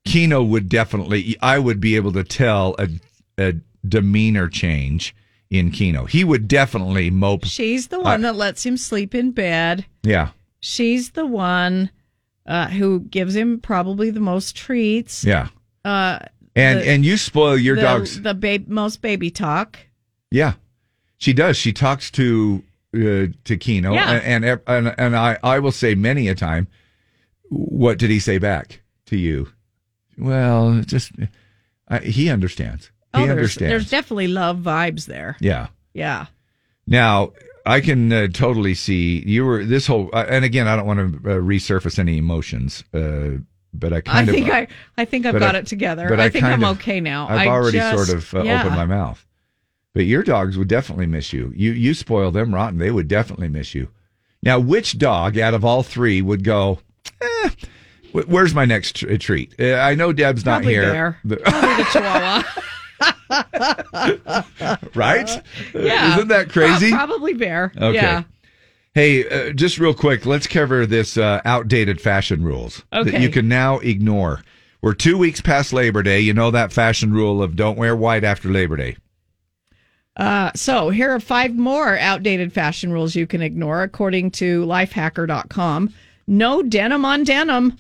S1: Kino would definitely. I would be able to tell a, a demeanor change in Kino. He would definitely mope.
S2: She's the one that lets him sleep in bed.
S1: Yeah,
S2: She's the one uh, who gives him probably the most treats.
S1: yeah.
S2: Uh,
S1: And
S2: the-
S1: and you spoil your
S2: the-
S1: dog's.
S2: the ba- most baby talk.
S1: Yeah, she does. She talks to uh, to Kino,
S2: Yeah.
S1: and, and and and I I will say many a time, what did he say back to you? Well, just I, he understands. He
S2: Oh, there's,
S1: understands.
S2: There's definitely love vibes there.
S1: yeah.
S2: Yeah.
S1: Now I can uh, totally see you were this whole, uh, and again, I don't want to uh, resurface any emotions, uh, but I
S2: I
S1: kind of
S2: think I, I think I've
S1: but
S2: got
S1: I-
S2: it together.
S1: but
S2: I, think
S1: kind
S2: I'm
S1: of-
S2: okay now.
S1: I've
S2: Oh, I
S1: already
S2: just-
S1: sort of uh,
S2: yeah.
S1: opened my mouth. But your dogs would definitely miss you. You you spoil them rotten. They would definitely miss you. Now, which dog out of all three would go? "Eh, wh- where's my next tr- treat? Uh, I know Deb's not
S2: Probably
S1: here,
S2: bear.
S1: The-
S2: Probably the Chihuahua.
S1: right? Uh,
S2: yeah.
S1: Isn't that crazy?
S2: Prob- Probably bear.
S1: Okay.
S2: Yeah.
S1: Hey, uh, just real quick, let's cover this uh, outdated fashion rules that
S2: Okay.
S1: you can now ignore. We're two weeks past Labor Day. You know that fashion rule of don't wear white after Labor Day.
S2: Uh, so here are five more outdated fashion rules you can ignore, according to lifehacker.com. No denim on denim,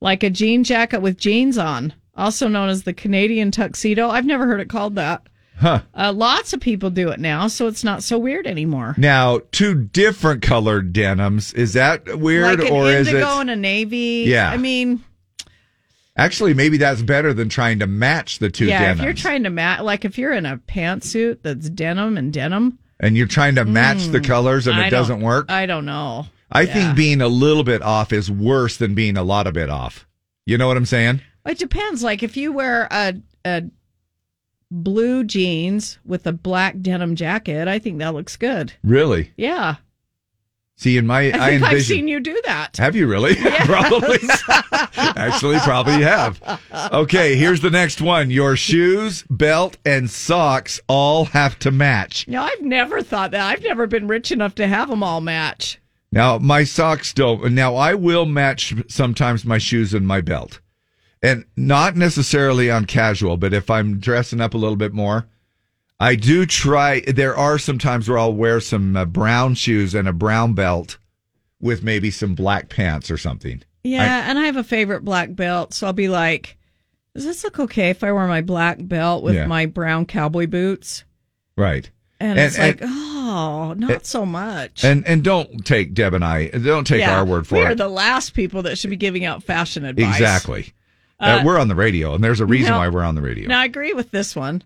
S2: like a jean jacket with jeans on, also known as the Canadian tuxedo. I've never heard it called that.
S1: Huh.
S2: Uh, lots of people do it now, so it's not so weird anymore.
S1: Now, two different colored denims. Is that weird
S2: like an
S1: or is
S2: indigo
S1: it?
S2: and a navy.
S1: Yeah.
S2: I mean,
S1: Actually, maybe that's better than trying to match the two
S2: yeah, if you're
S1: denims.
S2: trying to match, like if you're in a pantsuit that's denim and denim,
S1: and you're trying to match the
S2: Mm,
S1: colors and
S2: I
S1: it
S2: don't-
S1: doesn't work.
S2: I don't know.
S1: I
S2: Yeah.
S1: think being a little bit off is worse than being a lot of bit off. You know what I'm saying?
S2: It depends. Like if you wear a a blue jeans with a black denim jacket, I think that looks good.
S1: Really?
S2: Yeah.
S1: See, in my, I,
S2: I think
S1: envision.
S2: I've seen you do that.
S1: Have you really? probably. Actually, probably you have. Okay, here's the next one. Your shoes, belt, and socks all have to match.
S2: No, I've never thought that. I've never been rich enough to have them all match.
S1: Now, my socks don't. Now, I will match sometimes my shoes and my belt. And not necessarily on casual, but if I'm dressing up a little bit more, I do try. There are some times where I'll wear some uh, brown shoes and a brown belt with maybe some black pants or something.
S2: Yeah, and I have a favorite black belt, so I'll be like, does this look okay if I wear my black belt with
S1: Yeah.
S2: my brown cowboy boots?
S1: Right.
S2: And, it's like, oh, not
S1: and-
S2: so much.
S1: And and don't take Deb and I. Don't take
S2: Yeah,
S1: our word for
S2: we are
S1: it.
S2: the last people that should be giving out fashion advice.
S1: exactly. Uh,
S2: Uh,
S1: we're on the radio, and there's a reason
S2: no.
S1: why we're on the radio.
S2: Now I agree with this one.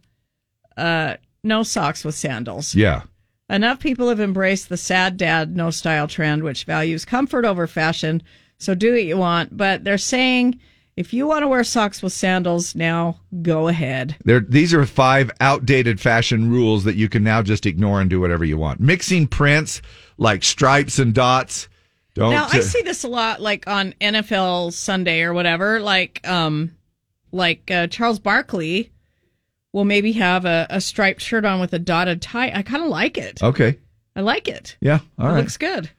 S2: Uh, no socks with sandals.
S1: Yeah.
S2: Enough people have embraced the sad dad no style trend, which values comfort over fashion. So do what you want, but they're saying if you want to wear socks with sandals now, go ahead.
S1: There, these are five outdated fashion rules that you can now just ignore and do whatever you want. Mixing prints like stripes and dots. Don't.
S2: now I
S1: uh,
S2: see this a lot, like on NFL Sunday or whatever. Like, um, like uh, Charles Barkley will maybe have a, a striped shirt on with a dotted tie. I kind of like it.
S1: Okay.
S2: I like it.
S1: Yeah. All
S2: it
S1: right.
S2: looks good.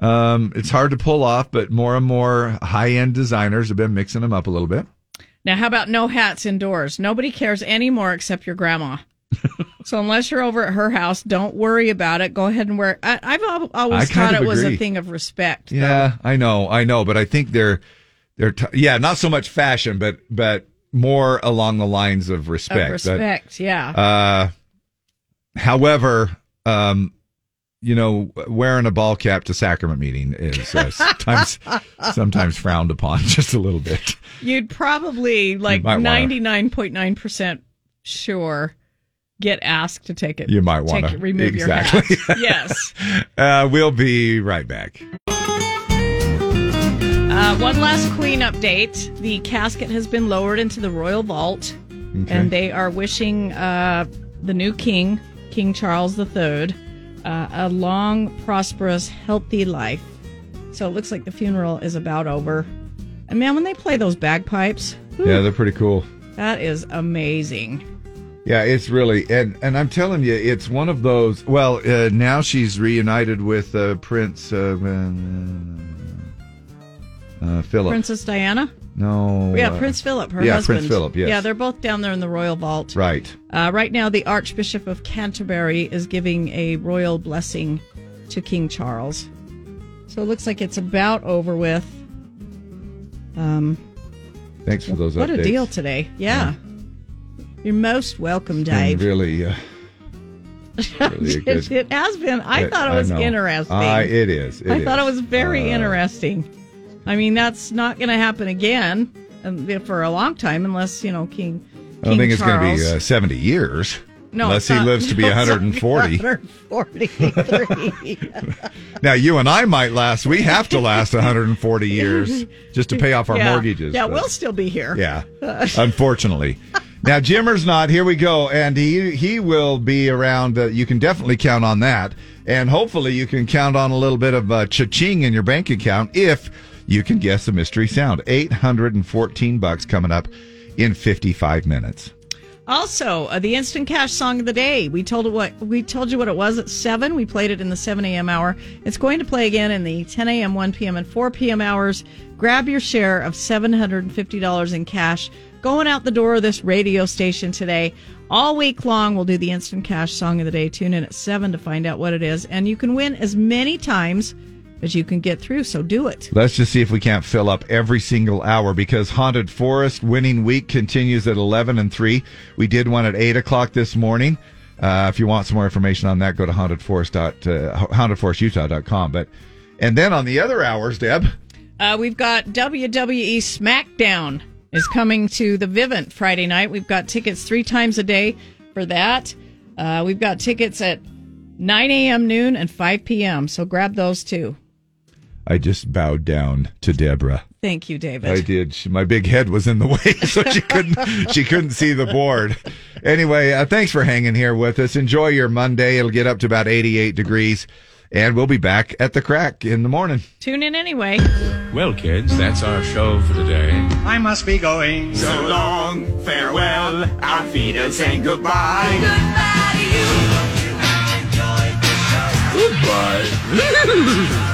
S1: Um, it's hard to pull off, but more and more high end designers have been mixing them up a little bit.
S2: Now, how about no hats indoors? Nobody cares anymore except your grandma. so unless you're over at her house, don't worry about it. Go ahead and wear. I, I've al-
S1: I
S2: always
S1: kind
S2: thought
S1: of
S2: it was
S1: agree.
S2: a thing of respect.
S1: Yeah, I know, I know, but I think they're they're t- yeah, not so much fashion, but but more along the lines of respect.
S2: Of
S1: But,
S2: respect, yeah.
S1: uh, however, um, you know, wearing a ball cap to sacrament meeting is uh, sometimes sometimes frowned upon just a little bit.
S2: You'd probably like
S1: might wanna-
S2: ninety nine point nine percent sure get asked to take it.
S1: You might want
S2: take
S1: to
S2: it- remove
S1: exactly.
S2: your hat. yes.
S1: Uh, we'll be right back.
S2: Uh, one last Queen update. The casket has been lowered into the royal vault,
S3: Okay.
S2: and they are wishing uh, the new king, King Charles III, uh, a long, prosperous, healthy life. So it looks like the funeral is about over. And man, when they play those bagpipes, whew,
S1: Yeah, they're pretty cool.
S2: that is amazing.
S1: Yeah, it's really and and I'm telling you, it's one of those. Well, uh, now she's reunited with uh, Prince uh, uh, uh, Philip.
S2: Princess Diana?
S1: No.
S2: yeah,
S1: uh,
S2: Prince Philip, her
S1: yeah,
S2: husband.
S1: Prince Philip, yes.
S2: Yeah, they're both down there in the royal vault.
S1: Right.
S2: Uh, right now, the Archbishop of Canterbury is giving a royal blessing to King Charles. So it looks like it's about over with. Um,
S1: Thanks for those
S2: what
S1: updates.
S2: a deal today. Yeah. You're most welcome,
S1: Been
S2: Dave.
S1: Really. Uh, really a
S2: it,
S1: good-
S2: it has been. I
S1: it-
S2: thought it was
S1: know.
S2: interesting.
S1: Uh, it is.
S2: I thought it was very
S1: Uh,
S2: interesting. I mean, that's not going to happen again um, for a long time, unless you know King.
S1: I don't
S2: King
S1: think it's going to
S2: Charles.
S1: be uh, 70 years.
S2: No,
S1: unless
S2: it's
S1: he
S2: not-
S1: lives to be
S2: no, it's not
S1: 140.
S2: 143.
S1: Now, you and I might last. We have to last 140 years just to pay off our
S2: Yeah.
S1: mortgages.
S2: Yeah,
S1: but-
S2: we'll still be here.
S1: Yeah,
S2: Uh,
S1: unfortunately. Now Jimmer's not. Here we go, and he he will be around. Uh, you can definitely count on that, and hopefully you can count on a little bit of uh, cha-ching in your bank account if you can guess the mystery sound. Eight hundred and fourteen bucks coming up in fifty-five minutes.
S2: also, uh, the instant cash song of the day. We told it what we told you what it was at seven. We played it in the seven a.m. hour. It's going to play again in the ten a.m., one p.m., and four p.m. hours. Grab your share of seven hundred and fifty dollars in cash going out the door of this radio station today. All week long, we'll do the instant cash song of the day. Tune in at seven to find out what it is, and you can win as many times as you can get through. So do it.
S1: Let's just see if we can't fill up every single hour because Haunted Forest winning week continues at 11 and 3. We did one at 8 o'clock this morning. Uh, if you want some more information on that, go to hauntedforest. dot, Uh, hauntedforestutah.com. But, and then on the other hours, Deb,
S2: Uh, we've got WWE SmackDown is coming to the Vivint Friday night. We've got tickets three times a day for that. Uh, we've got tickets at 9 a.m., noon, and 5 p.m. So grab those too.
S1: I just bowed down to Deborah.
S2: Thank you, David.
S1: I did. She, my big head was in the way, so she couldn't she couldn't see the board. Anyway, uh, thanks for hanging here with us. Enjoy your Monday. It'll get up to about 88 degrees, and we'll be back at the crack in the morning.
S2: Tune in anyway.
S3: Well, kids, that's our show for today.
S19: I must be going. So long, farewell, auf Wiedersehen, goodbye. Goodbye to you. Goodbye.